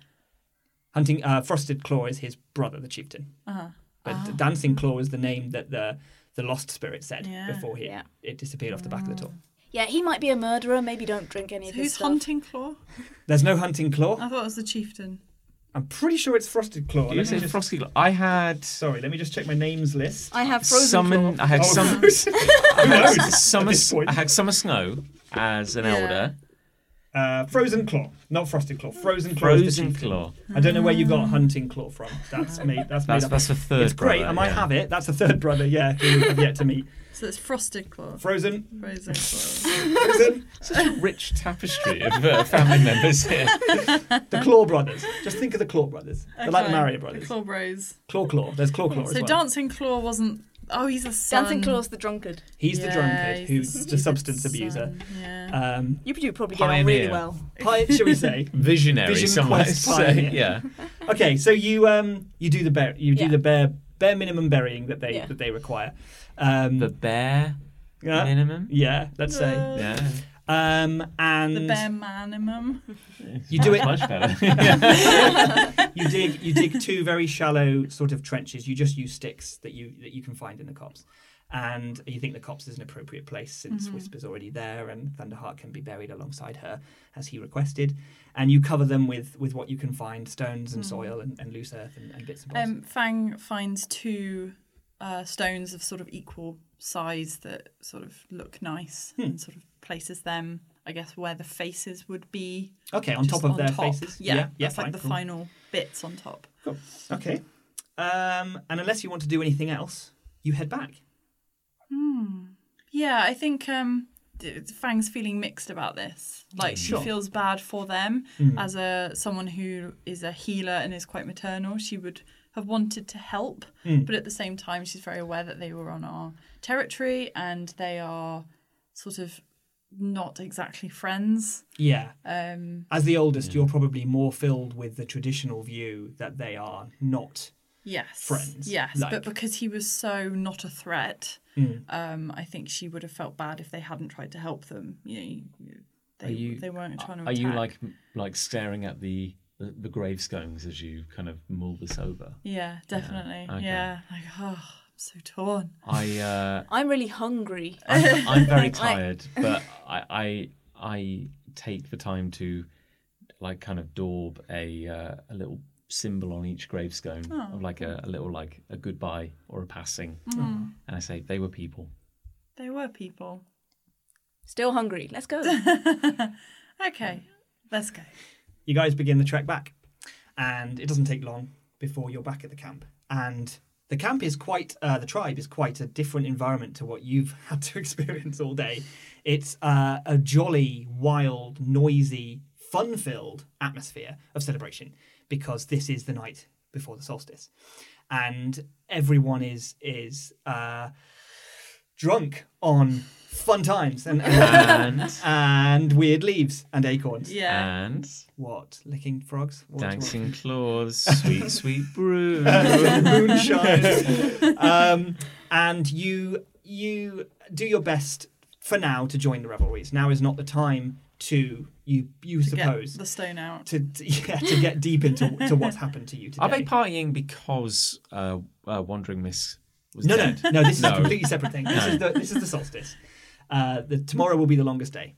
[SPEAKER 1] Hunting uh, Frosted Claw is his brother, the chieftain.
[SPEAKER 2] Uh-huh.
[SPEAKER 1] But D- Dancing Claw is the name that the the lost spirit said
[SPEAKER 2] Yeah. Ah.
[SPEAKER 1] before he
[SPEAKER 4] Yeah.
[SPEAKER 1] it disappeared off the back of the top.
[SPEAKER 5] Yeah, he might be a murderer. Maybe don't drink any
[SPEAKER 2] So
[SPEAKER 5] of his
[SPEAKER 2] who's
[SPEAKER 5] stuff.
[SPEAKER 2] Hunting Claw?
[SPEAKER 1] There's no Hunting Claw.
[SPEAKER 2] I thought it was the chieftain.
[SPEAKER 1] I'm pretty sure it's Frosted Claw.
[SPEAKER 3] You
[SPEAKER 1] Let me
[SPEAKER 3] said
[SPEAKER 1] just-
[SPEAKER 3] Frosty Claw. I had
[SPEAKER 1] sorry, let me just check my names list.
[SPEAKER 4] I have frozen
[SPEAKER 3] summon.
[SPEAKER 4] claw.
[SPEAKER 3] I had
[SPEAKER 1] Oh,
[SPEAKER 3] some. I had summer.
[SPEAKER 1] this point.
[SPEAKER 3] I had summer snow as an
[SPEAKER 2] Yeah.
[SPEAKER 3] elder.
[SPEAKER 1] uh, Frozen Claw, not Frosted Claw. Frozen Claw. is the
[SPEAKER 3] Frozen
[SPEAKER 1] chieftain.
[SPEAKER 3] Claw.
[SPEAKER 1] I don't know where you
[SPEAKER 2] Ah.
[SPEAKER 1] got Hunting Claw from. That's made. That's made
[SPEAKER 3] That's
[SPEAKER 1] up.
[SPEAKER 3] that's the third.
[SPEAKER 1] it's great.
[SPEAKER 3] brother,
[SPEAKER 1] I might
[SPEAKER 3] yeah.
[SPEAKER 1] have it. That's the third brother. Yeah, who we have yet to meet.
[SPEAKER 2] So it's Frosted Claw.
[SPEAKER 1] Frozen.
[SPEAKER 2] Frozen Claw.
[SPEAKER 1] Frozen.
[SPEAKER 3] Such a rich tapestry of uh, family members here.
[SPEAKER 1] The Claw Brothers. Just think of the Claw Brothers. They're like the
[SPEAKER 2] Okay.
[SPEAKER 1] Mario
[SPEAKER 2] The
[SPEAKER 1] Brothers.
[SPEAKER 2] Claw Bros.
[SPEAKER 1] Claw Claw. There's Claw Claw as
[SPEAKER 2] So
[SPEAKER 1] well.
[SPEAKER 2] Dancing Claw wasn't. Oh, he's a son.
[SPEAKER 4] Dancing Claw's the drunkard.
[SPEAKER 1] he's the
[SPEAKER 2] Yeah,
[SPEAKER 1] drunkard
[SPEAKER 2] he's the
[SPEAKER 1] who's the
[SPEAKER 2] stupid
[SPEAKER 1] substance
[SPEAKER 2] son.
[SPEAKER 1] abuser.
[SPEAKER 2] Yeah.
[SPEAKER 1] Um,
[SPEAKER 4] You do probably
[SPEAKER 3] get on really Pioneer.
[SPEAKER 4] get on really well.
[SPEAKER 1] pi- should we
[SPEAKER 2] [laughs]
[SPEAKER 1] say?
[SPEAKER 3] [laughs] Visionary,
[SPEAKER 1] Vision
[SPEAKER 3] some might
[SPEAKER 1] quest
[SPEAKER 3] say.
[SPEAKER 1] pioneer.
[SPEAKER 3] Yeah.
[SPEAKER 1] Okay, so you um you do the bear you do
[SPEAKER 4] Yeah.
[SPEAKER 1] the bare bare minimum burying that they
[SPEAKER 4] Yeah.
[SPEAKER 1] that they require. Um,
[SPEAKER 3] The bare
[SPEAKER 1] yeah,
[SPEAKER 3] minimum.
[SPEAKER 1] yeah, let's say.
[SPEAKER 2] Uh,
[SPEAKER 3] Yeah.
[SPEAKER 1] Um, and
[SPEAKER 2] The bare minimum.
[SPEAKER 1] you do it.
[SPEAKER 3] Much [laughs] better.
[SPEAKER 1] You dig you dig two very shallow sort of trenches. You just use sticks that you that you can find in the copse. And you think the copse is an appropriate place since
[SPEAKER 2] Mm-hmm.
[SPEAKER 1] Whisper's already there and Thunderheart can be buried alongside her as he requested. And you cover them with with what you can find, stones and soil and, and loose earth and, and bits and bobs.
[SPEAKER 2] Mm. Um, Fang finds two uh, stones of sort of equal size that sort of look nice
[SPEAKER 1] Hmm.
[SPEAKER 2] and sort of places them, I guess, where the faces would be.
[SPEAKER 1] okay, on
[SPEAKER 2] just
[SPEAKER 1] top of their
[SPEAKER 2] top.
[SPEAKER 1] faces.
[SPEAKER 2] Yeah, that's
[SPEAKER 1] fine,
[SPEAKER 2] like the
[SPEAKER 1] cool.
[SPEAKER 2] final bits on top.
[SPEAKER 1] Okay. Um, and unless you want to do anything else, you head back.
[SPEAKER 2] Yeah, I think um, d- Fang's feeling mixed about this. Like
[SPEAKER 1] Sure.
[SPEAKER 2] she feels bad for them
[SPEAKER 3] Mm.
[SPEAKER 2] as a someone who is a healer and is quite maternal. She would have wanted to help,
[SPEAKER 3] Mm.
[SPEAKER 2] but at the same time, she's very aware that they were on our territory and they are sort of not exactly friends.
[SPEAKER 1] Yeah.
[SPEAKER 2] Um,
[SPEAKER 1] As the oldest, you're probably more filled with the traditional view that they are not.
[SPEAKER 2] yes,
[SPEAKER 1] Friends,
[SPEAKER 2] Yes,
[SPEAKER 1] like-
[SPEAKER 2] but because he was so not a threat,
[SPEAKER 1] Mm.
[SPEAKER 2] um, I think she would have felt bad if they hadn't tried to help them. You know, you-
[SPEAKER 3] Are
[SPEAKER 2] they,
[SPEAKER 3] you-
[SPEAKER 2] they weren't trying to.
[SPEAKER 3] Are you
[SPEAKER 2] attack.
[SPEAKER 3] like like staring at the the, the gravestones as you kind of mull this over?
[SPEAKER 2] Yeah, definitely. Yeah.
[SPEAKER 3] okay.
[SPEAKER 2] Like, oh, I'm so torn.
[SPEAKER 3] I uh,
[SPEAKER 5] I'm really hungry.
[SPEAKER 3] I'm, I'm very tired, but I, I I take the time to like kind of daub a uh, a little symbol on each gravestone of like a, a little like a goodbye or a passing, and I say they were people.
[SPEAKER 2] They were people.
[SPEAKER 5] Still hungry. Let's go.
[SPEAKER 4] [laughs]
[SPEAKER 2] Okay, let's go.
[SPEAKER 1] You guys begin the trek back, and it doesn't take long before you're back at the camp. And the camp is quite, uh, the tribe is quite a different environment to what you've [laughs] had to experience all day. It's uh, a jolly, wild, noisy, fun filled atmosphere of celebration because this is the night before the solstice. And everyone is, is, uh, drunk on fun times and,
[SPEAKER 3] And
[SPEAKER 1] and weird leaves and acorns
[SPEAKER 2] Yeah.
[SPEAKER 3] and
[SPEAKER 1] what licking frogs What-
[SPEAKER 3] dancing claws, sweet sweet brew.
[SPEAKER 1] [laughs] what-
[SPEAKER 3] [laughs]
[SPEAKER 1] moonshine um, and you you do your best for now to join the revelries now is not the time to you you
[SPEAKER 2] Get
[SPEAKER 1] suppose
[SPEAKER 2] the stone out.
[SPEAKER 1] to, to- yeah to get deep into to what's happened to you today
[SPEAKER 3] Are they partying because uh, uh, Wandering Miss was
[SPEAKER 1] no
[SPEAKER 3] dead?
[SPEAKER 1] [laughs] no no this is a
[SPEAKER 3] No.
[SPEAKER 1] completely separate thing this
[SPEAKER 3] No.
[SPEAKER 1] is the this is the solstice uh, the tomorrow will be the longest day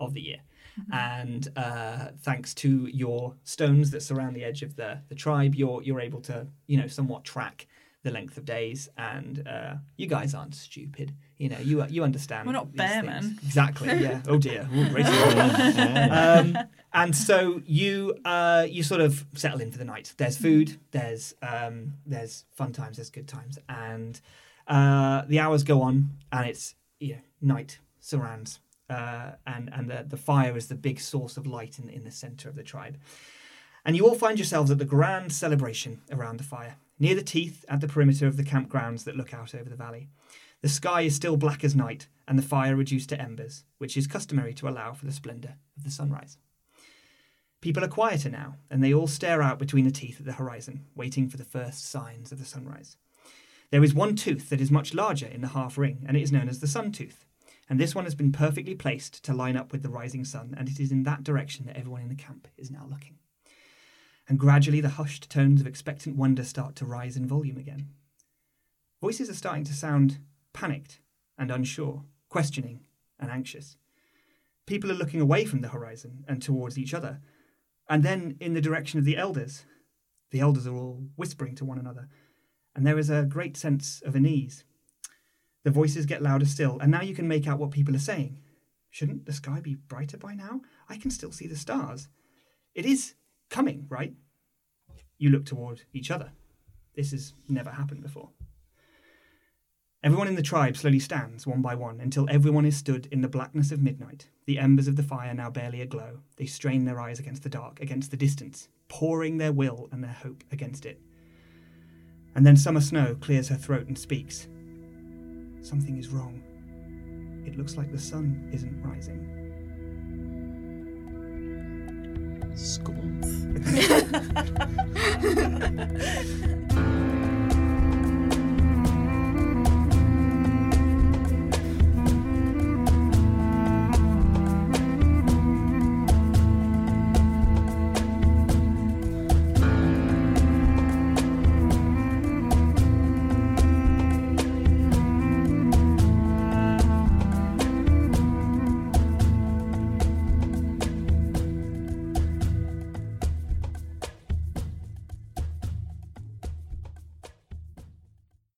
[SPEAKER 1] of the year
[SPEAKER 2] Mm-hmm.
[SPEAKER 1] and uh, thanks to your stones that surround the edge of the, the tribe, you're you're able to you know somewhat track the length of days. And uh, you guys aren't stupid, you know you you understand.
[SPEAKER 2] We're not
[SPEAKER 1] these
[SPEAKER 2] bear
[SPEAKER 1] things.
[SPEAKER 2] men.
[SPEAKER 1] Exactly. Yeah. Oh dear. Ooh, racism. um, and so you uh, you sort of settle in for the night. There's
[SPEAKER 2] Mm-hmm.
[SPEAKER 1] food. There's um, there's fun times. There's good times. And uh, the hours go on, and it's you know night surrounds uh, and and the, the fire is the big source of light in, in the center of the tribe. And you all find yourselves at the grand celebration around the fire. near the teeth at the perimeter of the campgrounds that look out over the valley. The sky is still black as night, and the fire reduced to embers, which is customary to allow for the splendour of the sunrise. People are quieter now, and they all stare out between the teeth at the horizon, waiting for the first signs of the sunrise. There is one tooth that is much larger in the half ring, and it is known as the sun tooth. And this one has been perfectly placed to line up with the rising sun, and it is in that direction that everyone in the camp is now looking. And gradually the hushed tones of expectant wonder start to rise in volume again. Voices are starting to sound panicked and unsure, questioning and anxious. People are looking away from the horizon and towards each other, and then in the direction of the elders. The elders are all whispering to one another, and there is a great sense of unease. The voices get louder still, and now you can make out what people are saying. Shouldn't the sky be brighter by now? I can still see the stars. It is coming, right? You look toward each other. This has never happened before. Everyone in the tribe slowly stands, one by one, until everyone is stood in the blackness of midnight, the embers of the fire now barely aglow. They strain their eyes against the dark, against the distance, pouring their will and their hope against it. And then Summer Snow clears her throat and speaks. Something is wrong. It looks like the sun isn't rising.
[SPEAKER 3] Scorn.